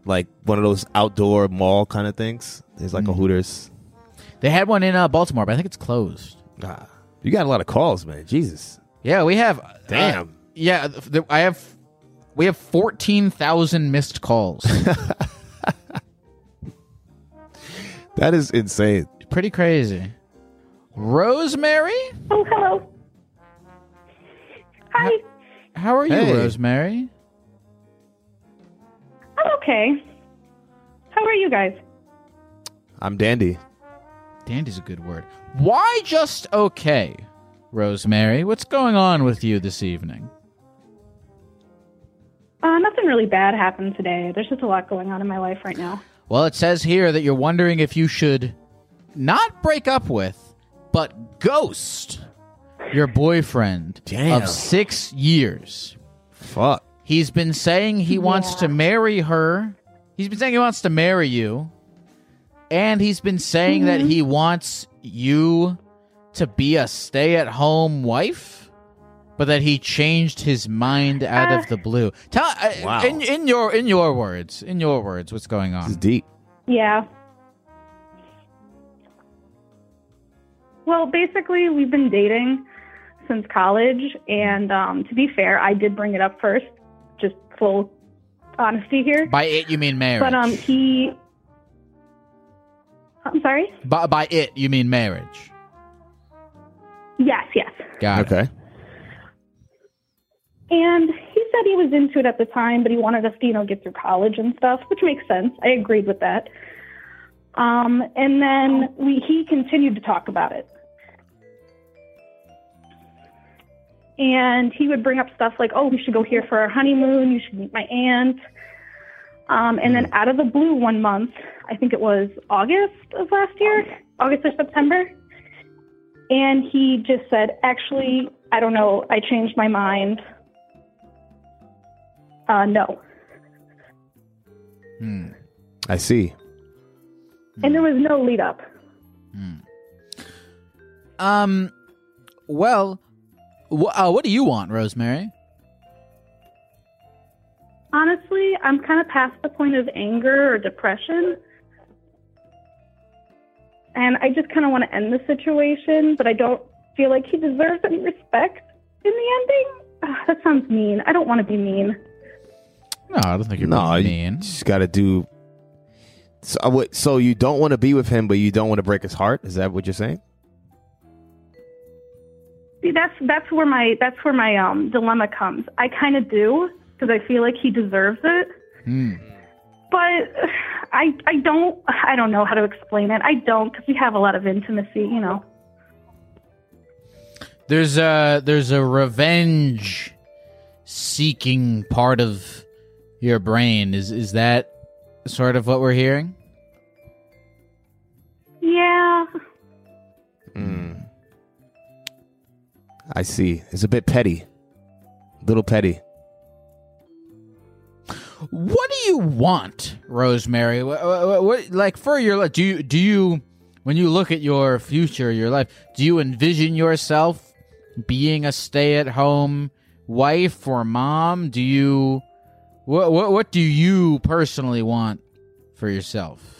[SPEAKER 2] like one of those outdoor mall kind of things. There's like a Hooters.
[SPEAKER 1] Mm-hmm. They had one in uh, Baltimore, but I think it's closed.
[SPEAKER 2] Ah, you got a lot of calls, man. Jesus.
[SPEAKER 1] Yeah, we have.
[SPEAKER 2] Damn.
[SPEAKER 1] uh, yeah, th- th- I have. We have fourteen thousand missed calls.
[SPEAKER 2] That is insane.
[SPEAKER 1] Pretty crazy. Rosemary.
[SPEAKER 14] Oh, hello.
[SPEAKER 1] Hi. How are you,
[SPEAKER 14] Hey.
[SPEAKER 1] Rosemary?
[SPEAKER 14] I'm okay. How are you guys?
[SPEAKER 2] I'm dandy.
[SPEAKER 1] Dandy's a good word. Why just okay, Rosemary? What's going on with you this evening?
[SPEAKER 14] Uh, nothing really bad happened today. There's just a lot going on in my life right now.
[SPEAKER 1] Well, it says here that you're wondering if you should not break up with, but ghost your boyfriend of six years.
[SPEAKER 2] Fuck.
[SPEAKER 1] He's been saying he wants to marry her. He's been saying he wants to marry you. And he's been saying that he wants you to be a stay at home wife, but that he changed his mind out of the blue. Tell I-
[SPEAKER 14] Wow.
[SPEAKER 1] in, in your in your words, in your words, what's going on?
[SPEAKER 2] deep.
[SPEAKER 14] Yeah. Well, basically, we've been dating since college, and um, to be fair, I did bring it up first. Just full honesty here.
[SPEAKER 1] By it you mean marriage.
[SPEAKER 14] But um, he. I'm sorry.
[SPEAKER 1] by, by it you mean marriage.
[SPEAKER 14] Yes, yes.
[SPEAKER 1] Got
[SPEAKER 2] okay.
[SPEAKER 14] And he said he was into it at the time, but he wanted us to, you know, get through college and stuff, which makes sense. I agreed with that. Um, and then we he continued to talk about it. And he would bring up stuff like, oh, we should go here for our honeymoon. You should meet my aunt. Um, and then out of the blue, one month, I think it was August of last year, August or September, and he just said, actually, I don't know. I changed my mind. Uh, no.
[SPEAKER 1] Hmm.
[SPEAKER 2] I see.
[SPEAKER 14] And there was no lead up.
[SPEAKER 1] Um, well, wh- uh, what do you want, Rosemary?
[SPEAKER 14] Honestly, I'm kind of past the point of anger or depression. And I just kind of want to end the situation, but I don't feel like he deserves any respect in the ending. Ugh, that sounds mean. I don't want to be mean.
[SPEAKER 1] No, I don't think you're
[SPEAKER 2] no, mean. You just got to do. So, I would- so you don't want to be with him, but you don't want to break his heart. Is that what you're saying?
[SPEAKER 14] See, that's that's where my that's where my um, dilemma comes. I kind of do because I feel like he deserves it.
[SPEAKER 2] "Hmm,
[SPEAKER 14] but I I don't I don't know how to explain it. I don't because we have a lot of intimacy, you know.
[SPEAKER 1] There's a there's a revenge seeking part of your brain. Is is that sort of what we're hearing?
[SPEAKER 14] Yeah.
[SPEAKER 1] Hmm.
[SPEAKER 2] Hmm. I see. It's a bit petty, little petty.
[SPEAKER 1] What do you want, Rosemary? What, what, what like for your life? Do you do you when you look at your future, your life, do you envision yourself being a stay-at-home wife or mom? Do you what what, what do you personally want for yourself?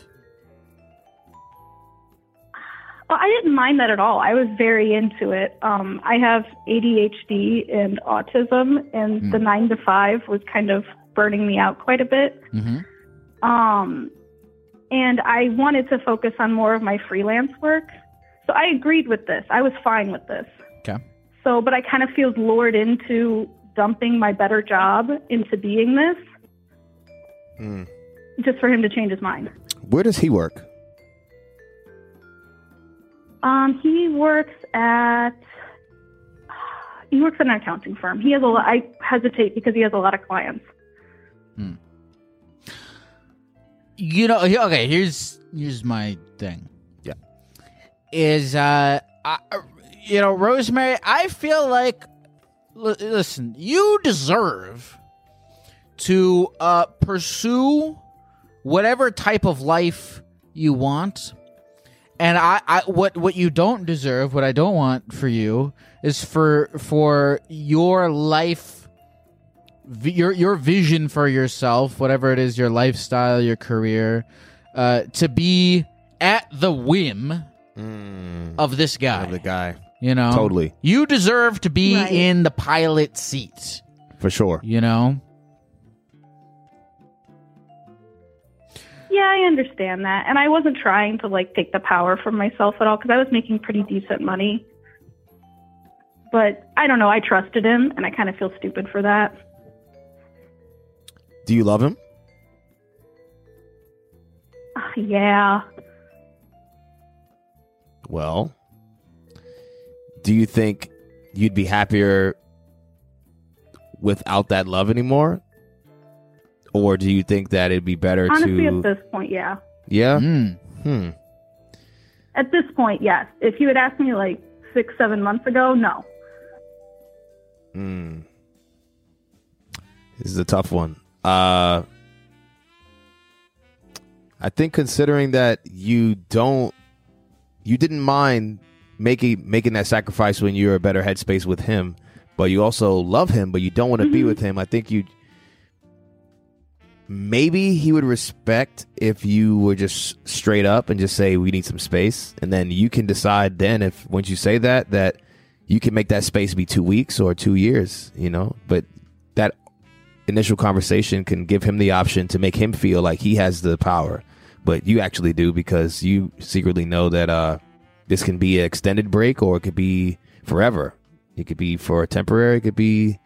[SPEAKER 14] Well, I didn't mind that at all. I was very into it. Um, I have ADHD and autism, and the nine to five was kind of burning me out quite a bit.
[SPEAKER 1] Mm-hmm.
[SPEAKER 14] Um, and I wanted to focus on more of my freelance work. So I agreed with this. I was fine with this.
[SPEAKER 1] Okay.
[SPEAKER 14] So, but I kind of feel lured into dumping my better job into being this
[SPEAKER 1] Hmm.
[SPEAKER 14] just for him to change his mind.
[SPEAKER 2] Where does he work?
[SPEAKER 14] Um, he works at he works at an accounting firm. He has a lot. I hesitate because he has a lot of clients.
[SPEAKER 1] You know, he- okay, here's here's my thing.
[SPEAKER 2] Yeah.
[SPEAKER 1] Is uh I, you know, Rosemary, I feel like li- listen, you deserve to uh pursue whatever type of life you want. And I, I what what you don't deserve, what I don't want for you is for for your life v- your your vision for yourself, whatever it is, your lifestyle, your career, uh, to be at the whim of this guy. Of the
[SPEAKER 2] guy.
[SPEAKER 1] You know?
[SPEAKER 2] Totally.
[SPEAKER 1] You deserve to be
[SPEAKER 2] Right.
[SPEAKER 1] in the pilot seat.
[SPEAKER 2] for sure.
[SPEAKER 1] You know,
[SPEAKER 14] Yeah, I understand that. And I wasn't trying to like take the power from myself at all because I was making pretty decent money. But I don't know. I trusted him and I kind of feel stupid for that.
[SPEAKER 2] Do you love him?
[SPEAKER 14] Ah, yeah.
[SPEAKER 2] Well, do you think you'd be happier without that love anymore? Or do you think that it'd be better
[SPEAKER 14] Honestly,
[SPEAKER 2] to
[SPEAKER 14] at this point, yeah.
[SPEAKER 2] Yeah? Hmm.
[SPEAKER 14] At this point, yes. If you had asked me like six, seven months ago, no.
[SPEAKER 2] Hmm. This is a tough one. Uh I think considering that you don't you didn't mind making making that sacrifice when you're a better headspace with him, but you also love him, but you don't want to be with him. I think you maybe he would respect if you were just straight up and just say we need some space and then you can decide then if once you say that that you can make that space be two weeks or two years you know but that initial conversation can give him the option to make him feel like he has the power but you actually do because you secretly know that uh this can be an extended break or it could be forever it could be for a temporary it could be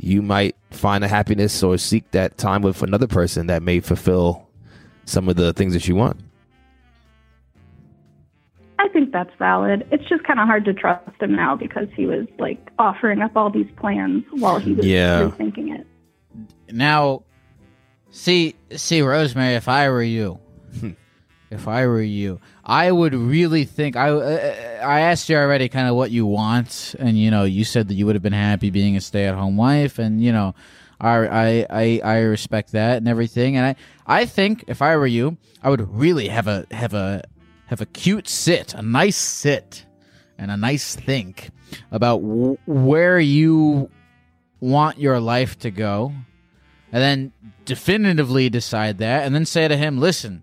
[SPEAKER 2] you might find a happiness or seek that time with another person that may fulfill some of the things that you want.
[SPEAKER 14] I think that's valid. It's just kind of hard to trust him now because he was like offering up all these plans while he was
[SPEAKER 1] Yeah.
[SPEAKER 14] thinking it.
[SPEAKER 1] now, see, see, Rosemary, if I were you, if I were you, I would really think. I uh, I asked you already, kind of what you want, and you know, you said that you would have been happy being a stay-at-home wife, and you know, I I I, I respect that and everything, and I I think if I were you, I would really have a have a have a cute sit, a nice sit, and a nice think about w- where you want your life to go and then definitively decide that and then say to him listen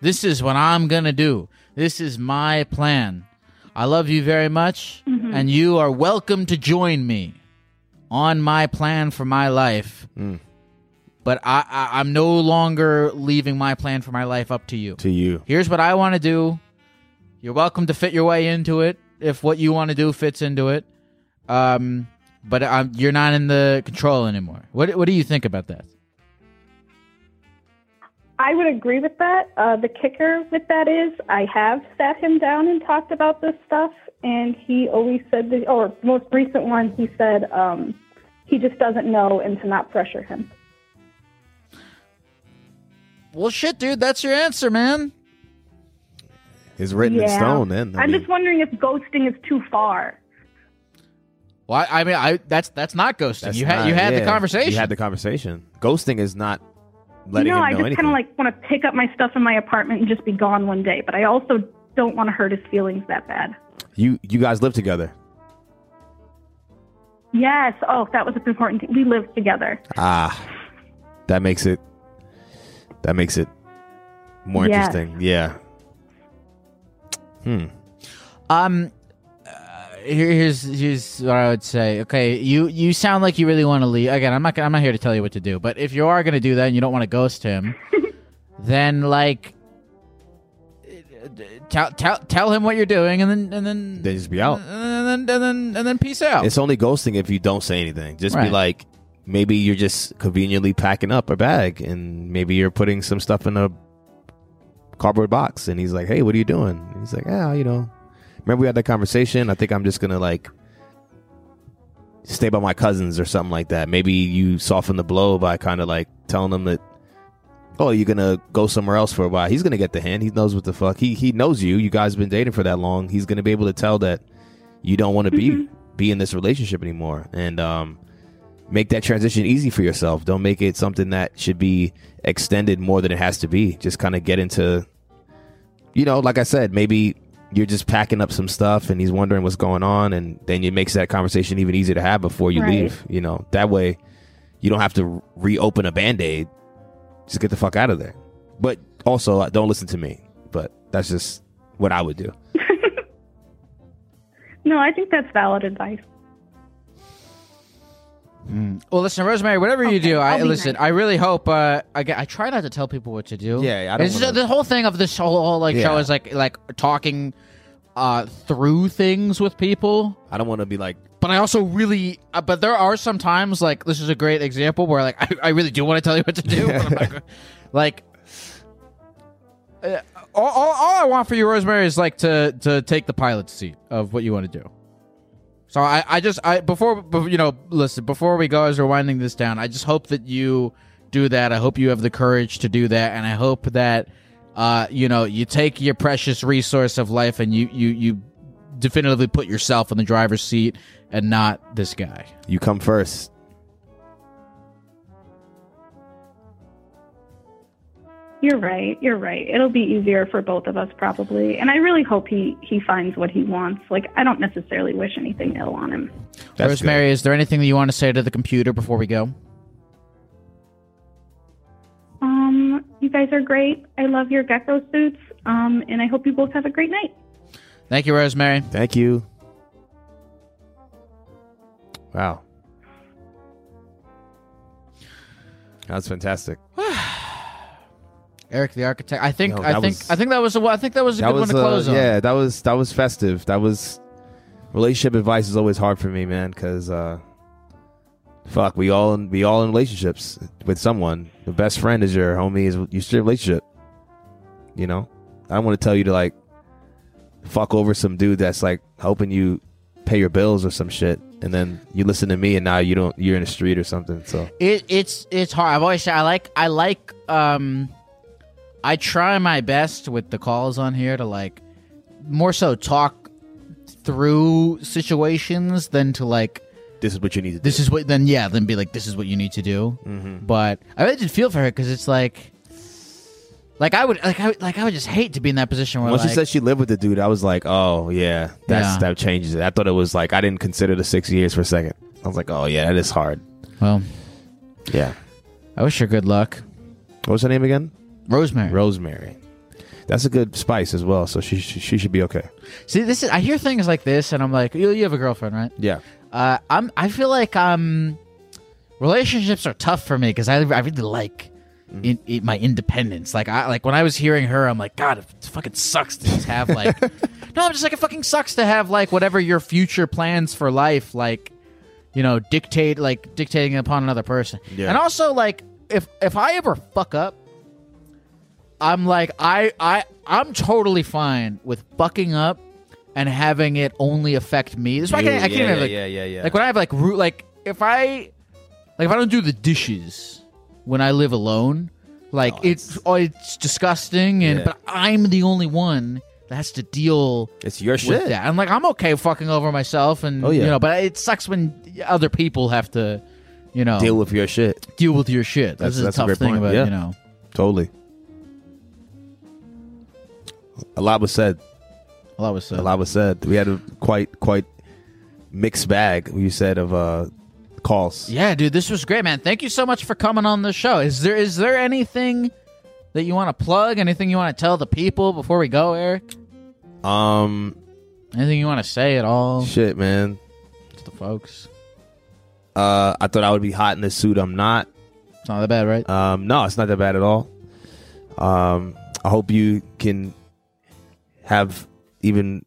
[SPEAKER 1] this is what i'm gonna do this is my plan i love you very much
[SPEAKER 10] Mhm.
[SPEAKER 1] and you are welcome to join me on my plan for my life but I, I i'm no longer leaving my plan for my life up to you
[SPEAKER 2] To you.
[SPEAKER 1] here's what i want to do you're welcome to fit your way into it if what you want to do fits into it um but um, you're not in the control anymore what, what do you think about that
[SPEAKER 14] I would agree with that. Uh, the kicker with that is I have sat him down and talked about this stuff, and he always said, that, or most recent one, he said um, he just doesn't know and to not pressure him.
[SPEAKER 1] Well, shit, dude, that's your answer, man.
[SPEAKER 2] It's written in stone then. I
[SPEAKER 14] I'm
[SPEAKER 2] mean,
[SPEAKER 14] just wondering if ghosting is too far.
[SPEAKER 1] Well, I, I mean, I that's that's not ghosting.
[SPEAKER 2] that's
[SPEAKER 1] you had
[SPEAKER 2] not-
[SPEAKER 1] you had
[SPEAKER 2] yeah,
[SPEAKER 1] the conversation.
[SPEAKER 2] You had the conversation. Ghosting is not letting
[SPEAKER 14] you know,
[SPEAKER 2] him know
[SPEAKER 14] I just
[SPEAKER 2] anything.
[SPEAKER 14] kind of like want to pick up my stuff in my apartment and just be gone one day, but I also don't want to hurt his feelings that bad.
[SPEAKER 2] you you guys live together.
[SPEAKER 14] Yes. Oh, that was an important thing. We lived together.
[SPEAKER 2] Ah. That makes it that makes it more
[SPEAKER 14] Yes.
[SPEAKER 2] interesting. Yeah. Hmm.
[SPEAKER 1] Um, uh, here, here's here's what I would say. Okay, you you sound like you really want to leave. Again, I'm not I'm not here to tell you what to do. But if you are gonna do that and you don't want to ghost him, then like uh, tell tell tell him what you're doing, and then and then
[SPEAKER 2] They just be out.
[SPEAKER 1] and then and then and then peace out.
[SPEAKER 2] It's only ghosting if you don't say anything. Just be
[SPEAKER 1] Right.
[SPEAKER 2] like, maybe you're just conveniently packing up a bag and maybe you're putting some stuff in a cardboard box. And he's like, hey, what are you doing? And he's like, yeah, you know. Remember we had that conversation? I think I'm just going to like stay by my cousins or something like that. Maybe you soften the blow by kind of like telling them that, oh, you're gonna go somewhere else for a while. He's gonna get the hint. He knows what the fuck. He he knows you. You guys been dating for that long. He's gonna be able to tell that you don't want to be be in this relationship anymore. And um, make that transition easy for yourself. Don't make it something that should be extended more than it has to be. Just kind of get into you know, like I said, maybe you're just packing up some stuff and he's wondering what's going on and then it makes that conversation even easier to have before you
[SPEAKER 15] Right.
[SPEAKER 2] leave, you know. That way you don't have to reopen a band-aid just get the fuck out of there but also like, don't listen to me but that's just what i would do
[SPEAKER 14] No, I think that's valid advice.
[SPEAKER 2] Mm.
[SPEAKER 1] Well, listen, Rosemary, whatever you do, I
[SPEAKER 14] I'll be
[SPEAKER 1] listen. I really hope. Uh, I, g- I try not to tell people what to do.
[SPEAKER 2] Yeah, yeah, I don't
[SPEAKER 1] It's just-
[SPEAKER 2] wanna-
[SPEAKER 1] the whole thing of this whole, whole, like show
[SPEAKER 2] Yeah.
[SPEAKER 1] is like like talking uh, through things with people.
[SPEAKER 2] i don't want to be like
[SPEAKER 1] But I also really, uh, but there are some times like this is a great example where like I, I really do want to tell you what to do. but I'm not go- like, uh, all, all, all I want for you, Rosemary, is like to to take the pilot seat of what you want to do. So I, I just I before bef- you know listen before we go as we're winding this down I just hope that you do that I hope you have the courage to do that and I hope that uh you know you take your precious resource of life and you you you definitively put yourself in the driver's seat and not this guy
[SPEAKER 2] you come first
[SPEAKER 14] You're right. You're right. It'll be easier for both of us probably. And I really hope he he finds what he wants. Like I don't necessarily wish anything ill on him.
[SPEAKER 1] Rosemary is there anything that you want to say to the computer before we go
[SPEAKER 14] Um, you guys are great. I love your gecko suits. Um, and I hope you both have a great night.
[SPEAKER 1] Thank you Rosemary
[SPEAKER 2] thank you wow that's fantastic
[SPEAKER 1] Eric the architect I think
[SPEAKER 2] Yo,
[SPEAKER 1] I
[SPEAKER 2] that
[SPEAKER 1] think
[SPEAKER 2] was-
[SPEAKER 1] I think that was a well, I think that was a good one to
[SPEAKER 2] uh,
[SPEAKER 1] close on
[SPEAKER 2] Yeah, that was that was festive. That was relationship advice is always hard for me, man, because uh, fuck, we all in, we all in relationships with someone. The best friend is your homie. Is your your relationship? You know, I don't want to tell you to like fuck over some dude that's like helping you pay your bills or some shit, and then you listen to me, and now you don't. You're in the street or something. So
[SPEAKER 1] It, it's it's hard. I've always said I like I like um I try my best with the calls on here to like more so talk through situations than to like
[SPEAKER 2] this is what you need to Mm-hmm.
[SPEAKER 1] this is what then yeah then be like this is what you need to do but I really did feel for her because it's like like I would like I would- like I would just hate to be in that position where
[SPEAKER 2] Once
[SPEAKER 1] like,
[SPEAKER 2] she said she lived with the dude, I was like, oh yeah, that's
[SPEAKER 1] Yeah.
[SPEAKER 2] that changes it. I thought it was like I didn't consider the six years for a second. I was like, oh yeah, that is hard.
[SPEAKER 1] well
[SPEAKER 2] Yeah.
[SPEAKER 1] I wish her good luck.
[SPEAKER 2] What was her name again?
[SPEAKER 1] Rosemary.
[SPEAKER 2] Rosemary. That's a good spice as well, so she she, she should be okay.
[SPEAKER 1] see this is I hear things like this and I'm like you you have a girlfriend right
[SPEAKER 2] Yeah.
[SPEAKER 1] Uh, I'm. I feel like um, relationships are tough for me because I, I really like
[SPEAKER 2] Mm-hmm.
[SPEAKER 1] in, in my independence. Like I like when I was hearing her, I'm like, God, it fucking sucks to just have like. no, I'm just like it fucking sucks to have like whatever your future plans for life like, you know, dictate like dictating upon another person.
[SPEAKER 10] Yeah.
[SPEAKER 1] And also like if if I ever fuck up, I'm like I I I'm totally fine with fucking up and having it only affect me. This is why I
[SPEAKER 2] You,
[SPEAKER 1] can't, I can't
[SPEAKER 2] yeah,
[SPEAKER 1] have,
[SPEAKER 2] yeah,
[SPEAKER 1] like,
[SPEAKER 2] yeah, yeah, yeah.
[SPEAKER 1] Like when I have like root like if I like if I don't do the dishes when I live alone, like it's oh, it's disgusting and
[SPEAKER 2] Yeah.
[SPEAKER 1] but I'm the only one that has to deal
[SPEAKER 2] It's your
[SPEAKER 1] with
[SPEAKER 2] shit.
[SPEAKER 1] that. I'm like I'm okay fucking over myself and
[SPEAKER 2] Oh, yeah.
[SPEAKER 1] you know, but it sucks when other people have to, you know,
[SPEAKER 2] Deal with your shit.
[SPEAKER 1] deal with your shit.
[SPEAKER 2] That's-
[SPEAKER 1] this is
[SPEAKER 2] that's a
[SPEAKER 1] a tough
[SPEAKER 2] great
[SPEAKER 1] thing
[SPEAKER 2] point.
[SPEAKER 1] about
[SPEAKER 2] Yeah.
[SPEAKER 1] you know.
[SPEAKER 2] Totally. A lot was said.
[SPEAKER 1] A lot was said.
[SPEAKER 2] A lot was said. We had a quite quite mixed bag. You said of uh calls.
[SPEAKER 1] Yeah, dude, this was great, man. Thank you so much for coming on the show. Is there is there anything that you want to plug? Anything you want to tell the people before we go, Eric?
[SPEAKER 2] Um,
[SPEAKER 1] anything you want to say at all?
[SPEAKER 2] Shit, man.
[SPEAKER 1] To the folks.
[SPEAKER 2] Uh, I thought I would be hot in this suit. I'm not.
[SPEAKER 1] It's not that bad, right?
[SPEAKER 2] Um, no, it's not that bad at all. Um, I hope you can have even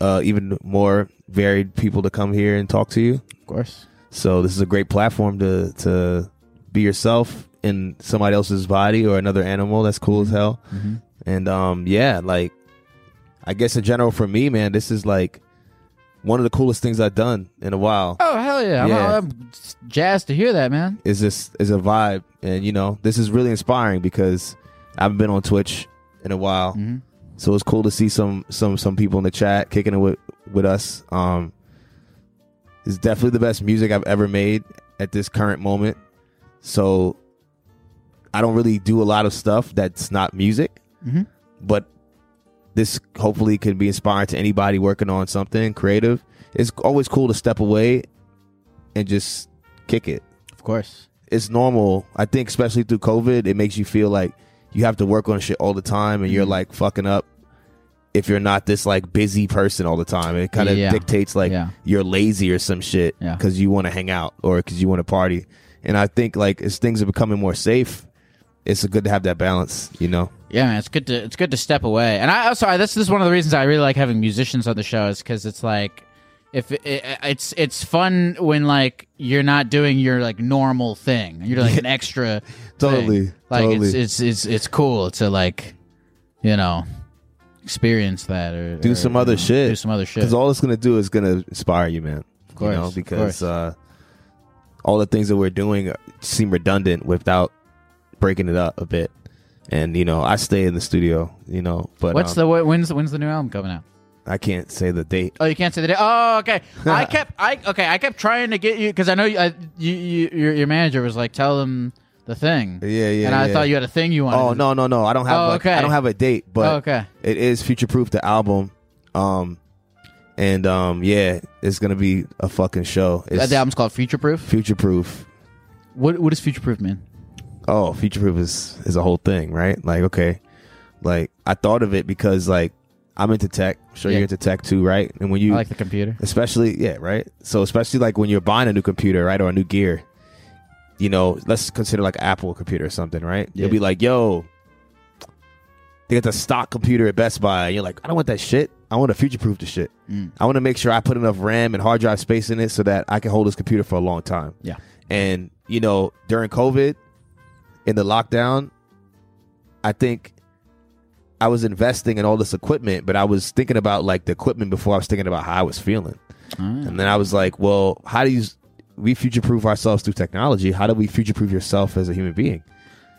[SPEAKER 2] uh, even more varied people to come here and talk to you. Of
[SPEAKER 1] course.
[SPEAKER 2] So this is a great platform to to be yourself in somebody else's body or another animal. That's cool as hell.
[SPEAKER 1] Mhm.
[SPEAKER 2] And um, yeah, like I guess in general for me, man, this is like one of the coolest things I've done in a while
[SPEAKER 1] Oh hell yeah!
[SPEAKER 2] Yeah.
[SPEAKER 1] I'm, I'm jazzed to hear that, man.
[SPEAKER 2] is this is a vibe and you know this is really inspiring because i haven't been on twitch in a while so it's cool to see some some some people in the chat kicking it with with us um it's definitely the best music i've ever made at this current moment so i don't really do a lot of stuff that's not music
[SPEAKER 1] Mhm.
[SPEAKER 2] but this hopefully can be inspiring to anybody working on something creative it's always cool to step away and just kick it
[SPEAKER 1] Of Of course.
[SPEAKER 2] It's normal. I think especially through COVID, it makes you feel like you have to work on shit all the time and you're
[SPEAKER 1] Mm-hmm.
[SPEAKER 2] like fucking up if you're not this like busy person all the time. It kind of
[SPEAKER 1] Yeah.
[SPEAKER 2] dictates like
[SPEAKER 1] Yeah.
[SPEAKER 2] you're lazy or some shit
[SPEAKER 1] Yeah.
[SPEAKER 2] because you want to hang out or because you want to party. And I think like as things are becoming more safe, it's good to have that balance, you know?
[SPEAKER 1] Yeah, man, it's good to it's good to step away. And I also I, this, this is one of the reasons I really like having musicians on the show is because it's like if it, it, it's it's fun when like you're not doing your like normal thing, you're like an extra.
[SPEAKER 2] Totally,
[SPEAKER 1] thing. Like
[SPEAKER 2] totally.
[SPEAKER 1] It's, it's it's it's cool to like, you know, experience that or
[SPEAKER 2] do
[SPEAKER 1] or,
[SPEAKER 2] some
[SPEAKER 1] you
[SPEAKER 2] other
[SPEAKER 1] know,
[SPEAKER 2] shit.
[SPEAKER 1] Do some other shit.
[SPEAKER 2] Because all it's gonna do is gonna inspire you, man. Of
[SPEAKER 1] course,
[SPEAKER 2] you know,
[SPEAKER 1] of
[SPEAKER 2] because
[SPEAKER 1] course.
[SPEAKER 2] Uh, all the things that we're doing seem redundant without breaking it up a bit. And you know, I stay in the studio. You know, but
[SPEAKER 1] What's
[SPEAKER 2] um,
[SPEAKER 1] the wh- when's when's the new album coming out?
[SPEAKER 2] I can't say the date.
[SPEAKER 1] Oh, you can't say the day. Oh, okay. I kept I okay. I kept trying to get you because I know you, I, you, you your, your manager was like, tell them the thing.
[SPEAKER 2] Yeah, yeah.
[SPEAKER 1] And I
[SPEAKER 2] yeah.
[SPEAKER 1] thought you had a thing you wanted.
[SPEAKER 2] Oh no, no, no! I don't have.
[SPEAKER 1] Oh,
[SPEAKER 2] like,
[SPEAKER 1] okay.
[SPEAKER 2] I don't have a date, but
[SPEAKER 1] Oh, okay.
[SPEAKER 2] it is future proof the album. Um, and um, yeah, it's gonna be a fucking show. It's
[SPEAKER 1] the album's called Future Proof.
[SPEAKER 2] Future Proof.
[SPEAKER 1] What what is future proof mean?
[SPEAKER 2] oh, future proof is is a whole thing, right? Like, okay, like I thought of it because like I'm into tech. I'm sure
[SPEAKER 1] Yeah.
[SPEAKER 2] you're into tech too, right? And when you
[SPEAKER 1] I like the computer.
[SPEAKER 2] especially yeah, right. So especially like when you're buying a new computer, right, or a new gear, you know, let's consider like Apple computer or something, right?
[SPEAKER 1] Yeah.
[SPEAKER 2] You'll be like, yo, they got the stock computer at Best Buy. And you're like, I don't want that shit. I want to future proof the shit.
[SPEAKER 1] Mm.
[SPEAKER 2] I want to make sure I put enough RAM and hard drive space in it so that I can hold this computer for a long time.
[SPEAKER 1] Yeah.
[SPEAKER 2] And, you know, during COVID, in the lockdown, I think I was investing in all this equipment, but I was thinking about like the equipment before I was thinking about how I was feeling. And then I was like, well, how do you we future proof ourselves through technology? How do we future proof yourself as a human being?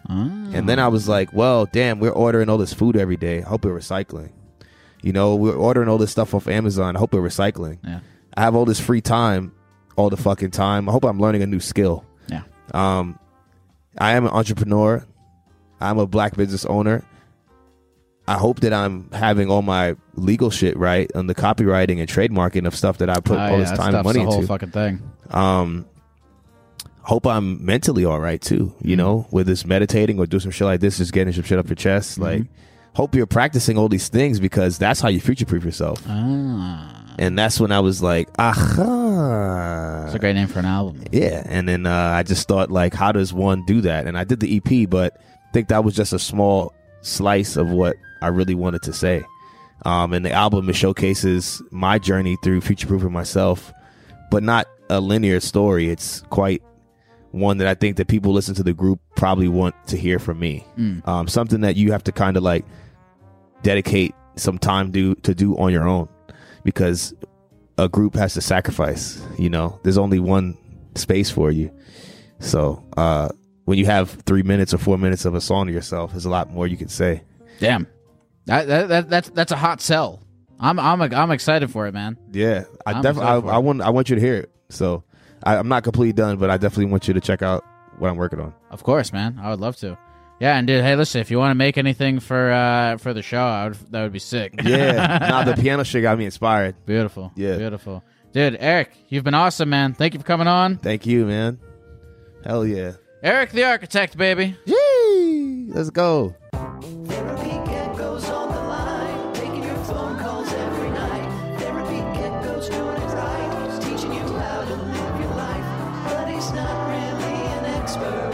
[SPEAKER 2] And then I was like, well, damn, we're ordering all this food every day. I hope we're recycling. You know, we're ordering all this stuff off Amazon. I hope we're recycling.
[SPEAKER 1] Yeah.
[SPEAKER 2] I have all this free time all the fucking time. I hope I'm learning a new skill.
[SPEAKER 1] Yeah.
[SPEAKER 2] Um, I am an entrepreneur. I'm a black business owner. I hope that I'm having all my legal shit right on the copywriting and trademarking of stuff that I put
[SPEAKER 1] Oh,
[SPEAKER 2] all
[SPEAKER 1] yeah,
[SPEAKER 2] this
[SPEAKER 1] that
[SPEAKER 2] time and
[SPEAKER 1] stuff's
[SPEAKER 2] money
[SPEAKER 1] the whole
[SPEAKER 2] into.
[SPEAKER 1] fucking thing.
[SPEAKER 2] Um, hope I'm mentally all right too.
[SPEAKER 1] Mm-hmm.
[SPEAKER 2] You know, with this meditating or do some shit like this, just getting some shit up your
[SPEAKER 1] Mm-hmm.
[SPEAKER 2] chest. Like, hope you're practicing all these things because that's how you future proof yourself. And that's when I was like, aha. It's
[SPEAKER 1] a great name for an album.
[SPEAKER 2] Yeah. And then uh, I just thought, like, how does one do that? And I did the EP, but I think that was just a small slice of what I really wanted to say. Um, and the album it showcases my journey through future proofing myself, but not a linear story. It's quite one that I think that people listen to the group probably want to hear from me.
[SPEAKER 1] Mm.
[SPEAKER 2] Um, something that you have to kind of like dedicate some time do to do on your own because a group has to sacrifice you know there's only one space for you so uh when you have three minutes or four minutes of a song to yourself there's a lot more you can say
[SPEAKER 1] Damn. That, that, that that's that's a hot sell. I'm I'm I'm excited for it, man.
[SPEAKER 2] yeah i
[SPEAKER 1] I'm
[SPEAKER 2] definitely
[SPEAKER 1] excited for
[SPEAKER 2] I, I want i want you to hear it so I, i'm not completely done but i definitely want you to check out what i'm working on
[SPEAKER 1] Of course, man. I would love to. Yeah, and dude, hey, listen, if you want to make anything for uh for the show, I would, that would be sick.
[SPEAKER 2] yeah nah, the piano shit got me inspired
[SPEAKER 1] beautiful
[SPEAKER 2] yeah
[SPEAKER 1] beautiful dude eric you've been awesome man thank you for coming on
[SPEAKER 2] thank you man hell yeah
[SPEAKER 1] Eric the architect, baby.
[SPEAKER 2] Yee! let's go
[SPEAKER 15] Gecko's on the line, taking your phone calls every night. Therapy Gecko's doing it right. He's teaching you how to live your life, but he's not really an expert.